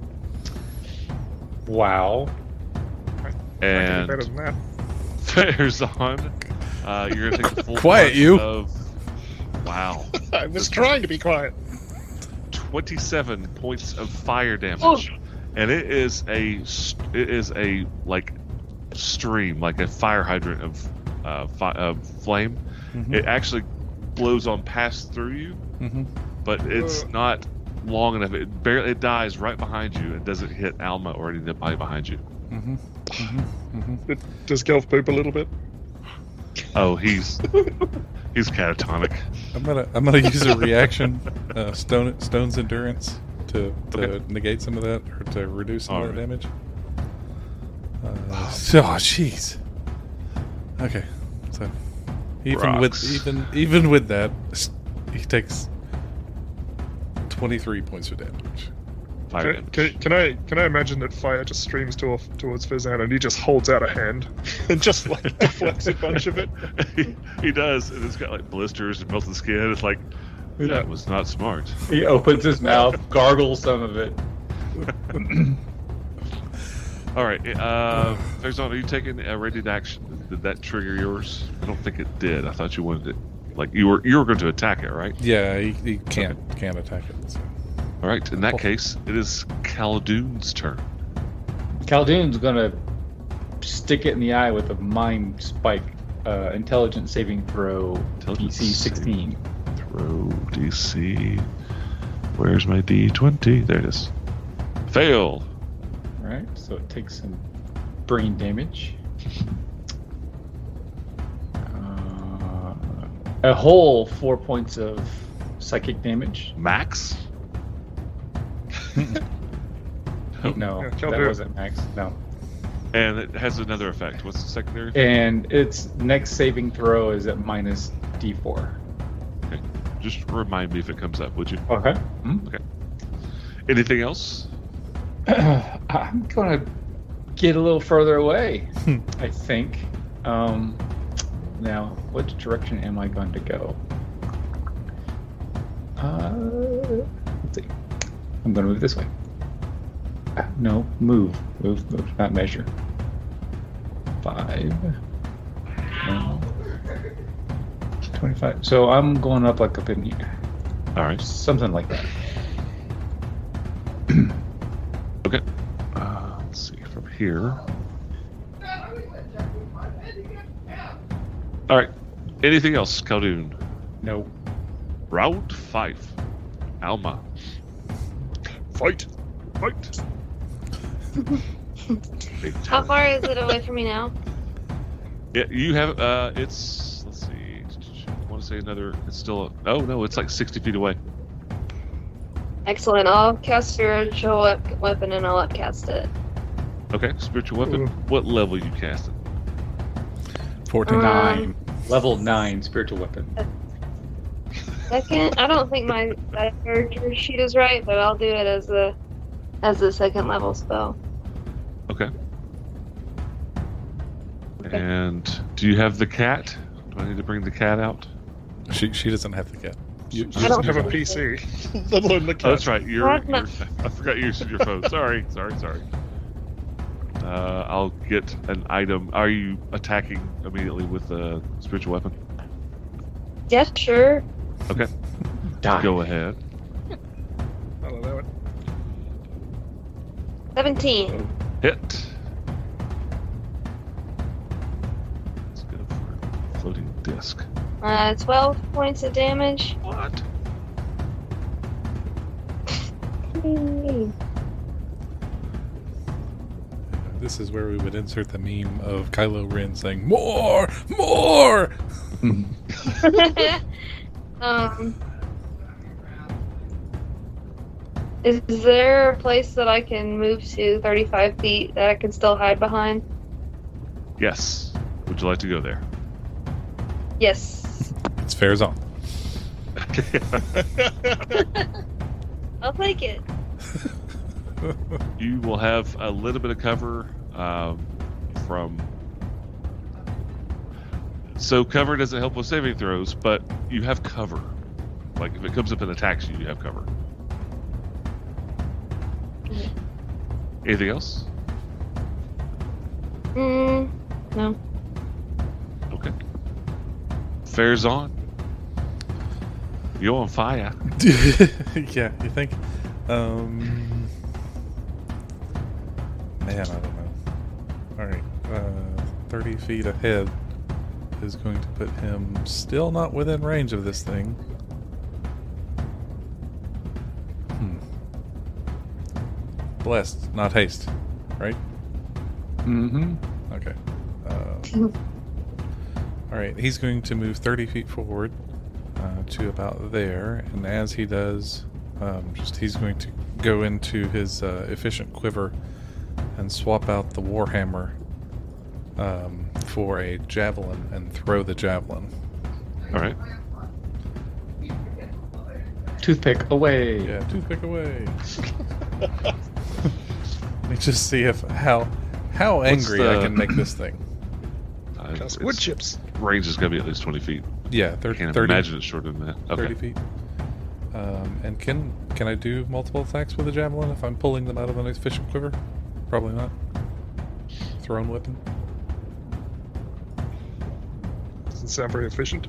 Speaker 3: wow.
Speaker 2: I can do better
Speaker 1: And
Speaker 2: than that.
Speaker 1: Berzon, uh, you're going to take the full
Speaker 5: Quiet,
Speaker 1: punch
Speaker 5: you.
Speaker 1: of. Wow.
Speaker 2: I was trying to be quiet.
Speaker 1: 27 points of fire damage.
Speaker 4: Oh.
Speaker 1: And it is a st- it is a like stream, like a fire hydrant of uh, fi- of flame.
Speaker 5: Mm-hmm.
Speaker 2: Mm-hmm.
Speaker 1: It actually blows on past through you,
Speaker 5: hmm
Speaker 1: but it's
Speaker 2: Uh.
Speaker 1: not long enough. It barely it dies right behind you. It doesn't hit Alma or anybody behind you.
Speaker 5: hmm hmm
Speaker 2: But does Gelf poop a little bit?
Speaker 1: Oh, he's he's catatonic.
Speaker 5: I'm gonna I'm gonna use a reaction, uh, stone stone's endurance to, to negate some of that or to reduce some of that
Speaker 1: Alright.
Speaker 5: damage. Uh, so, oh jeez. Okay, so even
Speaker 1: Rocks.
Speaker 5: with even even with that, s- he takes twenty three points of damage.
Speaker 1: Fire
Speaker 2: Can,
Speaker 1: damage.
Speaker 2: can, can I can I imagine that fire just streams to, towards Fizan and he just holds out a hand and just like deflects a bunch of it?
Speaker 1: he, he does, and it's got like blisters and melted skin. It's like
Speaker 2: Yeah.
Speaker 1: that was not smart.
Speaker 3: He opens his mouth, gargles some of it.
Speaker 1: All right, uh, Arizona, are you taking a rated action? Did that trigger yours? I don't think it did. I thought you wanted it, like you were you were going to attack it, right?
Speaker 5: Yeah, he, he can't can't attack it. So.
Speaker 1: All right. In that
Speaker 5: Oh.
Speaker 1: case, it is Khaldun's turn.
Speaker 3: Khaldun's gonna stick it in the eye with a mind spike. Uh, intelligence saving throw
Speaker 1: Intelligence
Speaker 3: DC 16.
Speaker 1: Throw DC. Where's my D20? There it is. Fail.
Speaker 3: Alright, so it takes some brain damage. Uh, a whole four points of psychic damage.
Speaker 1: Max. Oh,
Speaker 3: No,
Speaker 2: Yeah,
Speaker 3: that
Speaker 2: kill her.
Speaker 3: wasn't max. No.
Speaker 1: And it has another effect. What's the secondary?
Speaker 3: And its next saving throw is at minus d4.
Speaker 1: Just remind me if it comes up, would you?
Speaker 3: Okay.
Speaker 1: Anything else?
Speaker 3: I'm gonna get a little further away. I think. Um, now, what direction am I going to go? Uh, let's see. I'm going to move this way. Ah, No, move, move, move. Not measure. Five. No. Twenty-five. So I'm going up like up in here,
Speaker 1: All right.
Speaker 3: something like that.
Speaker 1: Uh, let's see from here. All right. Anything else, Khaldun?
Speaker 3: No.
Speaker 1: Round five. Alma.
Speaker 2: Fight, fight.
Speaker 1: Big
Speaker 4: How
Speaker 1: turn.
Speaker 4: far is it away from me now?
Speaker 1: Yeah, you have. Uh, it's. Let's see. I want to say another. It's still. Oh no, it's like sixty feet away.
Speaker 4: Excellent. I'll cast spiritual wep- weapon and I'll upcast it.
Speaker 1: Okay, spiritual weapon.
Speaker 2: Ooh.
Speaker 1: What level you cast it?
Speaker 5: Fourteen.
Speaker 4: Uh,
Speaker 3: Nine. Level nine spiritual weapon.
Speaker 4: Second, I don't think my my character sheet is right, but I'll do it as a as a second level spell.
Speaker 1: Okay.
Speaker 4: Okay.
Speaker 1: And do you have the cat? Do I need to bring the cat out?
Speaker 5: She she doesn't have to get.
Speaker 2: You
Speaker 4: I
Speaker 2: just
Speaker 4: don't
Speaker 2: have a
Speaker 4: think-
Speaker 2: PC, let alone the
Speaker 1: Oh,
Speaker 2: cat.
Speaker 1: that's right. You're,
Speaker 4: Plasma.
Speaker 1: you're- I forgot you used your phone. Sorry, sorry, sorry. uh, I'll get an item. Are you attacking immediately with a spiritual weapon?
Speaker 4: Yeah, sure.
Speaker 3: Die.
Speaker 1: Go ahead.
Speaker 2: I'll allow it.
Speaker 4: 17.
Speaker 1: Hit. Let's go for floating disc.
Speaker 4: Uh, 12 points of damage.
Speaker 1: What?
Speaker 4: Yay.
Speaker 5: This is where we would insert the meme of Kylo Ren saying, More! More!
Speaker 4: um, is there a place that I can move to 35 feet that I can still hide behind?
Speaker 1: Yes. Would you like to go there?
Speaker 4: Yes.
Speaker 5: It's fair as on.
Speaker 4: I'll take it.
Speaker 1: you will have a little bit of cover um, from. So cover doesn't help with saving throws, but you have cover. Like if it comes up and attacks you, you have cover.
Speaker 4: Yeah.
Speaker 1: Anything else?
Speaker 4: Mm,
Speaker 1: Okay. Fair's on. You're on fire.
Speaker 5: yeah, you think? Um, man, I don't know. All right, uh, thirty feet ahead is going to put him still not within range of this thing. Hmm. Blessed, not haste, right?
Speaker 3: Mm-hmm.
Speaker 5: Okay. Uh, all right, he's going to move 30 feet forward uh, to about there, and as he does, um, just he's going to go into his uh, efficient quiver and swap out the warhammer um, for a javelin and throw the javelin.
Speaker 1: All right.
Speaker 3: Toothpick away.
Speaker 5: Yeah, toothpick away. Let me just see if how how angry I
Speaker 1: the-
Speaker 5: can make this thing.
Speaker 1: Uh,
Speaker 2: Cast
Speaker 1: its
Speaker 2: wood chips.
Speaker 1: range is going to be at least 20 feet.
Speaker 5: Yeah,
Speaker 1: I
Speaker 5: 30,
Speaker 1: can't
Speaker 5: 30
Speaker 1: imagine it's shorter than that.
Speaker 5: 30
Speaker 1: Okay.
Speaker 5: feet. Um, and can can I do multiple attacks with a javelin if I'm pulling them out of an efficient quiver? Probably not. Thrown weapon.
Speaker 2: Doesn't sound very efficient.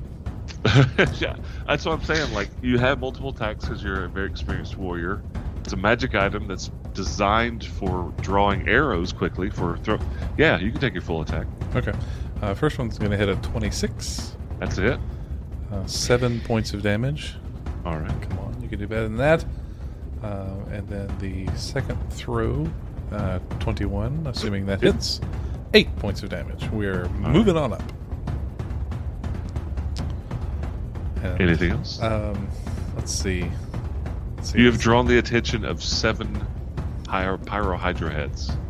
Speaker 1: yeah, that's what I'm saying. Like, you have multiple attacks because you're a very experienced warrior. It's a magic item that's designed for drawing arrows quickly for throw. Yeah, you can take your full attack.
Speaker 5: Okay. Uh, first one's going to hit a 26.
Speaker 1: That's it.
Speaker 5: Uh, seven points of damage.
Speaker 1: All right.
Speaker 5: Come on, you can do better than that. Uh, and then the second throw, uh, 21, assuming that hits. Eight points of damage. We're moving on up. And-
Speaker 1: Anything else?
Speaker 5: Um, let's see. Let's see
Speaker 1: you have drawn the attention of seven pyro pyrohydra heads.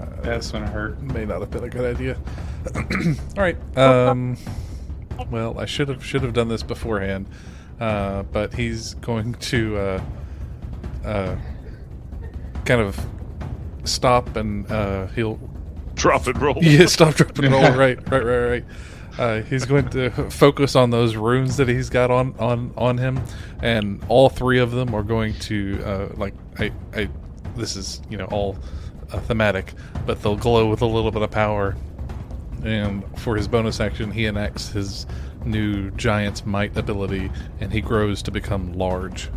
Speaker 5: Uh,
Speaker 3: That's gonna hurt.
Speaker 5: may not have been a good idea. All right. Um, well, I should have should have done this beforehand, uh, but he's going to uh, uh, kind of stop and uh, he'll
Speaker 1: Drop and roll.
Speaker 5: yeah stop drop and roll right right right right. Uh, he's going to focus on those runes that he's got on on on him, and all three of them are going to uh, like I I this is you know all uh, thematic, but they'll glow with a little bit of power. And for his bonus action, he enacts his new giant's might ability, and he grows to become large.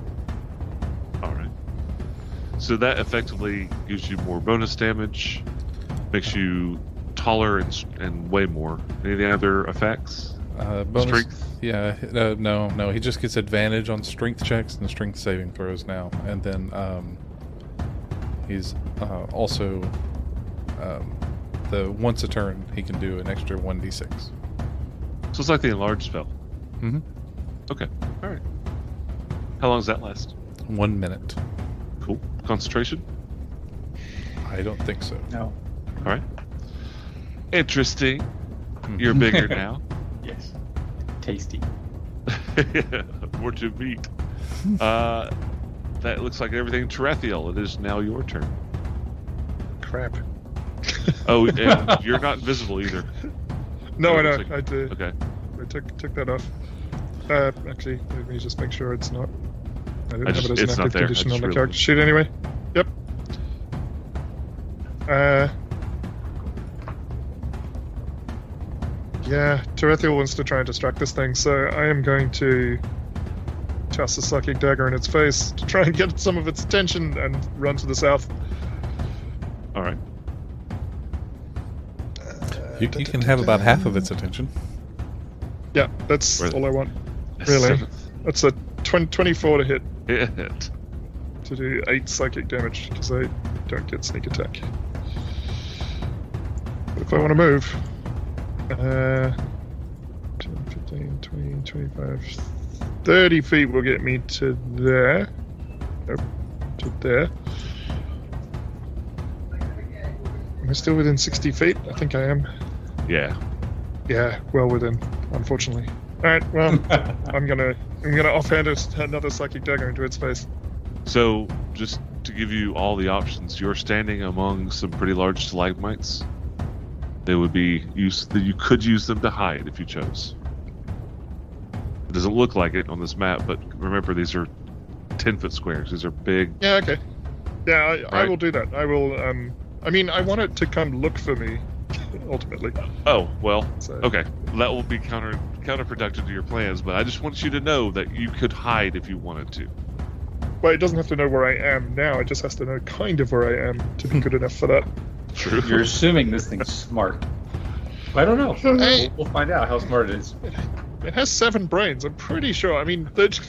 Speaker 1: All right. So that effectively gives you more bonus damage, makes you taller and, s- and way more. Any of the other effects?
Speaker 5: Uh, bonus,
Speaker 1: Strength.
Speaker 5: Yeah, uh, no, no. He just gets advantage on strength checks and strength saving throws now, and then um, he's uh, also um, the once a turn he can do an extra one d six.
Speaker 1: So it's like the enlarge spell.
Speaker 5: Mhm.
Speaker 1: Okay. All right. How long does that last?
Speaker 5: One minute.
Speaker 1: Cool. Concentration.
Speaker 5: I don't think so.
Speaker 3: No.
Speaker 1: All right. Interesting. You're bigger now.
Speaker 3: Yes. Tasty.
Speaker 1: More to meet. Uh, that looks like everything. Terethiel, it is now your turn.
Speaker 2: Crap.
Speaker 1: Oh, and you're not invisible either.
Speaker 2: No, I
Speaker 1: Wait a
Speaker 2: know.
Speaker 1: second.
Speaker 2: I did.
Speaker 1: Okay.
Speaker 2: I took took that off. Uh, actually, let me just make sure it's not. I didn't
Speaker 1: I
Speaker 2: have
Speaker 1: just-
Speaker 2: it as an
Speaker 1: it's not
Speaker 2: active
Speaker 1: there. I
Speaker 2: condition on
Speaker 1: just
Speaker 2: the
Speaker 1: realized.
Speaker 2: character sheet anyway. Yep. Uh, Yeah, Terethiel wants to try and distract this thing, so I am going to toss a psychic dagger in its face to try and get some of its attention and run to the south.
Speaker 1: All right.
Speaker 5: You, you can have about half of its attention.
Speaker 2: Yeah, that's
Speaker 1: Really?
Speaker 2: all I want. Really?
Speaker 1: Seventh
Speaker 2: That's a 20, 24 to hit
Speaker 1: hit.
Speaker 2: to do 8 psychic damage, because I don't get sneak attack. But if I want to move, uh, 10, 15, 20, 25, 30 feet will get me to there. Nope, to there. Am I still within 60 feet? I think I am.
Speaker 1: Yeah.
Speaker 2: Yeah, well within, unfortunately. Alright, well, I'm gonna I'm gonna offhand us another psychic dagger into its face.
Speaker 1: So, just to give you all the options, you're standing among some pretty large stalagmites. They would be used that you could use them to hide if you chose. It doesn't look like it on this map, but remember these are ten foot squares. These are big.
Speaker 2: Yeah, okay. Yeah, I, I
Speaker 1: Right.
Speaker 2: will do that. I will. Um, I mean, I want it to come look for me, ultimately.
Speaker 1: Oh well,
Speaker 2: So,
Speaker 1: okay. That will be counter counterproductive to your plans, but I just want you to know that you could hide if you wanted to.
Speaker 2: Well, it doesn't have to know where I am now. It just has to know kind of where I am to be good enough for that.
Speaker 1: True.
Speaker 3: You're assuming this thing's smart. I don't know.
Speaker 2: Hey.
Speaker 3: We'll, we'll find out how smart it is.
Speaker 2: It has seven brains. I'm pretty sure. I mean, that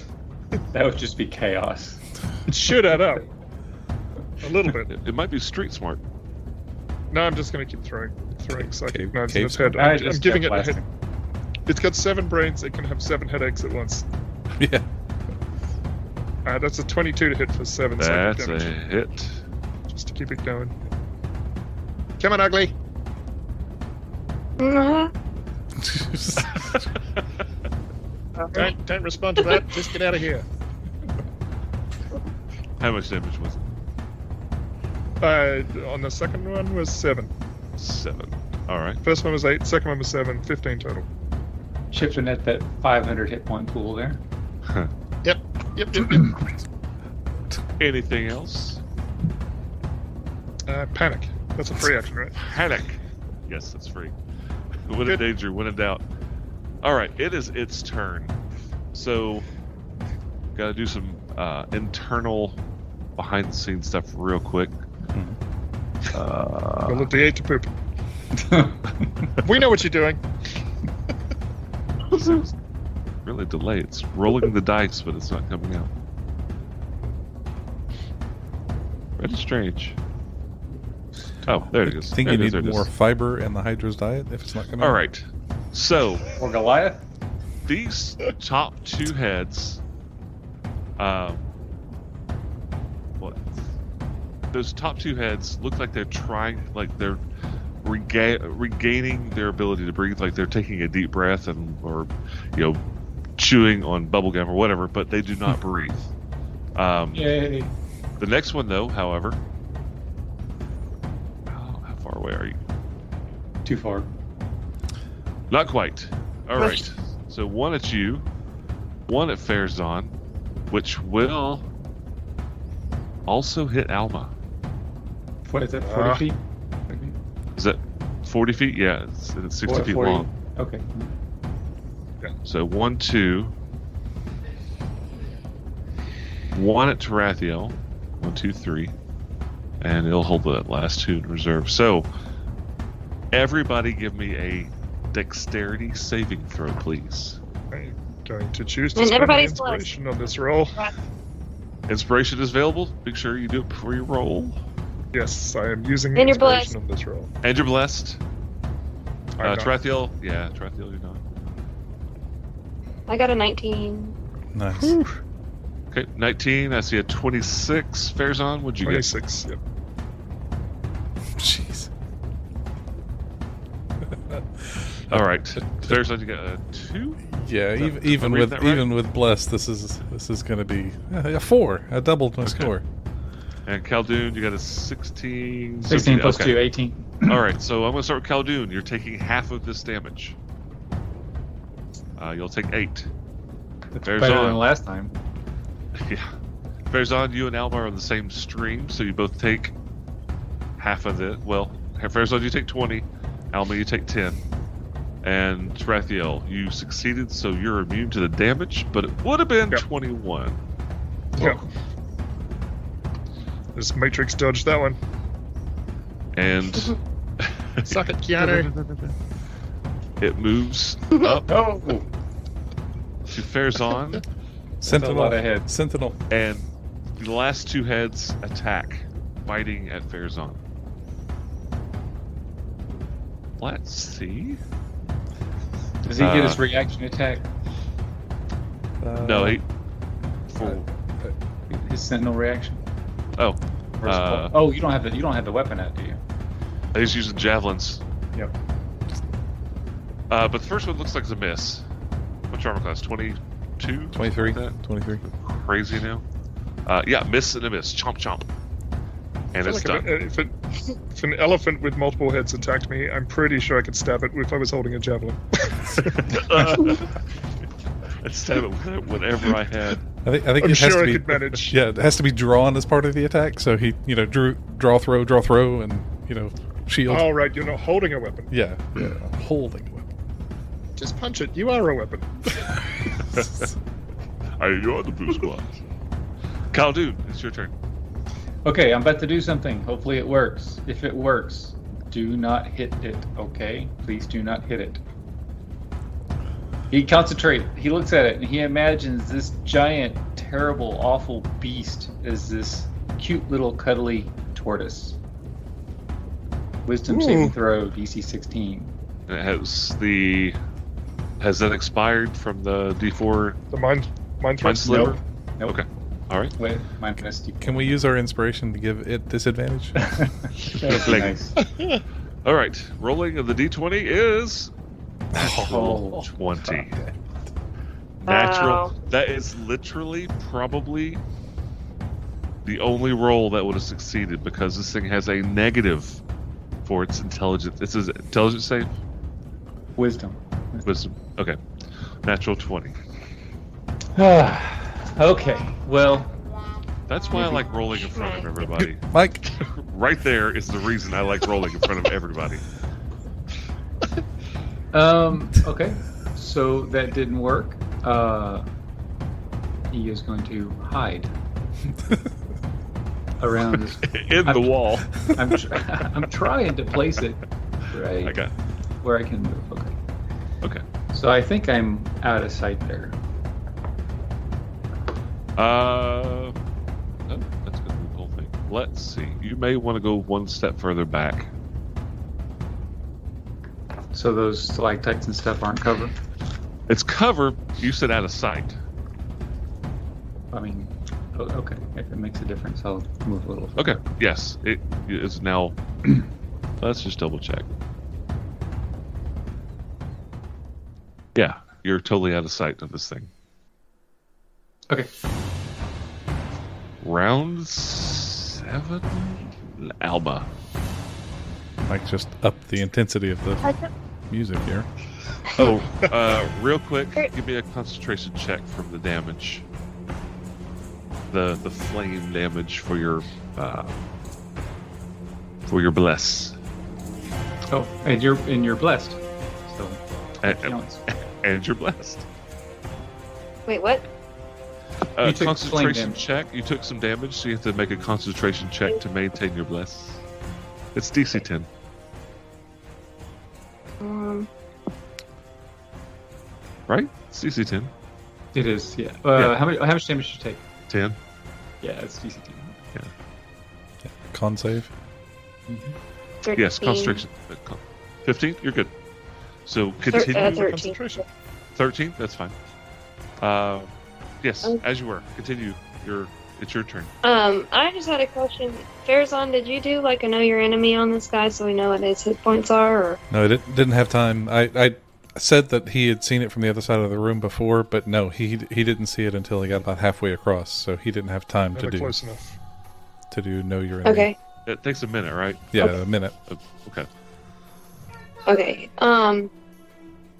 Speaker 3: That would just be chaos.
Speaker 2: it should add up a little bit.
Speaker 1: It, it might be street smart.
Speaker 2: No, I'm just gonna keep throwing throwing psychic
Speaker 5: Cave-
Speaker 2: knives in
Speaker 5: cave
Speaker 2: its head.
Speaker 3: I
Speaker 2: I'm, I'm
Speaker 3: just
Speaker 2: giving it
Speaker 3: kept
Speaker 2: a hit.
Speaker 3: blasting.
Speaker 2: It's got seven brains. It can have seven headaches at once.
Speaker 5: Yeah.
Speaker 2: Uh, that's a 22 to hit for seven psychic
Speaker 1: That's a
Speaker 2: damage.
Speaker 1: hit.
Speaker 2: Just to keep it going. Come on, ugly.
Speaker 4: Mhm. Alright.
Speaker 2: Don't don't respond to that. Just get out of here.
Speaker 1: How much damage was it?
Speaker 2: Uh, on the second one was seven.
Speaker 1: Seven. All right.
Speaker 2: First one was eight. Second one was seven. Fifteen total.
Speaker 3: Chipping at that 500 hit point pool there.
Speaker 2: Yep. Yep. Yep. yep.
Speaker 1: Anything else?
Speaker 2: uh, panic. That's a free action, right?
Speaker 1: Panic. Yes, that's free. When in
Speaker 2: Good.
Speaker 1: danger, when in doubt. All right, it is its turn. So, got to do some uh, internal behind the scenes stuff real quick.
Speaker 2: we'll
Speaker 1: Uh,
Speaker 2: let the eight to poop. We know what you're doing.
Speaker 1: this is really delayed. It's rolling the dice, but it's not coming out. That is strange. Oh, there it
Speaker 5: I
Speaker 1: is.
Speaker 5: think
Speaker 1: There
Speaker 5: you
Speaker 1: it is,
Speaker 5: need
Speaker 1: there it
Speaker 5: more
Speaker 1: is.
Speaker 5: fiber in the Hydra's diet if it's not coming.
Speaker 1: All
Speaker 5: out.
Speaker 1: right. So,
Speaker 3: or Goliath?
Speaker 1: these top two heads um what those top two heads look like they're trying like they're rega- regaining their ability to breathe like they're taking a deep breath and or you know chewing on bubblegum or whatever but they do not breathe um,
Speaker 3: Yay.
Speaker 1: the next one though however oh, how far away are you
Speaker 3: Too far.
Speaker 1: Not quite. All
Speaker 4: Right.
Speaker 1: right. So one at you, one at Fairzon, which will also hit Alma.
Speaker 3: What is that, 40
Speaker 2: Ah.
Speaker 3: feet?
Speaker 1: Is that 40 feet? Yeah, it's, it's 60
Speaker 3: What,
Speaker 1: feet
Speaker 3: 40?
Speaker 1: long.
Speaker 3: Okay.
Speaker 1: So one, two. One at Tarathiel. One, two, three. And it'll hold the last two in reserve. So everybody give me a dexterity saving throw, please.
Speaker 2: I'm going to choose to
Speaker 4: And
Speaker 2: spend my
Speaker 4: everybody's close.
Speaker 2: inspiration on this roll.
Speaker 1: Inspiration is available. Make sure you do it before you roll.
Speaker 2: Yes, I am using
Speaker 4: And you're
Speaker 2: inspiration on this roll.
Speaker 1: And you're blessed.
Speaker 2: I'm
Speaker 1: Uh,
Speaker 2: not.
Speaker 1: Tarathiel, yeah, Tarathiel, you're not.
Speaker 4: I got a 19.
Speaker 5: Nice.
Speaker 2: Whew,
Speaker 1: Okay, 19. I see a 26. Fairzon, what'd you get?
Speaker 2: 26. Yep.
Speaker 5: Jeez.
Speaker 1: All right, Fairzon, you got a two.
Speaker 5: Yeah,
Speaker 1: Is
Speaker 5: even even
Speaker 1: that- am I reading
Speaker 5: with
Speaker 1: that right?
Speaker 5: even with bless, this is this is going to be uh, a four. I doubled my
Speaker 1: Okay.
Speaker 5: score.
Speaker 1: And Caldoon, you got a 16.
Speaker 3: 16 plus
Speaker 1: okay.
Speaker 3: 2, 18.
Speaker 1: All right, so I'm gonna start with Caldoon. You're taking half of this damage. Uh, you'll take eight.
Speaker 3: That's
Speaker 1: Bears
Speaker 3: better
Speaker 1: on.
Speaker 3: than last time.
Speaker 1: yeah. Fairzon, you and Alma are on the same stream, so you both take half of it. Well, Fairzon, you take 20. Alma, you take 10. And Trathiel, you succeeded, so you're immune to the damage, but it would have been
Speaker 2: Yep.
Speaker 1: 21. Oh.
Speaker 2: Yeah. This Matrix dodged that one.
Speaker 1: And
Speaker 2: Suck it, Keanu.
Speaker 1: it moves up
Speaker 3: Oh,
Speaker 1: to Farazan,
Speaker 3: that's a
Speaker 5: Sentinel
Speaker 3: lot ahead.
Speaker 5: Sentinel.
Speaker 1: and the last two heads attack, biting at Farazan. Let's see.
Speaker 3: Does he get
Speaker 1: Uh,
Speaker 3: his reaction attack?
Speaker 5: Uh,
Speaker 1: No, he. For,
Speaker 3: His sentinel reaction?
Speaker 1: oh,
Speaker 3: Or is it-
Speaker 1: Uh,
Speaker 3: oh, you don't have the you don't have the weapon out, do you?
Speaker 1: he's using javelins.
Speaker 3: Yep.
Speaker 1: Uh, but the first one looks like it's a miss. What's your armor class? 22?
Speaker 5: 23.
Speaker 1: Something like
Speaker 5: 23.
Speaker 1: that? Crazy now. Uh, yeah, miss and a miss. Chomp, chomp. And it's
Speaker 2: Like if,
Speaker 1: done.
Speaker 2: it, if, it, if an elephant with multiple heads attacked me, I'm pretty sure I could stab it if I was holding a javelin.
Speaker 1: Instead of whatever I had.
Speaker 5: I think I think it
Speaker 2: I'm
Speaker 5: has to
Speaker 2: sure I
Speaker 5: be
Speaker 2: could manage.
Speaker 5: Yeah, it has to be drawn as part of the attack. So he, you know, drew draw throw, draw throw and, you know, shield.
Speaker 2: All right, you're not holding a weapon.
Speaker 5: Yeah. Yeah. Holding the weapon.
Speaker 2: Just punch it. You are a weapon.
Speaker 1: Are you on the blue squad? Kyle Dune, it's your turn.
Speaker 3: Okay, I'm about to do something. Hopefully it works. If it works, do not hit it, okay? Please do not hit it. He concentrates. He looks at it and he imagines this giant, terrible, awful beast is this cute little cuddly tortoise. Wisdom
Speaker 2: Ooh.
Speaker 3: saving throw, DC 16.
Speaker 1: And it has the. Has that expired from the D4
Speaker 2: The mind, mind
Speaker 1: Mind
Speaker 2: thrust.
Speaker 1: Sliver?
Speaker 3: Nope.
Speaker 1: Okay. All right.
Speaker 3: Wait, minus D4.
Speaker 5: Can we use our inspiration to give it disadvantage?
Speaker 3: That's
Speaker 1: Like-
Speaker 3: nice.
Speaker 1: All right. Rolling of the D20 is.
Speaker 3: Oh.
Speaker 1: 20. Natural.
Speaker 4: Wow.
Speaker 1: That is literally probably the only roll that would have succeeded because this thing has a negative for its intelligence. It's an intelligence save.
Speaker 3: Wisdom.
Speaker 1: Wisdom. Okay. Natural 20.
Speaker 3: okay, well,
Speaker 1: That's why I like rolling in front of everybody.
Speaker 5: Mike,
Speaker 1: right there is the reason I like rolling in front of everybody.
Speaker 3: Um. Okay. So that didn't work. Uh, he is going to hide around. This.
Speaker 1: in the
Speaker 3: I'm-
Speaker 1: wall.
Speaker 3: I'm tr- I'm trying to place it right
Speaker 1: Okay.
Speaker 3: where I can move. Okay.
Speaker 1: Okay.
Speaker 3: So I think I'm out of sight there.
Speaker 1: Uh, no, that's going to be the whole thing. Let's see. You may want to go one step further back.
Speaker 3: So those stalactites and stuff aren't covered.
Speaker 1: It's cover. You said out of sight.
Speaker 3: I mean, o- okay. If it makes a difference, I'll move a little. further.
Speaker 1: Okay. Yes, it is now. Let's just double check. Yeah, you're totally out of sight of this thing.
Speaker 3: Okay.
Speaker 1: Round seven, Alba.
Speaker 5: Mike just upped the intensity of the music here.
Speaker 1: Oh, uh, real quick, give me a concentration check from the damage. The the flame damage for your uh, for your bless.
Speaker 3: Oh, and you're and you're blessed. So
Speaker 1: And, and-
Speaker 3: counts.
Speaker 1: and you're blessed.
Speaker 4: Wait, what?
Speaker 1: Uh,
Speaker 3: took flame
Speaker 1: concentration
Speaker 3: damage.
Speaker 1: check. You took some damage, so you have to make a concentration check to maintain your bless. It's DC 10.
Speaker 4: Um,
Speaker 1: It's DC 10.
Speaker 3: It is. Yeah. Uh,
Speaker 1: Yeah.
Speaker 3: How much? How much damage did you take?
Speaker 1: 10.
Speaker 3: Yeah, it's DCT.
Speaker 5: Con save.
Speaker 4: 13.
Speaker 1: Yes, concentration. uh, con- 15. You're good. So
Speaker 4: Thir-
Speaker 1: continue.
Speaker 4: uh,
Speaker 1: your
Speaker 4: 13.
Speaker 2: Concentration.
Speaker 1: 13 that's fine uh, yes
Speaker 4: Oh.
Speaker 1: as you were continue your it's your turn
Speaker 4: Um, I just had a question. Farazan, did you do like a know your enemy on this guy so we know what his hit points are? Or
Speaker 5: No, I didn't, didn't have time. I, I said that he had seen it from the other side of the room before, but no, he he didn't see it until he got about halfway across, so he didn't have time to
Speaker 2: Never
Speaker 5: do
Speaker 2: close enough.
Speaker 5: to do know your enemy.
Speaker 4: okay,
Speaker 1: it takes a minute right
Speaker 5: Yeah, a minute.
Speaker 1: okay
Speaker 4: okay. Um,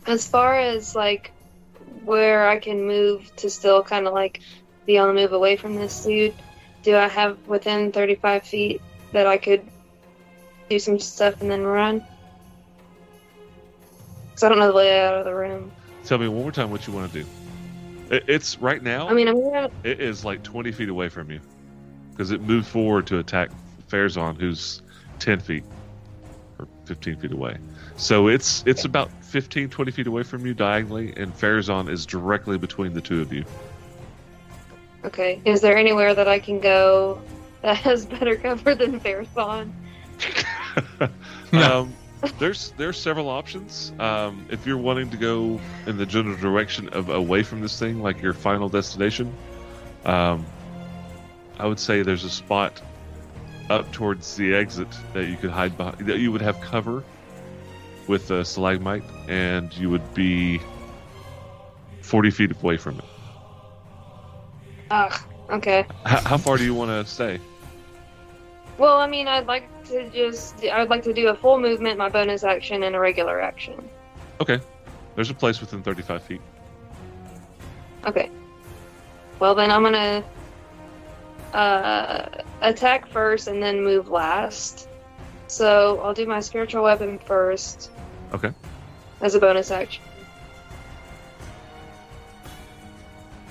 Speaker 4: as far as like where I can move to still kind of like be on the move away from this dude, do I have within thirty-five feet that I could do some stuff and then run? because I don't know the layout of the room.
Speaker 1: Tell me one more time what you want to do. It, it's right now.
Speaker 4: I mean, I'm gonna.
Speaker 1: it is like 20 feet away from you because it moved forward to attack Farazon, who's 10 feet or 15 feet away. So it's it's about 15, 20 feet away from you diagonally, and Farazon is directly between the two of you.
Speaker 4: Okay, is there anywhere that I can go that has better cover than Fairthon?
Speaker 5: No.
Speaker 1: um, there's there's several options. Um, if you're wanting to go in the general direction of away from this thing, like your final destination, um, I would say there's a spot up towards the exit that you could hide behind. That you would have cover with a stalagmite, and you would be forty feet away from it.
Speaker 4: Ugh. Okay.
Speaker 1: H- how far do you want to stay?
Speaker 4: Well, I mean, I'd like to just. I would like to do a full movement, my bonus action, and a regular action.
Speaker 1: There's a place within thirty-five feet.
Speaker 4: Okay. Well, then I'm gonna uh, attack first and then move last. So I'll do my spiritual weapon first.
Speaker 1: Okay.
Speaker 4: As a bonus action.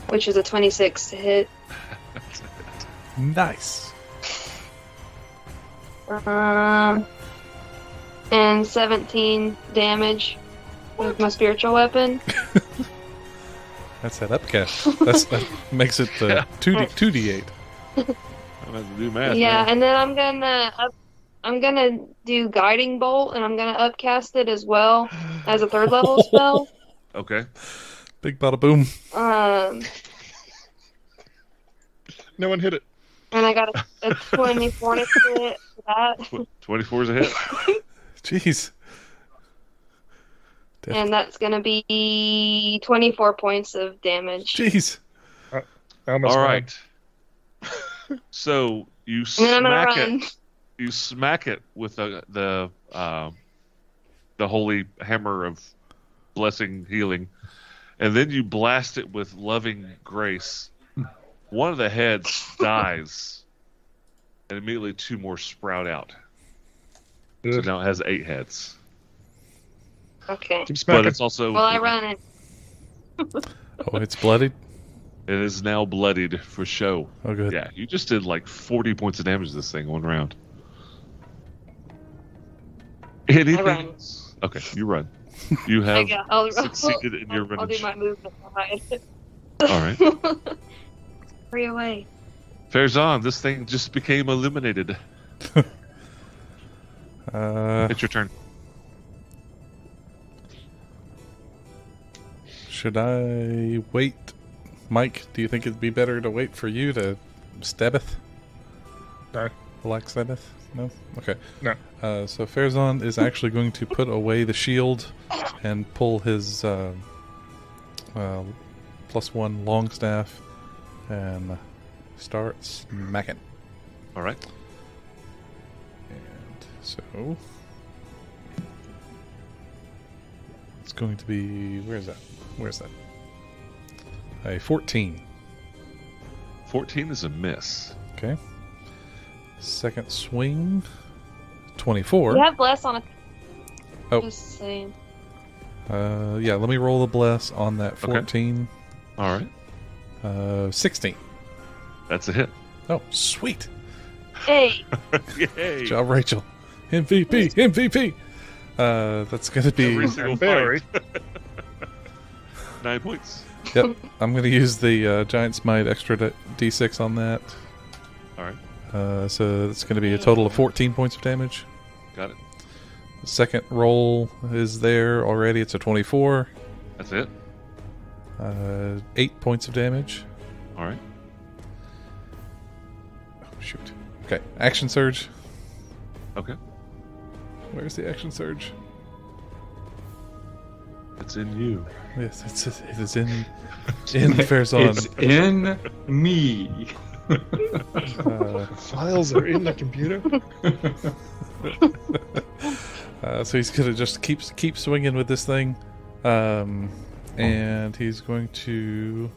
Speaker 4: Which is a 26 to hit.
Speaker 5: Nice.
Speaker 4: Um, and 17 damage with my spiritual weapon.
Speaker 5: That's that upcast. That's, that makes it uh, two d two d eight.
Speaker 1: I'm gonna have to do math.
Speaker 4: yeah,
Speaker 1: now.
Speaker 4: and then I'm gonna up, I'm gonna do guiding bolt and I'm gonna upcast it as well as a third level spell.
Speaker 1: Okay.
Speaker 5: Big bada boom.
Speaker 4: Um,
Speaker 2: No one hit it.
Speaker 4: and I got a, a 24 to hit for that,
Speaker 1: Tw- Twenty-four is a hit.
Speaker 5: Jeez.
Speaker 4: and that's gonna be 24 points of damage.
Speaker 5: Jeez.
Speaker 2: I almost
Speaker 1: All
Speaker 2: died.
Speaker 1: right. so you
Speaker 4: And then I'm gonna
Speaker 1: smack it.
Speaker 4: run.
Speaker 1: You smack it with the the uh, the holy hammer of blessing, healing, and then you blast it with loving grace. One of the heads dies, and immediately two more sprout out. So
Speaker 2: Ugh.
Speaker 1: now it has eight heads,
Speaker 4: Okay.
Speaker 2: Keep
Speaker 1: but
Speaker 2: smacking.
Speaker 1: it's also
Speaker 4: Well, I run it.
Speaker 5: Oh, it's bloodied.
Speaker 1: it is now bloodied for show.
Speaker 5: Oh, good.
Speaker 1: Yeah, you just did like 40 points of damage to this thing one round. Anything?
Speaker 4: run.
Speaker 1: else? Okay, you run. You
Speaker 4: I
Speaker 1: have
Speaker 4: go. I'll,
Speaker 1: succeeded in your
Speaker 4: I'll, I'll do
Speaker 1: running.
Speaker 4: my movement behind.
Speaker 1: All right.
Speaker 4: Hurry away.
Speaker 1: Farazan, this thing just became eliminated.
Speaker 5: Uh,
Speaker 1: It's your turn.
Speaker 5: should I wait, Mike? Do you think it'd be better to wait for you to Stabbeth?
Speaker 2: No.
Speaker 5: Black Sabbath? No. Okay.
Speaker 2: No.
Speaker 5: Uh, so Farazan is actually going to put away the shield and pull his uh, uh, plus one long staff and start smacking.
Speaker 1: All right.
Speaker 5: And so it's going to be where's that? Where's that? A fourteen.
Speaker 1: 14 is a miss.
Speaker 5: Okay. Second swing. Twenty-four.
Speaker 4: You have bless on it.
Speaker 5: Oh.
Speaker 4: Just saying.
Speaker 5: Uh, yeah. Let me roll the bless on that
Speaker 1: Okay.
Speaker 5: fourteen.
Speaker 1: All right.
Speaker 5: Uh, sixteen.
Speaker 1: That's a hit.
Speaker 5: Oh, sweet
Speaker 4: Hey.
Speaker 1: Yay.
Speaker 5: job, Rachel. MVP, MVP. Uh, that's gonna be.
Speaker 1: Every single
Speaker 2: Barry.
Speaker 1: fight. Nine points.
Speaker 5: Yep. I'm gonna use the uh, giant smite extra d- d6 on that.
Speaker 1: All right.
Speaker 5: Uh, so it's going to be a total of 14 points of damage.
Speaker 1: Got it.
Speaker 5: The second roll is there already. It's a 24.
Speaker 1: That's it.
Speaker 5: Uh, 8 points of damage.
Speaker 1: All right.
Speaker 5: Oh, shoot. Okay. Action surge.
Speaker 1: Okay.
Speaker 5: Where's the action surge?
Speaker 1: It's in you.
Speaker 5: Yes, it's, it is in in Farazan.
Speaker 3: It's in me.
Speaker 5: Uh,
Speaker 2: Files are in the computer.
Speaker 5: uh, so he's gonna just keep keep swinging with this thing, um, and he's going to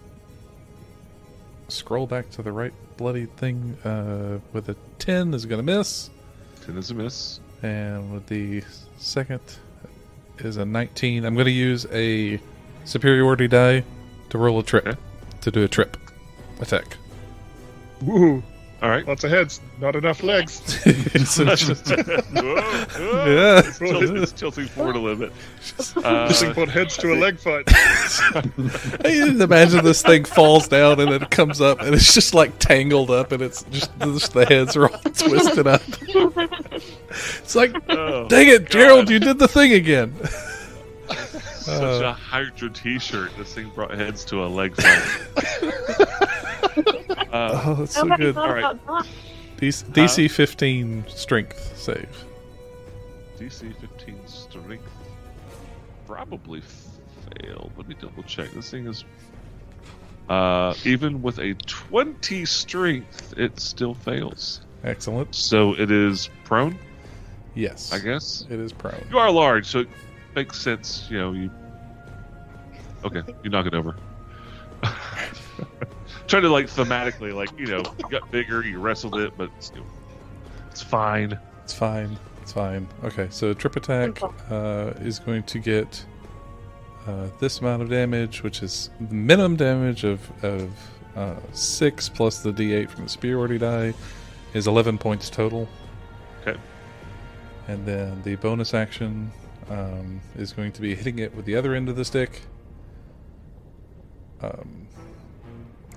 Speaker 5: scroll back to the right bloody thing uh, with a ten is gonna miss.
Speaker 1: 10 is a miss.
Speaker 5: And with the second, is a 19. I'm going to use a superiority die to roll a trip,
Speaker 1: Okay.
Speaker 5: to do a trip attack.
Speaker 2: Woo!
Speaker 1: All right.
Speaker 2: Lots of heads, not enough legs.
Speaker 5: So
Speaker 1: Whoa,
Speaker 5: just-
Speaker 1: whoa.
Speaker 5: yeah.
Speaker 1: It's tilting, it's tilting forward a little bit. Uh,
Speaker 2: Missing put heads to a leg fight.
Speaker 5: I just imagine this thing falls down and then it comes up and it's just like tangled up and it's just, just the heads are all twisted up. It's like,
Speaker 1: oh,
Speaker 5: dang it,
Speaker 1: God.
Speaker 5: Gerald, you did the thing again.
Speaker 1: Such a Hydra T-shirt. This thing brought heads to a leg fight. uh,
Speaker 5: Oh, that's so
Speaker 4: Nobody
Speaker 5: good.
Speaker 4: thought
Speaker 1: All right.
Speaker 4: about that.
Speaker 5: DC, DC 15 strength save.
Speaker 1: DC 15 strength probably failed. Let me double check. This thing is. Uh, even with a 20 strength, it still fails.
Speaker 5: Excellent.
Speaker 1: So it is prone,
Speaker 5: Yes.
Speaker 1: I guess.
Speaker 5: It is prone.
Speaker 1: You are large, so it makes sense. You know, you. Okay, you knock it over. Trying to like thematically, like you know, you got bigger, you wrestled it, but it's, it's fine.
Speaker 5: It's fine. It's fine. Okay, so trip attack uh, is going to get uh, this amount of damage, which is the minimum damage of of uh, six plus the d8 from the superiority die is eleven points total.
Speaker 1: Okay.
Speaker 5: And then the bonus action um, is going to be hitting it with the other end of the stick. Um,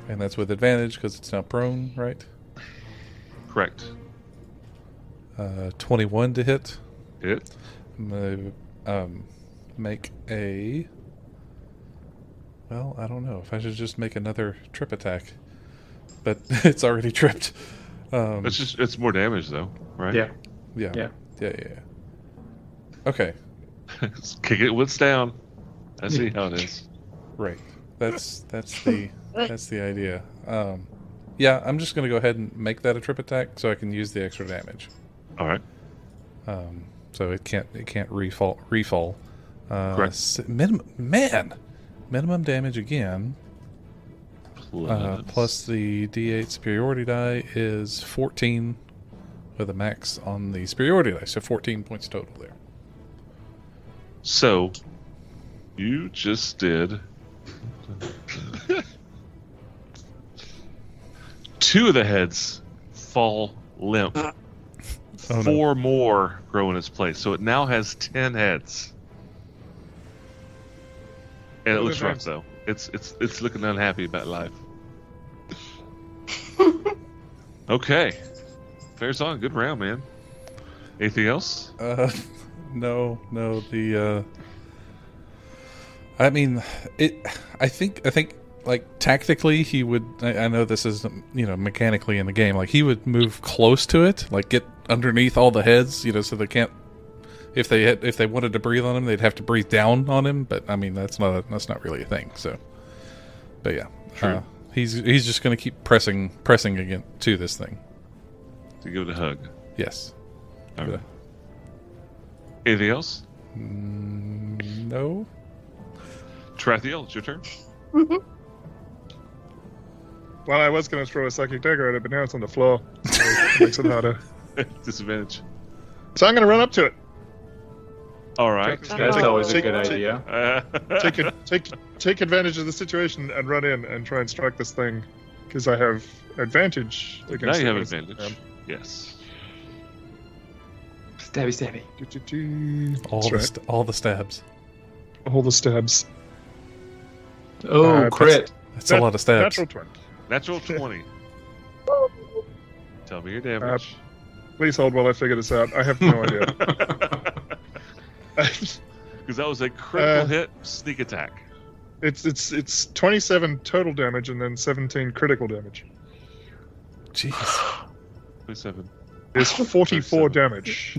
Speaker 5: and that's with advantage because it's now prone, right?
Speaker 1: Correct.
Speaker 5: Uh, 21 to hit.
Speaker 1: It.
Speaker 5: I'm gonna um, make a. Well, I don't know if I should just make another trip attack, but it's already tripped. Um,
Speaker 1: It's just it's more damage though, right?
Speaker 3: Yeah.
Speaker 5: yeah,
Speaker 3: yeah.
Speaker 5: yeah, yeah, yeah. Okay,
Speaker 1: Just Kick it when it's down. I see how it is.
Speaker 5: right. That's that's the that's the idea. Um, yeah, I'm just gonna go ahead and make that a trip attack so I can use the extra damage.
Speaker 1: All right.
Speaker 5: Um, so it can't it can't refall refall. Uh,
Speaker 1: Correct.
Speaker 5: s- minimum man, minimum damage again.
Speaker 1: Plus,
Speaker 5: Uh, plus the D8 superiority die is 14 with a max on the superiority die, so 14 points total there.
Speaker 1: So, you just did two of the heads fall limp.
Speaker 5: Oh, no.
Speaker 1: Four more grow in its place, so it now has ten heads. And it
Speaker 2: Look
Speaker 1: looks
Speaker 2: at
Speaker 1: rough
Speaker 2: that.
Speaker 1: though. It's it's it's looking unhappy about life. okay, fair's on. Good round, man. Anything else?
Speaker 5: Uh, no, no, the uh, I mean, it. I think I think like tactically he would. I, I know this is you know mechanically in the game. Like he would move close to it, like get underneath all the heads, you know, so they can't. If they had, if they wanted to breathe on him, they'd have to breathe down on him. But I mean, that's not a, that's not really a thing. So, but yeah, uh, he's he's just going to keep pressing pressing again to this thing.
Speaker 1: To give it a hug.
Speaker 5: Yes.
Speaker 1: All
Speaker 5: Yeah.
Speaker 1: right. Anything else?
Speaker 5: Mm, no.
Speaker 1: Trathiel, it's your turn.
Speaker 2: Well, I was going to throw a psychic dagger at it, but now it's on the floor. So it makes it harder.
Speaker 1: Disadvantage.
Speaker 2: So I'm going to run up to it.
Speaker 1: All right.
Speaker 3: That's always a
Speaker 2: Take-
Speaker 3: good
Speaker 2: take-
Speaker 3: idea.
Speaker 1: Uh,
Speaker 2: Take, it, take, take advantage of the situation and run in and try and strike this thing because I have advantage
Speaker 1: now
Speaker 2: against
Speaker 1: you have
Speaker 2: it. Um,
Speaker 1: advantage. Yes.
Speaker 3: Stabby, stabby.
Speaker 2: Do, do, do.
Speaker 5: All
Speaker 2: That's
Speaker 5: the
Speaker 2: right.
Speaker 5: st- all the stabs.
Speaker 2: All the stabs. Uh,
Speaker 3: Oh,
Speaker 2: that's-
Speaker 3: crit.
Speaker 5: That's
Speaker 2: Nat-
Speaker 5: a lot of stabs.
Speaker 2: Natural 20.
Speaker 1: Natural 20. Tell me your damage.
Speaker 2: Please hold while I figure this out. I have no idea.
Speaker 1: Because that was a critical
Speaker 2: Uh,
Speaker 1: hit sneak attack.
Speaker 2: it's it's it's 27 total damage and then 17 critical damage.
Speaker 5: Jeez.
Speaker 1: 27.
Speaker 2: It's 44
Speaker 1: 27.
Speaker 2: damage.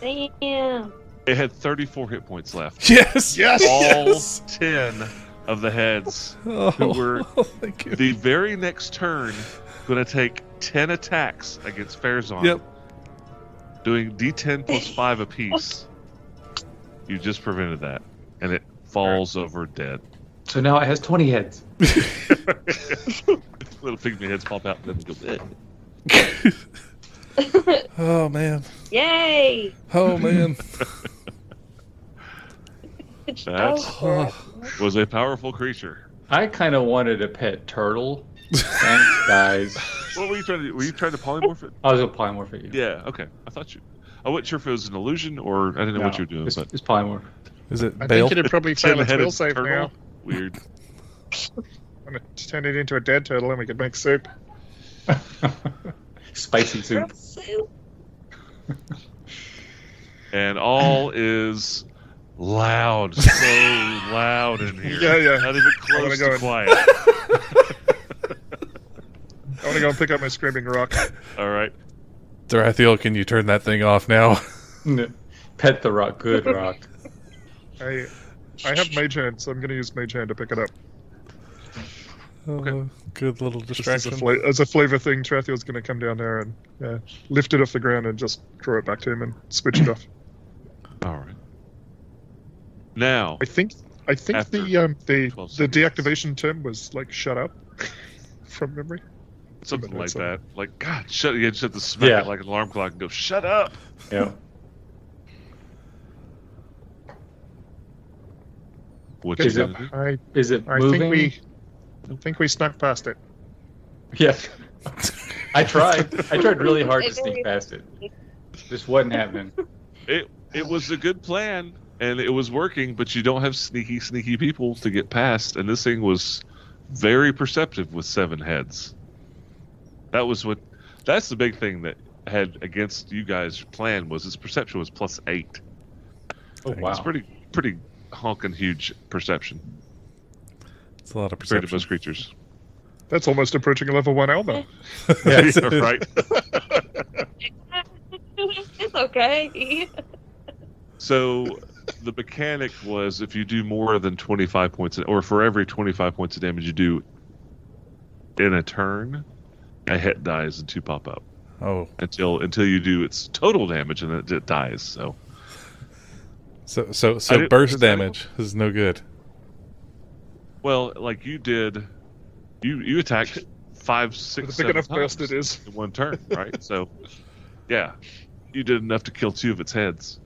Speaker 4: Damn.
Speaker 1: It had 34 hit points left.
Speaker 5: Yes.
Speaker 2: Yes!
Speaker 1: All
Speaker 5: Yes.
Speaker 1: 10 of the heads.
Speaker 5: Oh,
Speaker 1: were-
Speaker 5: thank you.
Speaker 1: The very next turn, going to take 10 attacks against Fairzon.
Speaker 5: Yep.
Speaker 1: doing d10 plus 5 apiece. You just prevented that, and it falls over dead.
Speaker 3: So now it has 20 heads.
Speaker 1: Little pygmy heads pop out and then go. "Eh."
Speaker 5: Oh man.
Speaker 4: Yay!
Speaker 5: Oh man.
Speaker 4: Just
Speaker 1: That's-
Speaker 4: go for
Speaker 5: Oh.
Speaker 4: it.
Speaker 1: was a powerful creature.
Speaker 3: I kind of wanted a pet turtle. Thanks, guys.
Speaker 1: What were you trying to do? Were you trying to polymorph it?
Speaker 3: I was a polymorphic. you know.
Speaker 1: Yeah, okay. I thought you. I wasn't sure if it was an illusion or I didn't know what
Speaker 3: No,
Speaker 1: you were doing,
Speaker 3: It's,
Speaker 1: but.
Speaker 3: it's polymorph.
Speaker 5: Is it
Speaker 2: I
Speaker 5: Bale?
Speaker 2: think it'd probably fail its will save now.
Speaker 1: Weird.
Speaker 2: I'm gonna turn it into a dead turtle and we could make soup.
Speaker 3: Spicy soup.
Speaker 4: Soup.
Speaker 1: And all is loud. So loud in here.
Speaker 2: Yeah, yeah.
Speaker 1: Not even close
Speaker 2: go
Speaker 1: to
Speaker 2: in.
Speaker 1: quiet.
Speaker 2: I want to go and pick up my screaming rock.
Speaker 1: All right.
Speaker 5: Thrathiel, can you turn that thing off now?
Speaker 3: Pet the rock. Good rock.
Speaker 2: I I have mage hand, so I'm going to use mage hand to pick it up.
Speaker 5: Oh, good little
Speaker 2: Just as a,
Speaker 5: distraction.
Speaker 2: fla- as a flavor thing, Trathiel's going to come down there and yeah, lift it off the ground and just draw it back to him and switch it off.
Speaker 1: All right. Now,
Speaker 2: I think I think the
Speaker 1: After
Speaker 2: um, the
Speaker 1: 12
Speaker 2: the
Speaker 1: seconds.
Speaker 2: deactivation term was like shut up from memory.
Speaker 1: something like
Speaker 2: Something.
Speaker 1: that. Like, God, shut. You just have to smack
Speaker 3: Yeah.
Speaker 1: it like an alarm clock and go, shut up.
Speaker 3: Yeah.
Speaker 1: What
Speaker 3: Is
Speaker 1: you
Speaker 3: it-
Speaker 1: gonna do?
Speaker 2: I
Speaker 3: Is it
Speaker 2: I
Speaker 3: moving?
Speaker 2: think we I think we snuck past it.
Speaker 3: Yes. I tried. I tried really hard to
Speaker 4: It's very-
Speaker 3: sneak past it. Just wasn't happening.
Speaker 1: It was a good plan and it was working, but you don't have sneaky, sneaky people to get past. And this thing was very perceptive with seven heads. That was what. That's the big thing that had against you guys' plan was its perception was plus eight.
Speaker 3: Oh
Speaker 5: It's
Speaker 3: wow.
Speaker 1: It's pretty, pretty honking huge perception
Speaker 5: It's a lot of
Speaker 1: compared to
Speaker 5: perception.
Speaker 1: most creatures.
Speaker 2: That's almost approaching a level one Elmo.
Speaker 3: Yeah.
Speaker 1: right.
Speaker 4: it's okay.
Speaker 1: So the mechanic was if you do more than 25 points, or for every 25 points of damage you do in a turn, a hit dies and two pop up
Speaker 5: Oh,
Speaker 1: until until you do its total damage and it, it dies. So
Speaker 5: so so
Speaker 1: I
Speaker 5: so
Speaker 1: didn't-
Speaker 5: burst
Speaker 1: is that-
Speaker 5: damage is no good.
Speaker 1: well, like you did, you you attacked five,
Speaker 2: With a
Speaker 1: six,
Speaker 2: big
Speaker 1: seven
Speaker 2: enough burst
Speaker 1: times
Speaker 2: it is.
Speaker 1: in one turn, right? so yeah, you did enough to kill two of its heads.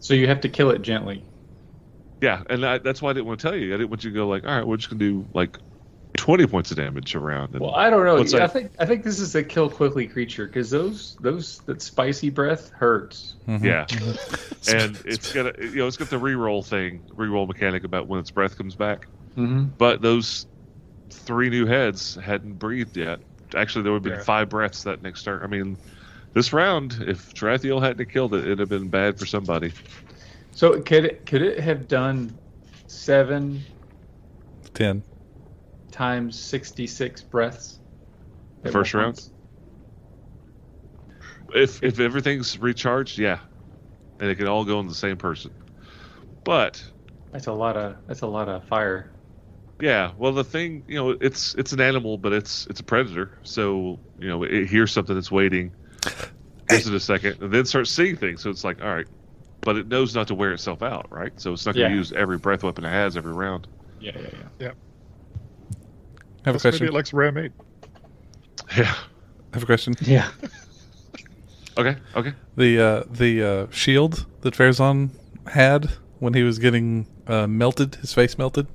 Speaker 3: So you have to kill it gently.
Speaker 1: Yeah, and I, that's why I didn't want to tell you. I didn't want you to go like, all right, we're just gonna do like twenty points of damage around. And
Speaker 3: Well, I don't know.
Speaker 1: What's
Speaker 3: I
Speaker 1: that?
Speaker 3: think I think this is a kill quickly creature because those those that spicy breath hurts.
Speaker 5: Mhm.
Speaker 1: yeah, and it's gonna, you know, it's got the reroll thing, reroll mechanic about when its breath comes back.
Speaker 3: Mm-hmm.
Speaker 1: But those three new heads hadn't breathed yet. Actually, there would have been
Speaker 2: Yeah.
Speaker 1: five breaths that next turn. I mean, this round, if Tarathiel hadn't have killed it, it'd have been bad for somebody.
Speaker 3: So could it could it have done seven
Speaker 5: ten.
Speaker 3: times sixty six breaths?
Speaker 1: The first
Speaker 3: At
Speaker 1: round?
Speaker 3: once?
Speaker 1: if if everything's recharged, yeah, and it can all go in the same person. But
Speaker 3: That's a lot of that's a lot of fire.
Speaker 1: Yeah, well, the thing, you know, it's it's an animal, but it's it's a predator. So you know, it hears something that's waiting, gives it a second, and then starts seeing things. So it's like, all right, but it knows not to wear itself out, right? So it's not going to
Speaker 3: Yeah.
Speaker 1: use every breath weapon it has every round.
Speaker 3: Yeah, yeah,
Speaker 5: I
Speaker 3: yeah.
Speaker 5: have a
Speaker 2: Plus Maybe
Speaker 5: question.
Speaker 2: it likes rare meat.
Speaker 1: Yeah.
Speaker 5: I have a question.
Speaker 3: Yeah.
Speaker 1: Okay. Okay.
Speaker 5: The uh, the uh, shield that Farazan had when he was getting uh, melted, his face melted,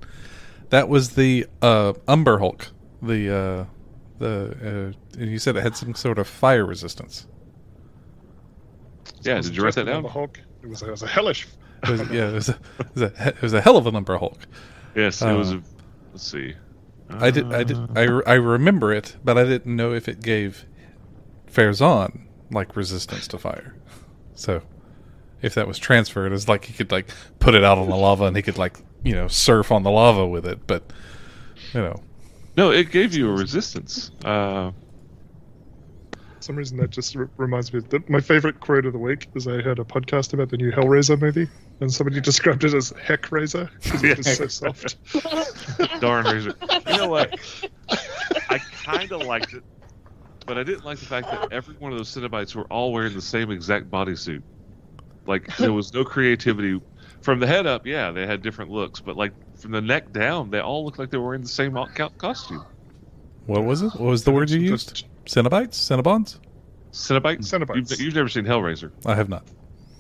Speaker 5: that was the uh, Umber Hulk. The uh, the uh, and you said it had some sort of fire resistance.
Speaker 1: Yeah. Did you write that
Speaker 2: Justin on The
Speaker 1: down?
Speaker 2: Hulk. It was, it was a hellish.
Speaker 5: It was, yeah, it was, a, it, was a, it was a hell of an Umber Hulk.
Speaker 1: Yes. It was.
Speaker 5: Uh,
Speaker 1: A, let's see.
Speaker 5: I did. I did. I, re- I remember it, but I didn't know if it gave Farazan like resistance to fire. So, if that was transferred, it's like he could like put it out on the lava and he could like you know surf on the lava with it. But you know,
Speaker 1: No, it gave you a resistance. Uh,
Speaker 2: For some reason that just r- reminds me. Of the, my favorite quote of the week is I heard a podcast about the new Hellraiser movie, and somebody described it as Heck Razor because it was so soft.
Speaker 1: darn razor. You know what? I kind of liked it, but I didn't like the fact that every one of those Cenobites were all wearing the same exact bodysuit. Like there was no creativity from the head up. Yeah, they had different looks, but like from the neck down, they all looked like they were wearing the same co- costume.
Speaker 5: what was it? What was the word you used?
Speaker 2: Just
Speaker 5: Cenobites? Cenobons?
Speaker 1: Cenobites.
Speaker 2: Cenobites.
Speaker 1: You've, you've never seen Hellraiser.
Speaker 5: I have not.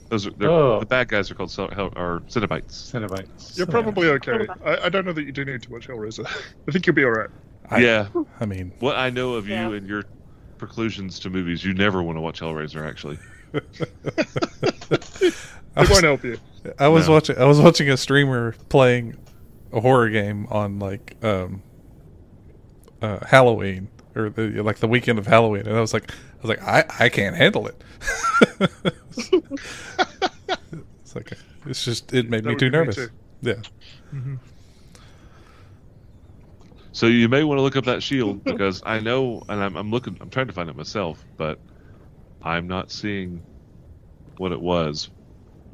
Speaker 1: Those are they're-
Speaker 3: Oh.
Speaker 1: the bad guys are called Cel- Hell, are Cenobites.
Speaker 3: Cenobites.
Speaker 2: You're
Speaker 5: So-
Speaker 2: probably okay. I, I don't know that you do need to watch Hellraiser. I think you'll be all right.
Speaker 5: I-
Speaker 1: yeah.
Speaker 5: I mean,
Speaker 1: What I know of you
Speaker 4: Yeah.
Speaker 1: and your preclusions to movies, you never want to watch Hellraiser. Actually,
Speaker 5: I
Speaker 2: It
Speaker 5: was,
Speaker 2: won't help you.
Speaker 5: I was
Speaker 1: No.
Speaker 5: watching I was watching a streamer playing a horror game on like um uh Halloween or the like the weekend of Halloween and I was like I was like I I can't handle it. it's like it's just it made
Speaker 2: That
Speaker 5: me
Speaker 2: would
Speaker 5: too
Speaker 2: be me
Speaker 5: nervous.
Speaker 2: too.
Speaker 5: Yeah.
Speaker 2: Mhm.
Speaker 1: so you may want to look up that shield because I know, and I'm, I'm looking, I'm trying to find it myself, but I'm not seeing what it was.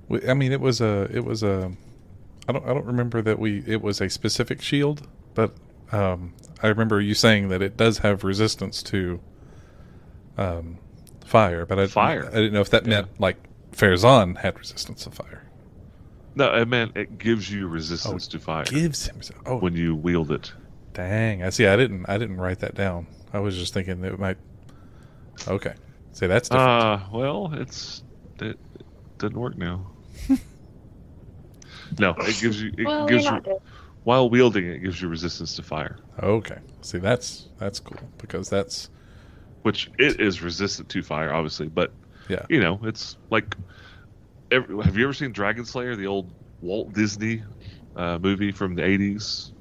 Speaker 5: We- I mean, it was a, it was a, I don't, I don't remember that we, it was a specific shield, but um, I remember you saying that it does have resistance to um, fire, but I didn't-
Speaker 1: Fire.
Speaker 5: I didn't know if that meant like Farazan had resistance to fire.
Speaker 1: No, I meant it gives you resistance to fire
Speaker 5: Gives him. Oh,
Speaker 1: when you wield it.
Speaker 5: dang! I see. I didn't, I didn't write that down. I was just thinking it might. Okay, see that's different.
Speaker 1: Uh, well, it's it, it doesn't work now. no, it gives you. It
Speaker 4: well, you're
Speaker 1: gives
Speaker 4: not
Speaker 1: you
Speaker 4: dead.
Speaker 1: while wielding it, it gives you resistance to fire,
Speaker 5: okay. See that's that's cool because that's
Speaker 1: which it is resistant to fire, obviously. But
Speaker 5: Yeah.
Speaker 1: you know, it's like. Every, have you ever seen Dragon Slayer, the old Walt Disney uh, movie from the eighties?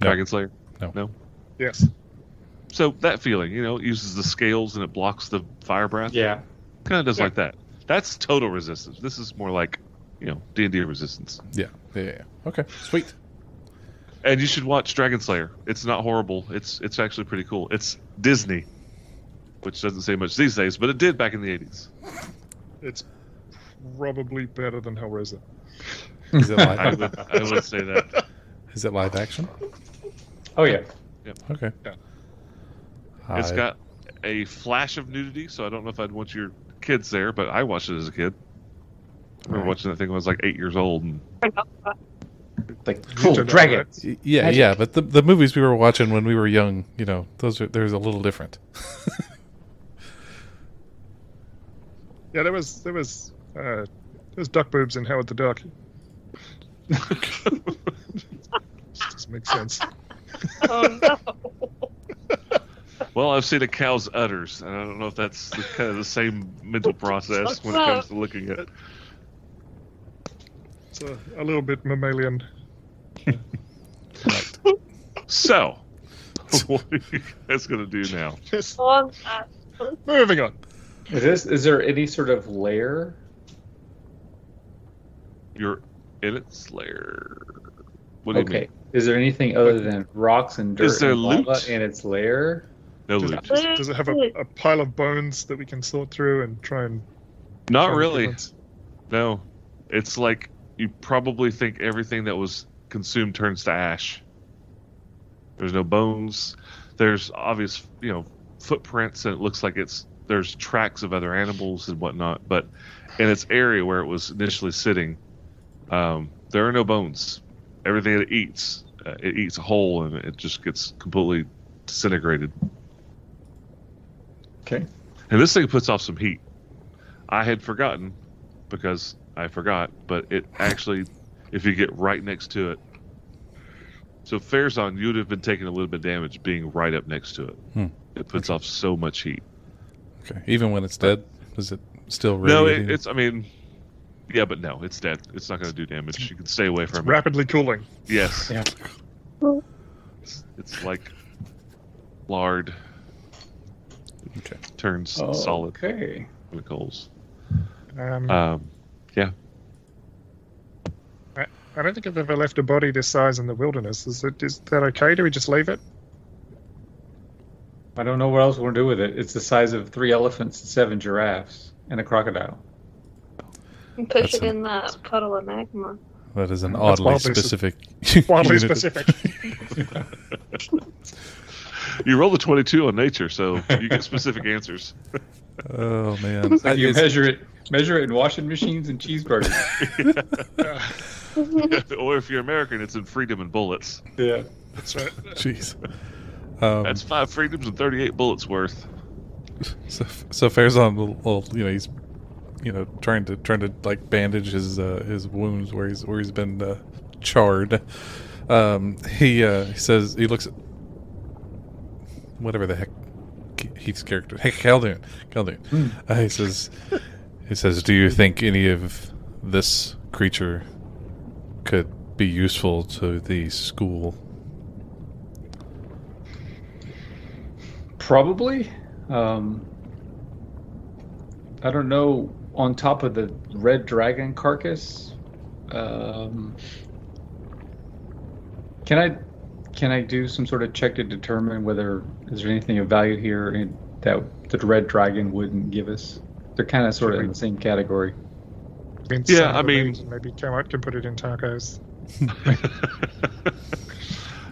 Speaker 5: No.
Speaker 1: Dragon Slayer.
Speaker 5: No.
Speaker 1: No.
Speaker 2: Yes.
Speaker 1: So that feeling, you know, it uses the scales and it blocks the fire breath.
Speaker 3: Yeah.
Speaker 1: kind of does
Speaker 2: Yeah.
Speaker 1: like that. That's total resistance. This is more like, you know, D and D resistance.
Speaker 5: yeah, yeah, yeah. Okay, sweet.
Speaker 1: And you should watch Dragon Slayer. It's not horrible. It's it's actually pretty cool. It's Disney, which doesn't say much these days, but it did back in the eighties.
Speaker 2: It's probably better than Hellraiser.
Speaker 5: Is it
Speaker 1: I
Speaker 5: live?
Speaker 1: would I would say that.
Speaker 5: is it live action?
Speaker 3: Oh yeah.
Speaker 5: Okay.
Speaker 2: Yeah.
Speaker 1: It's
Speaker 5: I-
Speaker 1: got a flash of nudity, so I don't know if I'd want your kids there, but I watched it as a kid. I remember
Speaker 5: Right.
Speaker 1: watching that thing when I was like eight years old. And
Speaker 3: Like
Speaker 2: cool,
Speaker 3: cool
Speaker 2: Ninja dragon.
Speaker 3: dragon.
Speaker 5: y- yeah,
Speaker 3: Magic.
Speaker 5: yeah, but the the movies we were watching when we were young, you know, those are there's a little different.
Speaker 2: Yeah, there was there was uh, there was duck boobs in Howard the Duck. Just makes sense.
Speaker 4: Oh, no.
Speaker 1: well, I've seen a cow's udders, and I don't know if that's the, kind of the same mental process when it comes to looking at
Speaker 2: It's a, a little bit mammalian.
Speaker 1: So, what are you guys going to do now?
Speaker 2: Yes.
Speaker 4: Well, uh,
Speaker 2: Moving on.
Speaker 3: Is this is there any sort of layer?
Speaker 1: You're in its lair. What do you
Speaker 3: Okay.
Speaker 1: mean?
Speaker 3: Is there anything other than rocks and dirt
Speaker 1: Is there
Speaker 3: and lava
Speaker 1: loot?
Speaker 3: in its layer?
Speaker 1: No
Speaker 2: Does
Speaker 1: loot.
Speaker 2: it, does, does it have a, a pile of bones that we can sort through and try and? try
Speaker 1: Not
Speaker 2: and
Speaker 1: really.
Speaker 2: convince?
Speaker 1: No. It's like you probably think everything that was consumed turns to ash. There's no bones. There's obvious, you know, footprints, and it looks like it's there's tracks of other animals and whatnot. But in its area where it was initially sitting, um, there are no bones. Everything it eats, uh, it eats whole, and it just gets completely disintegrated.
Speaker 3: Okay.
Speaker 1: And this thing puts off some heat. I had forgotten because I forgot, but it actually, if you get right next to it, so Farazan, you would have been taking a little bit of damage being right up next to it.
Speaker 5: Hmm.
Speaker 1: It puts off so much heat.
Speaker 5: Okay. Even when it's dead, is it still
Speaker 1: No,
Speaker 5: radiating?
Speaker 1: it, it's, I mean, yeah, but no, it's dead. It's not going to do damage. You can stay away
Speaker 2: It's
Speaker 1: from it.
Speaker 2: rapidly cooling.
Speaker 1: Yes.
Speaker 3: Yeah.
Speaker 1: It's, it's like lard
Speaker 5: okay.
Speaker 1: turns
Speaker 3: Oh.
Speaker 1: solid
Speaker 3: Okay.
Speaker 1: chemicals.
Speaker 2: Um,
Speaker 1: Um,
Speaker 2: I don't think I've ever left a body this size in the wilderness. Is, it, is that okay? Do we just leave it?
Speaker 3: I don't know what else we're gonna do with it. It's the size of three elephants and seven giraffes and a crocodile.
Speaker 4: push
Speaker 5: That's
Speaker 4: it
Speaker 5: a-
Speaker 4: in that puddle of magma.
Speaker 5: That is an
Speaker 3: That's
Speaker 5: oddly
Speaker 2: wildly spe-
Speaker 5: specific.
Speaker 2: Wildly
Speaker 5: unit of-
Speaker 2: specific.
Speaker 1: you roll the 22 on nature, so you get specific answers.
Speaker 5: Oh man. I-
Speaker 3: you
Speaker 5: it's-
Speaker 3: measure it measure it in washing machines and cheeseburgers.
Speaker 1: or if you're American, it's in freedom and bullets.
Speaker 3: yeah.
Speaker 2: That's right.
Speaker 5: Jeez. Um,
Speaker 1: That's five freedoms and thirty-eight bullets worth.
Speaker 5: So, so Farazan, will, will, you know, he's, you know, trying to trying to like bandage his uh, his wounds where he's where he's been uh, charred. Um, he uh, he says he looks at whatever the heck Heath's character. Hey, Caldoon, Caldoon.
Speaker 3: Hmm.
Speaker 5: Uh, he says, he says, do you think any of this creature could be useful to the school?
Speaker 3: Probably. Um, I don't know. On top of the red dragon carcass, um, can I can I do some sort of check to determine whether is there anything of value here in- that the red dragon wouldn't give us? They're kind of sort of in the same category.
Speaker 2: mean,
Speaker 1: Yeah,
Speaker 2: salad
Speaker 1: I mean-
Speaker 2: remains, and maybe Camelot can put it in tacos.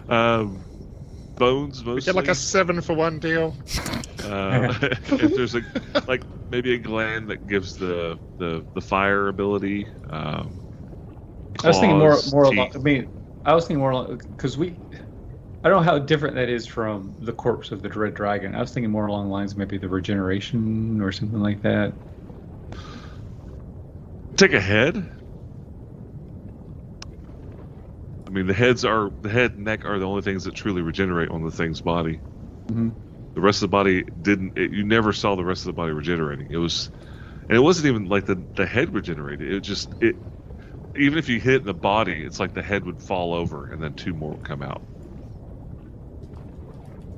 Speaker 1: um, bones
Speaker 2: We
Speaker 1: mostly.
Speaker 2: get like a seven for one deal.
Speaker 1: Uh, if there's a like maybe a gland that gives the the, the fire ability. Um,
Speaker 3: I was thinking more
Speaker 1: claws,
Speaker 3: more.
Speaker 1: teeth.
Speaker 3: Along, I mean, I was thinking more because we. I don't know how different that is from the corpse of the dread dragon. I was thinking more along the lines of maybe the regeneration or something like that.
Speaker 1: Take a head. I mean, the heads are the head and neck are the only things that truly regenerate on the thing's body.
Speaker 3: Mhm.
Speaker 1: The rest of the body didn't. It, you never saw the rest of the body regenerating. It was, and it wasn't even like the the head regenerated. It just it. Even if you hit the body, it's like the head would fall over and then two more would come out.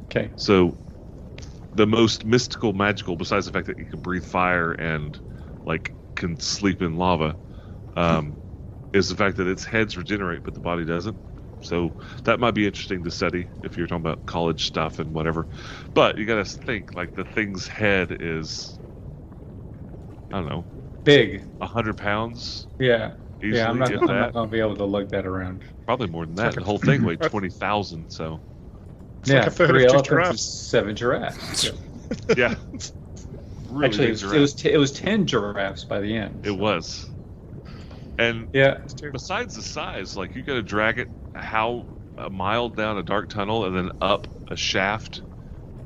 Speaker 3: Okay.
Speaker 1: So, the most mystical, magical, besides the fact that you can breathe fire and like can sleep in lava, um, is the fact that its heads regenerate, but the body doesn't. So that might be interesting to study if you're talking about college stuff and whatever. But you gotta think like the thing's head is, I don't know,
Speaker 3: Big.
Speaker 1: a hundred pounds
Speaker 3: Yeah.
Speaker 1: easily.
Speaker 3: yeah. I'm not,
Speaker 1: if
Speaker 3: I'm
Speaker 1: that,
Speaker 3: not gonna be able to lug that around.
Speaker 1: probably more than that.
Speaker 2: like
Speaker 1: The
Speaker 2: a-
Speaker 1: whole thing weighed twenty thousand. So
Speaker 2: It's
Speaker 3: yeah.
Speaker 2: like a third
Speaker 3: three
Speaker 2: of two
Speaker 3: elephants and
Speaker 2: giraffes.
Speaker 3: seven giraffes. Yeah.
Speaker 1: yeah, really
Speaker 3: Actually,
Speaker 1: big
Speaker 3: it was, it
Speaker 1: giraffe.
Speaker 3: was t- it was ten giraffes by the end.
Speaker 1: It was. And
Speaker 3: Yeah.
Speaker 2: It's two.
Speaker 1: besides the size, like you got to drag it how a mile down a dark tunnel and then up a shaft,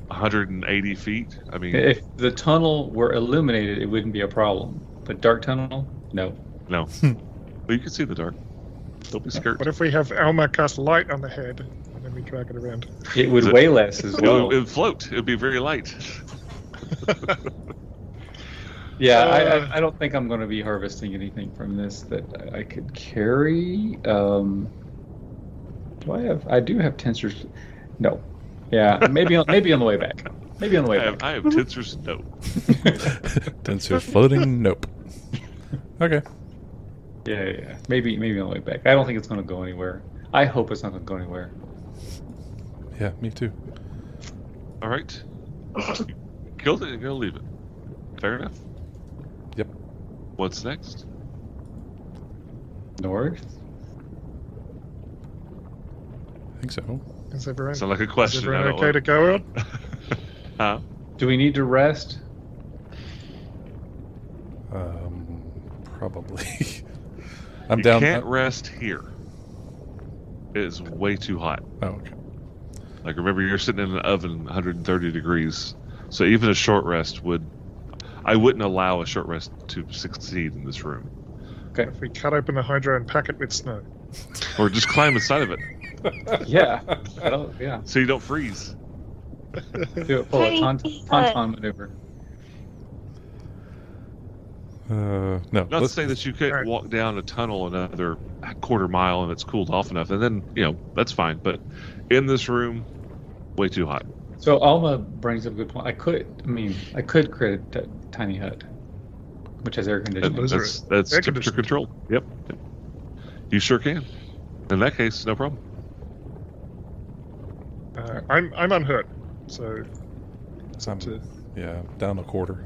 Speaker 1: 180 feet. I mean,
Speaker 3: If the tunnel were illuminated, it wouldn't be a problem. But dark tunnel, no.
Speaker 1: no, but you can see the dark. Don't be scared.
Speaker 2: What if we have Alma cast light on the head and then we drag it around?
Speaker 3: It
Speaker 1: Is
Speaker 3: would
Speaker 1: it-
Speaker 3: weigh less as
Speaker 1: It would,
Speaker 3: well.
Speaker 1: it would float. It would be very light.
Speaker 3: Yeah, I,
Speaker 2: Uh,
Speaker 3: I, I don't think I'm going to be harvesting anything from this that I I could carry. Um, do I have? I do have tensors. No. Yeah, maybe on maybe on the way back. Maybe on
Speaker 1: I
Speaker 3: the way
Speaker 1: have,
Speaker 3: back.
Speaker 1: I have tensors. No.
Speaker 5: Denser floating? Nope. Okay.
Speaker 3: Yeah, yeah, yeah. Maybe maybe on the way back. I don't think it's going to go anywhere. I hope it's not going to go anywhere.
Speaker 5: Yeah, me too.
Speaker 1: All right. Kill it. Go leave it. Fair enough.
Speaker 5: Yep.
Speaker 1: What's next?
Speaker 3: North.
Speaker 5: I think so.
Speaker 2: Is everyone,
Speaker 1: Sound like a
Speaker 2: is
Speaker 1: question. I
Speaker 2: everyone
Speaker 1: don't
Speaker 2: okay to go out?
Speaker 1: want- huh?
Speaker 3: Do we need to rest?
Speaker 5: Um, probably. I'm
Speaker 1: you
Speaker 5: down. uh,
Speaker 1: can't rest here. It is way too hot.
Speaker 5: oh, okay.
Speaker 1: Like remember, you're sitting in an oven, 130 degrees. So even a short rest would, I wouldn't allow a short rest to succeed in this room.
Speaker 2: If we cut open the hydro and pack it with snow.
Speaker 1: Or just climb inside of it
Speaker 3: Yeah. I don't, yeah.
Speaker 1: so you don't freeze.
Speaker 3: Do it full of taunt,
Speaker 4: Please.
Speaker 3: tauntaun maneuver.
Speaker 5: Uh, no.
Speaker 1: Not to
Speaker 5: let's-
Speaker 1: say that you couldn't
Speaker 2: Alright.
Speaker 1: walk down a tunnel another quarter mile and it's cooled off enough, and then you know that's fine. But in this room, way too hot.
Speaker 3: So Alma brings up a good point. I could, I mean, I could create a t- tiny hut, which has air conditioning.
Speaker 2: Those are
Speaker 1: That's that's
Speaker 2: air
Speaker 1: temperature controlled. Yep. Yep. You sure can. In that case, no problem.
Speaker 2: Uh, I'm I'm unhurt, so it's up
Speaker 5: I'm-
Speaker 2: to
Speaker 5: yeah, down a quarter.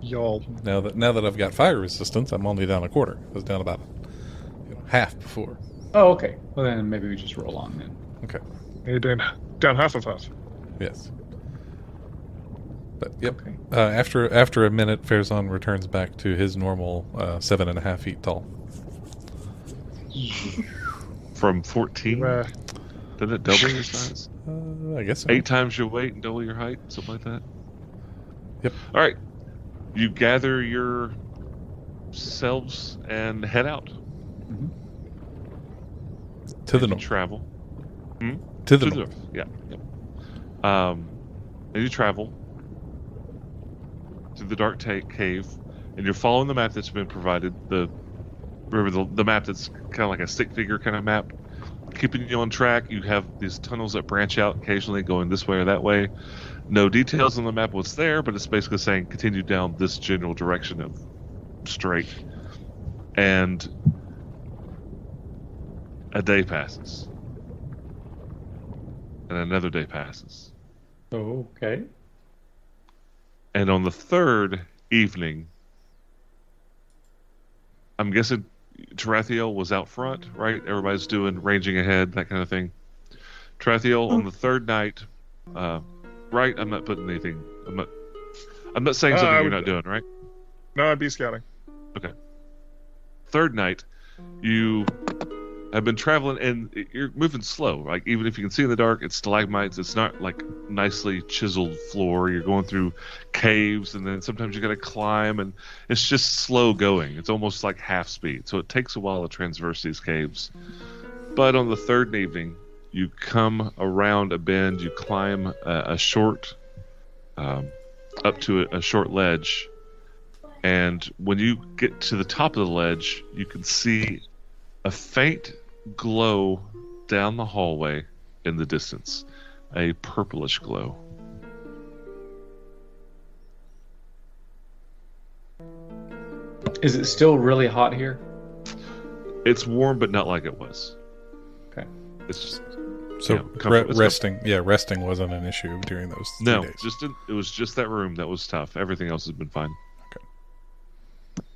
Speaker 2: y'all.
Speaker 5: Now that now that I've got fire resistance, I'm only down a quarter. I was down about you know, half before.
Speaker 3: Oh, okay. Well, then maybe we just roll on then.
Speaker 2: You're doing down half of half.
Speaker 5: Yes. But yep.
Speaker 3: Okay.
Speaker 5: Uh, after after a minute, Farazan returns back to his normal uh, seven and a half feet tall.
Speaker 1: From 14,
Speaker 2: Where
Speaker 1: Mm. didn't it double your size?
Speaker 5: Uh, I guess so.
Speaker 1: Eight times your weight and double your height, something like that.
Speaker 5: Yep.
Speaker 1: All right. You gather yourselves and head out
Speaker 5: to the
Speaker 1: You
Speaker 5: north.
Speaker 1: travel.
Speaker 5: To the
Speaker 1: to
Speaker 5: north.
Speaker 1: the north. Yeah. Yep. Um, and you travel to the dark ta- cave, and you're following the map that's been provided. The remember the, the map that's kind of like a stick figure kind of map, keeping you on track. You have these tunnels that branch out occasionally, going this way or that way. No details on the map what's there, but it's basically saying continue down this general direction of straight. And a day passes and another day passes.
Speaker 3: Oh, okay.
Speaker 1: And on the third evening, I'm guessing Tarathiel was out front, right? Everybody's doing ranging ahead, that kind of thing. Tarathiel on the third night, uh, right? I'm not putting anything. I'm not. I'm not saying
Speaker 2: Uh,
Speaker 1: something
Speaker 2: I
Speaker 1: you're
Speaker 2: would-
Speaker 1: not doing, right?
Speaker 2: No, I'd be scouting.
Speaker 1: third night, you have been traveling and you're moving slow. Like even if you can see in the dark, it's stalagmites. It's not like nicely chiseled floor. You're going through caves, and then sometimes you got to climb, and it's just slow going. It's almost like half speed. So it takes a while to traverse these caves. But on the third evening, you come around a bend. You climb a, a short, um, up to a, a short ledge and when you get to the top of the ledge, you can see a faint glow down the hallway in the distance, a purplish glow.
Speaker 3: Is it still really hot here?
Speaker 1: It's warm, but not like it was.
Speaker 3: Okay.
Speaker 1: It's just,
Speaker 5: So
Speaker 1: Yeah, comfort-
Speaker 5: re-
Speaker 1: it's comfort.
Speaker 5: resting, yeah, resting wasn't an issue during those three
Speaker 1: no,
Speaker 5: days.
Speaker 1: just in, it was just that room that was tough. Everything else has been fine.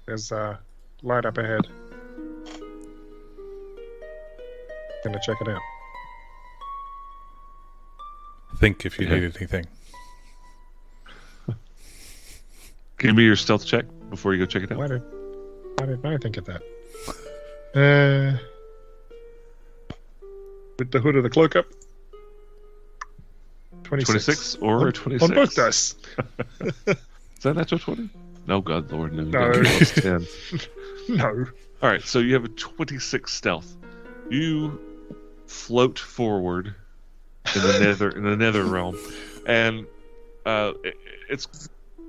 Speaker 2: There's uh, light up ahead. Gonna check it out.
Speaker 5: Think if you
Speaker 1: Okay.
Speaker 5: needed anything.
Speaker 1: Give me your stealth check before you go check it out.
Speaker 2: Why did, why did I think of that? Uh, with the hood of the cloak up. 26.
Speaker 1: 26 or
Speaker 2: On-
Speaker 1: 26?
Speaker 2: On both dice.
Speaker 1: Is that natural 20? No, God, Lord, no. you
Speaker 2: No.
Speaker 1: got plus 10.
Speaker 2: No.
Speaker 1: All right, so you have a 26 stealth. You float forward in the nether in the nether realm, and uh, i it's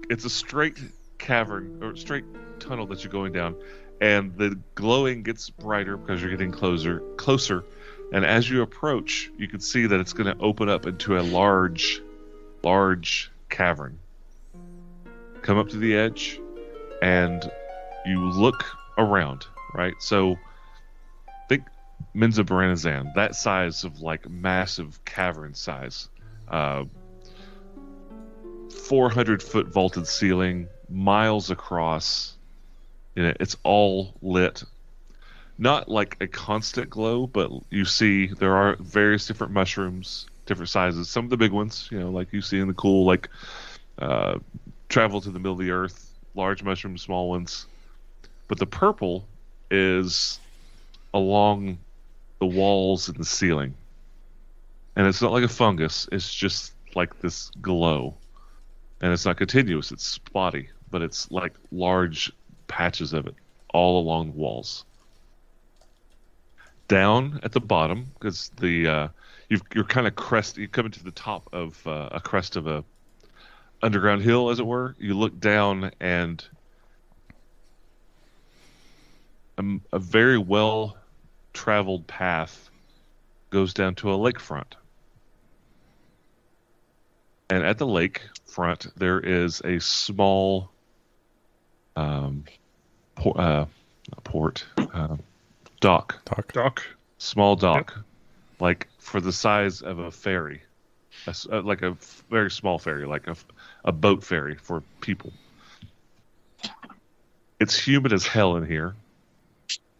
Speaker 1: it's a straight cavern or straight tunnel that you're going down, and the glowing gets brighter because you're getting closer closer, and as you approach, you can see that it's going to open up into a large, large cavern. Come up to the edge, and you look around, right? So think Menza Baranazan, that size of like massive cavern size. Uh, 400 foot vaulted ceiling, miles across. You know, it's all lit. Not like a constant glow, but you see there are various different mushrooms, different sizes. Some of the big ones, you know, like you see in the cool, like uh, travel to the middle of the earth, large mushrooms, small ones but the purple is along the walls and the ceiling. And it's not like a fungus, it's just like this glow. And it's not continuous, it's spotty, but it's like large patches of it all along the walls. Down at the bottom, because the uh, you've, you're kind of crest, you come into the top of uh, a crest of a underground hill, as it were. You look down, and a, a very well traveled path goes down to a lakefront. And at the lake front, there is a small um, por- uh, not port, um dock,
Speaker 5: Talk.
Speaker 2: Doc.
Speaker 1: small dock, like for the size of a ferry, a s- uh, like a f- very small ferry, like a, f- a boat ferry for people. It's humid as hell in here.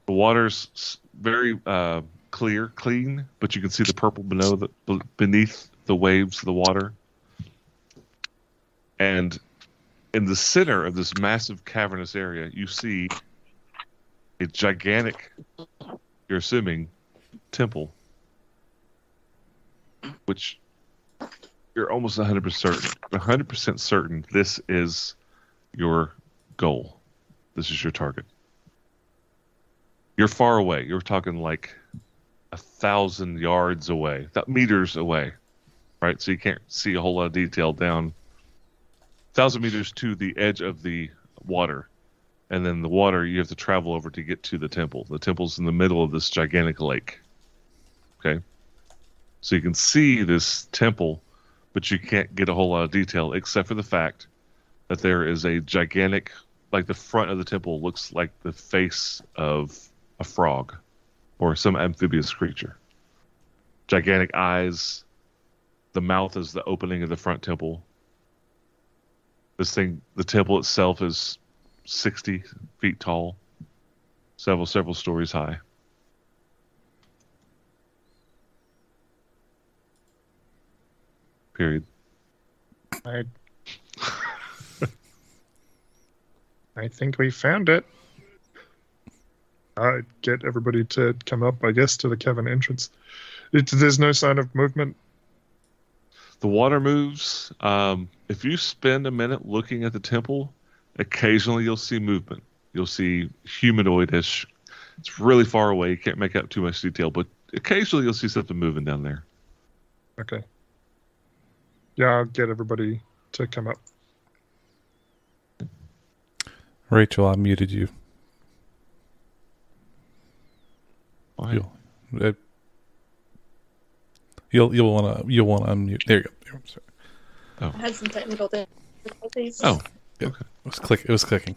Speaker 1: The water's s- very uh, clear, clean, but you can see the purple below the, be- beneath the waves of the water. And in the center of this massive cavernous area, you see a gigantic, you're assuming, temple, which you're almost 100% certain 100% certain this is your goal this is your target you're far away you're talking like a thousand yards away that meters away right so you can't see a whole lot of detail down thousand meters to the edge of the water and then the water you have to travel over to get to the temple the temple's in the middle of this gigantic lake okay so you can see this temple, but you can't get a whole lot of detail except for the fact that there is a gigantic, like the front of the temple looks like the face of a frog or some amphibious creature. Gigantic eyes. The mouth is the opening of the front temple. This thing, the temple itself is 60 feet tall, several, several stories high. Period.
Speaker 2: I, I think we found it. I get everybody to come up, I guess, to the cavern entrance. It, there's no sign of movement.
Speaker 1: The water moves. Um, if you spend a minute looking at the temple, occasionally you'll see movement. You'll see humanoidish. It's really far away. You can't make out too much detail, but occasionally you'll see something moving down there.
Speaker 2: Okay. Yeah, I'll get everybody to come up.
Speaker 5: Rachel, I muted you.
Speaker 1: Why?
Speaker 5: You'll, uh, you'll you'll want to you'll want to unmute. There you go. There, I'm sorry.
Speaker 4: I had some technical difficulties.
Speaker 1: Oh,
Speaker 5: It was click. It was clicking.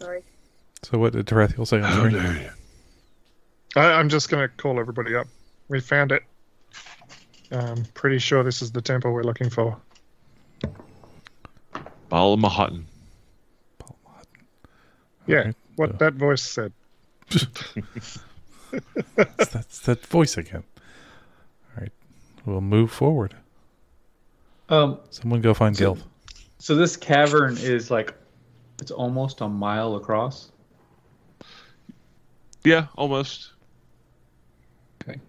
Speaker 4: sorry.
Speaker 5: So what did Tarathiel say?
Speaker 1: how
Speaker 5: On the
Speaker 1: dare
Speaker 5: ring?
Speaker 1: you.
Speaker 2: I, I'm just gonna call everybody up. We found it. I'm pretty sure this is the temple we're looking for.
Speaker 1: Baal Mahatan.
Speaker 2: Yeah,
Speaker 5: Okay.
Speaker 2: what
Speaker 5: Yeah.
Speaker 2: that voice said.
Speaker 5: It's that, it's that voice again. All right, we'll move forward.
Speaker 3: Um,
Speaker 5: Someone go find Gilf.
Speaker 3: so this cavern is like, it's almost a mile across.
Speaker 1: Yeah, almost.
Speaker 3: Okay.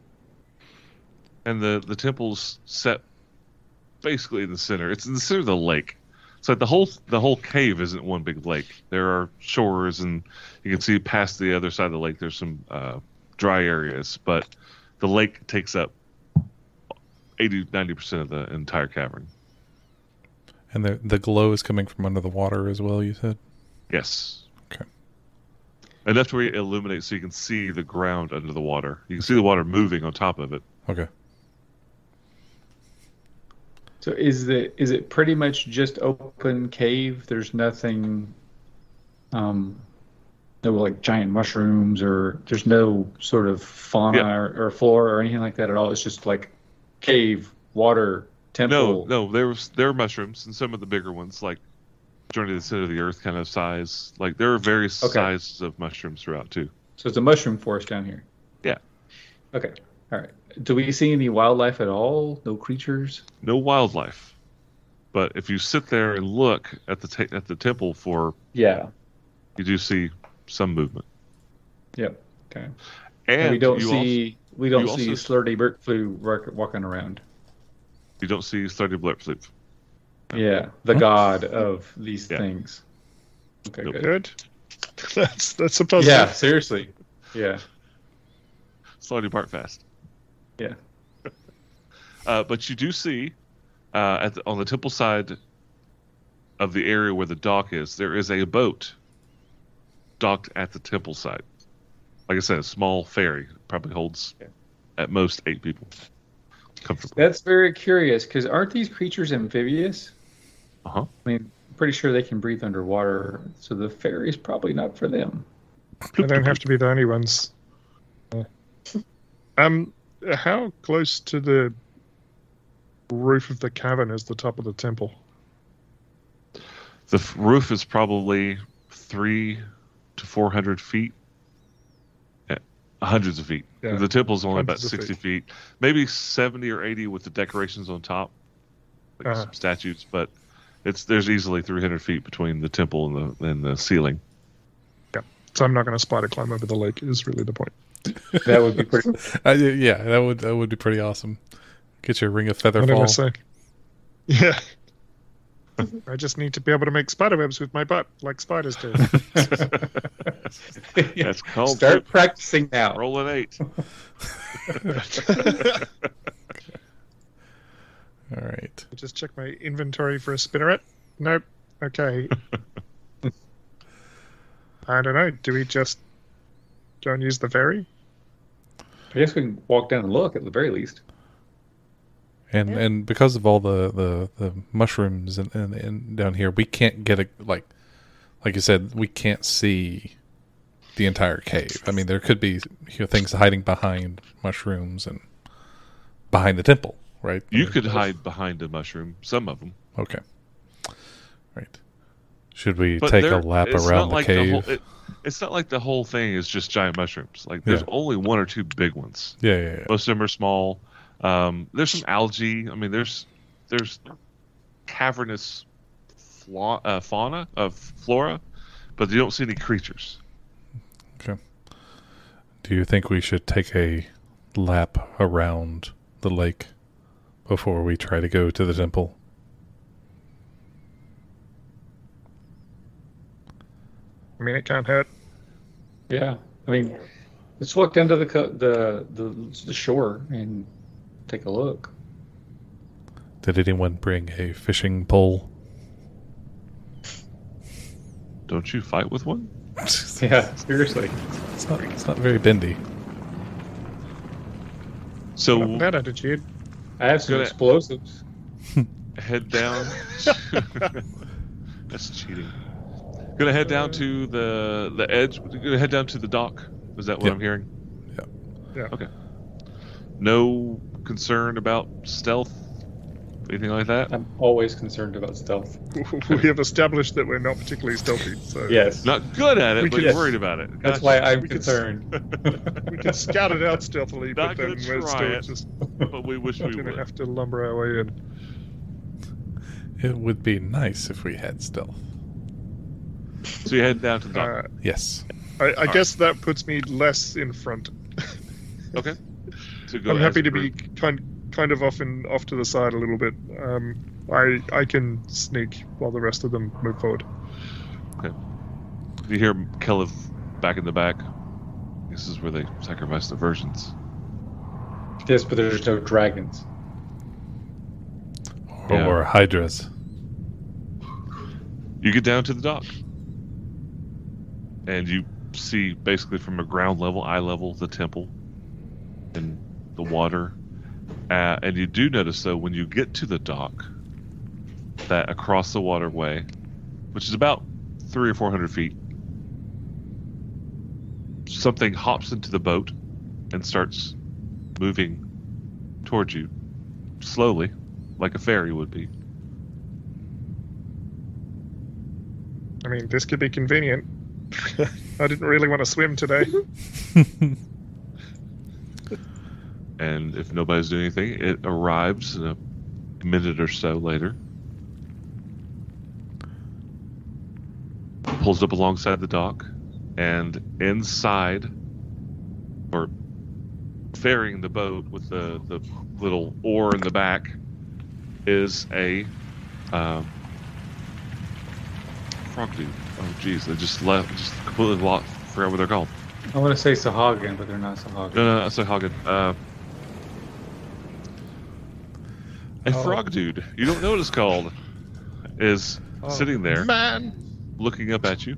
Speaker 1: And the the temple's set basically in the center. It's in the center of the lake. So the whole the whole cave isn't one big lake. There are shores, and you can see past the other side of the lake. There's some uh, dry areas, but the lake takes up 80 90 percent of the entire cavern.
Speaker 5: And the the glow is coming from under the water as well. You said.
Speaker 1: Yes.
Speaker 5: Okay.
Speaker 1: Enough to where it illuminates so you can see the ground under the water. You can see the water moving on top of it.
Speaker 5: Okay.
Speaker 3: So is the is it pretty much just open cave? There's nothing, um, no like giant mushrooms or there's no sort of fauna
Speaker 1: Yeah.
Speaker 3: or, or flora or anything like that at all. It's just like cave, water,
Speaker 1: No,
Speaker 3: temple.
Speaker 1: no, there was there are mushrooms and some of the bigger ones, like Journey to the Center of the Earth kind of size. Like there are various
Speaker 3: Okay.
Speaker 1: sizes of mushrooms throughout too.
Speaker 3: So it's a mushroom forest down here.
Speaker 1: Yeah.
Speaker 3: Okay. All right. Do we see any wildlife at all? No creatures.
Speaker 1: No wildlife, but if you sit there and look at the ta- at the temple for,
Speaker 3: Yeah.
Speaker 1: you do see some movement.
Speaker 3: Yep. Okay.
Speaker 1: And,
Speaker 3: And we don't
Speaker 1: you
Speaker 3: see we don't
Speaker 1: you
Speaker 3: see
Speaker 1: also-
Speaker 3: Slurdy Bert Flew work, walking around.
Speaker 1: also, you don't see Sturdy Blurp Floop.
Speaker 3: Yeah, the god of these
Speaker 1: Yeah.
Speaker 3: things. Okay,
Speaker 1: Nope.
Speaker 3: good.
Speaker 2: Good. That's that's a puzzle.
Speaker 3: Yeah, seriously. Yeah.
Speaker 1: Sturdy Bart Fast.
Speaker 3: Yeah.
Speaker 1: Uh, but you do see uh, at the, on the temple side of the area where the dock is, there is a boat docked at the temple side. Like I said, a small ferry probably holds
Speaker 3: Yeah.
Speaker 1: at most eight people comfortably.
Speaker 3: That's very curious because aren't these creatures amphibious?
Speaker 1: Uh huh.
Speaker 3: I mean, pretty sure they can breathe underwater, so the ferry's probably not for them.
Speaker 2: They don't have to be the only ones. Yeah. Um, how close to the roof of the cavern is the top of the temple?
Speaker 1: The f- roof is probably three to four hundred feet, Eh, hundreds of feet.
Speaker 2: Yeah.
Speaker 1: The temple's only about
Speaker 2: Hundreds of
Speaker 1: sixty feet. maybe seventy or eighty with the decorations on top, like
Speaker 2: Uh-huh.
Speaker 1: some statues. But it's there's easily three hundred feet between the temple and the and the ceiling.
Speaker 2: So I'm not going to spider climb over the lake. Is really the point.
Speaker 3: That would be pretty.
Speaker 5: Uh, yeah, that would that would be pretty awesome. Get your ring of feather
Speaker 2: What am I
Speaker 5: fall.
Speaker 2: saying? Yeah. I just need to be able to make spider webs with my butt, like spiders do.
Speaker 1: That's called
Speaker 3: Start practicing now.
Speaker 1: roll an eight.
Speaker 5: All right.
Speaker 2: just check my inventory for a spinneret. Nope. Okay. I don't know. Do we just don't use the ferry?
Speaker 3: I guess we can walk down and look at the very least.
Speaker 5: And
Speaker 4: Yeah.
Speaker 5: and because of all the the, the mushrooms and, and and down here, we can't get a like like you said, we can't see the entire cave. I mean, there could be you know, things hiding behind mushrooms and behind the temple, right? I
Speaker 1: You
Speaker 5: mean,
Speaker 1: could hide behind a mushroom. Some of them.
Speaker 5: Okay. Right. Should we
Speaker 1: But
Speaker 5: take a
Speaker 1: there-
Speaker 5: lap
Speaker 1: it's not
Speaker 5: around the
Speaker 1: like
Speaker 5: cave?
Speaker 1: whole, it, it's not like the whole thing is just giant mushrooms. Like there's
Speaker 5: Yeah.
Speaker 1: only one or two big ones.
Speaker 5: yeah, yeah, yeah.
Speaker 1: Most of them are small. Um, there's some algae. I mean, there's there's cavernous fla- uh, fauna of flora, but you don't see any creatures.
Speaker 5: Do you think we should take a lap around the lake before we try to go to the temple?
Speaker 2: I mean, it can't hurt.
Speaker 3: Yeah, I mean, let's walk down to the co- the the, the shore and take a look.
Speaker 5: Did anyone bring a fishing pole?
Speaker 1: Don't you fight with one?
Speaker 5: it's
Speaker 3: Yeah, seriously.
Speaker 5: not. It's not very bendy.
Speaker 1: So
Speaker 2: Not that attitude.
Speaker 3: I have some
Speaker 1: Gonna-
Speaker 3: explosives.
Speaker 1: head down. That's cheating. Gonna head down to the the edge. Gonna head down to the dock. Is that what
Speaker 5: Yeah.
Speaker 1: I'm hearing?
Speaker 5: Yeah.
Speaker 2: Yeah.
Speaker 1: Okay. No concern about stealth, anything like that.
Speaker 3: I'm always concerned about stealth.
Speaker 2: We have established that we're not particularly stealthy, so
Speaker 3: Yes,
Speaker 1: Not good at it,
Speaker 2: We
Speaker 1: but
Speaker 2: could-
Speaker 1: you're worried about it.
Speaker 3: that's
Speaker 1: Gotcha.
Speaker 3: why I'm
Speaker 2: we could-
Speaker 3: concerned.
Speaker 2: we can scout it out stealthily, but
Speaker 1: Not
Speaker 2: then
Speaker 1: gonna
Speaker 2: we're
Speaker 1: try
Speaker 2: still
Speaker 1: it.
Speaker 2: just
Speaker 1: But we wish we
Speaker 2: gonna
Speaker 1: would.
Speaker 2: have to lumber our way in.
Speaker 5: It would be nice if we had stealth.
Speaker 1: So you head down to the dock.
Speaker 2: Uh,
Speaker 5: Yes.
Speaker 2: I, I guess that puts me less in front.
Speaker 1: Okay. To go
Speaker 2: I'm
Speaker 1: as
Speaker 2: happy
Speaker 1: a
Speaker 2: to be
Speaker 1: group.
Speaker 2: kind kind of off and off to the side a little bit. Um, I I can sneak while the rest of them move forward.
Speaker 1: You hear Kelev back in the back. This is where they sacrifice the virgins.
Speaker 3: yes, but there's no dragons.
Speaker 5: Or,
Speaker 1: Yeah.
Speaker 5: or hydras.
Speaker 1: You get down to the dock, and you see basically from a ground level, eye level, the temple and the water. Uh, and you do notice, though, when you get to the dock, that across the waterway, which is about three or four hundred feet, something hops into the boat and starts moving towards you slowly, like a ferry would be.
Speaker 2: I mean, this could be convenient. I didn't really want to swim today.
Speaker 1: and if nobody's doing anything, it arrives in a minute or so later. Pulls up alongside the dock, and inside, or ferrying the boat with the, the little oar in the back, is a um, frog dude. Oh, jeez, they just left, just completely lost, forgot what they're called.
Speaker 3: I want to say Sahagin, but they're not Sahagin.
Speaker 1: No, no, no, so Hagen. Uh, a
Speaker 5: Oh.
Speaker 1: frog dude, you don't know what it's called, is sitting there
Speaker 2: Man,
Speaker 1: looking up at you,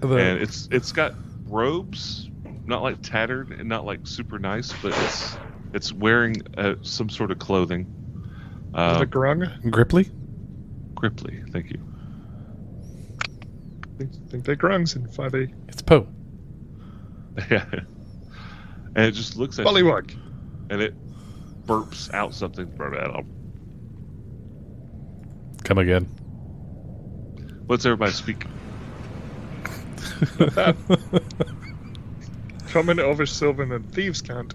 Speaker 5: The-
Speaker 1: and it's it's got robes, not like tattered and not like super nice, but it's it's wearing uh, some sort of clothing.
Speaker 2: the
Speaker 1: Uh,
Speaker 2: grung.
Speaker 5: Gripply?
Speaker 1: Cripply, thank you.
Speaker 2: I think, think they're grungs in E. 5e.
Speaker 5: It's Poe.
Speaker 1: Yeah, and it just looks at you,
Speaker 2: Bullywug.
Speaker 1: and it burps out something.
Speaker 5: Come again.
Speaker 1: Let's everybody speak.
Speaker 2: Common, elvish, sylvan, and thieves' cant.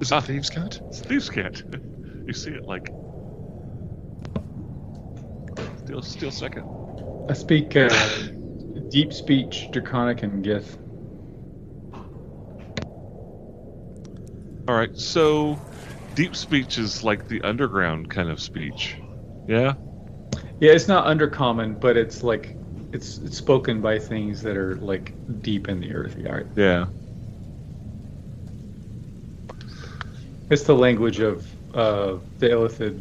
Speaker 2: Is it
Speaker 1: Ah.
Speaker 2: thieves' cant?
Speaker 1: It's thieves cat. You see it like still still second.
Speaker 3: I speak uh, deep speech, Draconic, and Gith.
Speaker 1: All right, so deep speech is like the underground kind of speech. Yeah.
Speaker 3: Yeah, it's not undercommon, but it's like it's, it's spoken by things that are like deep in the earth. All right,
Speaker 1: Yeah.
Speaker 3: it's the language of uh, the illithid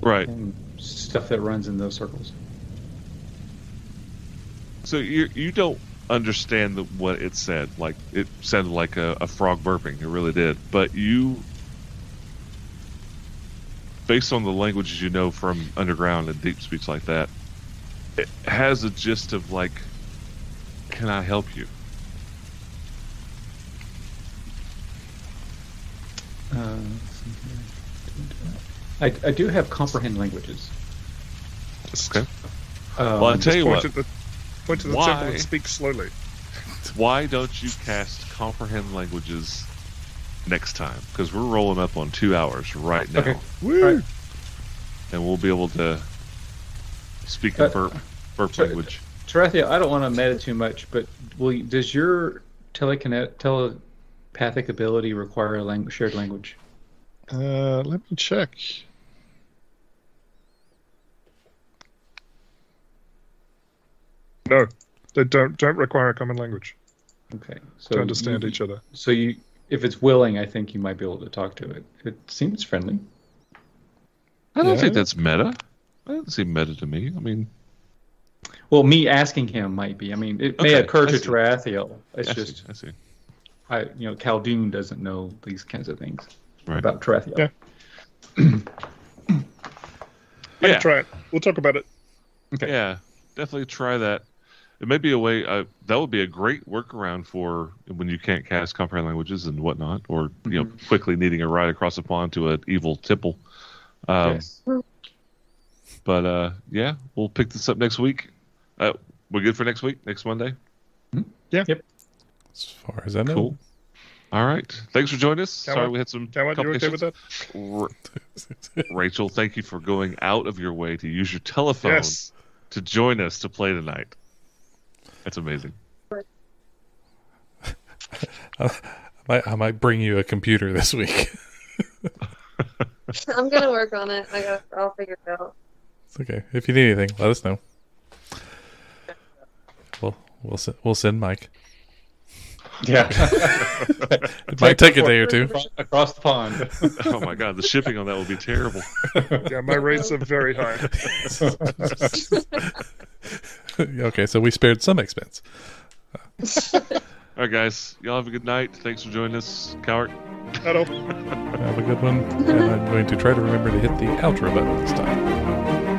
Speaker 1: Right.
Speaker 3: and stuff that runs in those circles.
Speaker 1: So you you don't understand the, what it said. Like it sounded like a, a frog burping. It really did. But you, based on the languages you know from underground and deep speech like that, it has a gist of like, can I help you?
Speaker 3: Uh, I, I do have comprehend languages.
Speaker 1: Okay.
Speaker 3: Um,
Speaker 1: Well, I tell
Speaker 2: Just
Speaker 1: you
Speaker 2: point
Speaker 1: what.
Speaker 2: at the point to the
Speaker 1: Why?
Speaker 2: temple and speak slowly.
Speaker 1: Why don't you cast comprehend languages next time? Because we're rolling up on two hours right now,
Speaker 3: Okay.
Speaker 2: Woo!
Speaker 3: Right.
Speaker 1: and we'll be able to speak in
Speaker 3: Uh,
Speaker 1: burp burp
Speaker 3: sorry.
Speaker 1: language.
Speaker 3: Tarathia, I don't want to meta too much, but will you, does your telekinet telepathic ability require a lang- shared language?
Speaker 2: Uh, let me check. No, they don't don't require a common language
Speaker 3: Okay, so
Speaker 2: to understand
Speaker 3: you,
Speaker 2: each other.
Speaker 3: So you, if it's willing, I think you might be able to talk to it. It seems friendly.
Speaker 1: I don't
Speaker 2: Yeah.
Speaker 1: think that's meta. That doesn't seem meta to me. I mean,
Speaker 3: Well, me asking him might be. I mean, it may
Speaker 1: Okay,
Speaker 3: occur
Speaker 1: I
Speaker 3: to
Speaker 1: see.
Speaker 3: Tarathiel. It's
Speaker 1: I see,
Speaker 3: just
Speaker 1: I see.
Speaker 3: I, you know, Khaldun doesn't know these kinds of things
Speaker 1: Right.
Speaker 3: about Tarathiel.
Speaker 2: Yeah.
Speaker 1: Yeah,
Speaker 2: Try it. We'll talk about it.
Speaker 3: Okay.
Speaker 1: yeah, definitely try that. It may be a way. Uh, that would be a great workaround for when you can't cast comprehend languages and whatnot, or you
Speaker 3: Mm-hmm.
Speaker 1: know, quickly needing a ride across the pond to an evil tipple. Um,
Speaker 3: Yes.
Speaker 1: But uh, yeah, we'll pick this up next week. Uh, we're good for next week, next Monday.
Speaker 5: As far as I know,
Speaker 1: Cool. All right. Thanks for joining us.
Speaker 2: Can I-
Speaker 1: Sorry, we had some.
Speaker 2: Coward, you okay with that?
Speaker 1: complications. Ra- Rachel, thank you for going out of your way to use your telephone.
Speaker 2: Yes.
Speaker 1: to join us to play tonight. That's amazing.
Speaker 5: I, I might bring you a computer this week.
Speaker 4: I'm gonna work on it. I got. I'll figure it out.
Speaker 5: it's okay. If you need anything, let us know. We'll we'll se- we'll send Mike.
Speaker 3: Yeah.
Speaker 5: It might take a day or two.
Speaker 3: Across the pond.
Speaker 1: Oh my god, the shipping on that will be terrible.
Speaker 2: Yeah, my rates are very high.
Speaker 5: okay, so we spared some expense.
Speaker 1: All right, guys, y'all have a good night. Thanks for joining us, Cowart.
Speaker 2: That'll
Speaker 5: Have a good one, and I'm going to try to remember to hit the outro button this time.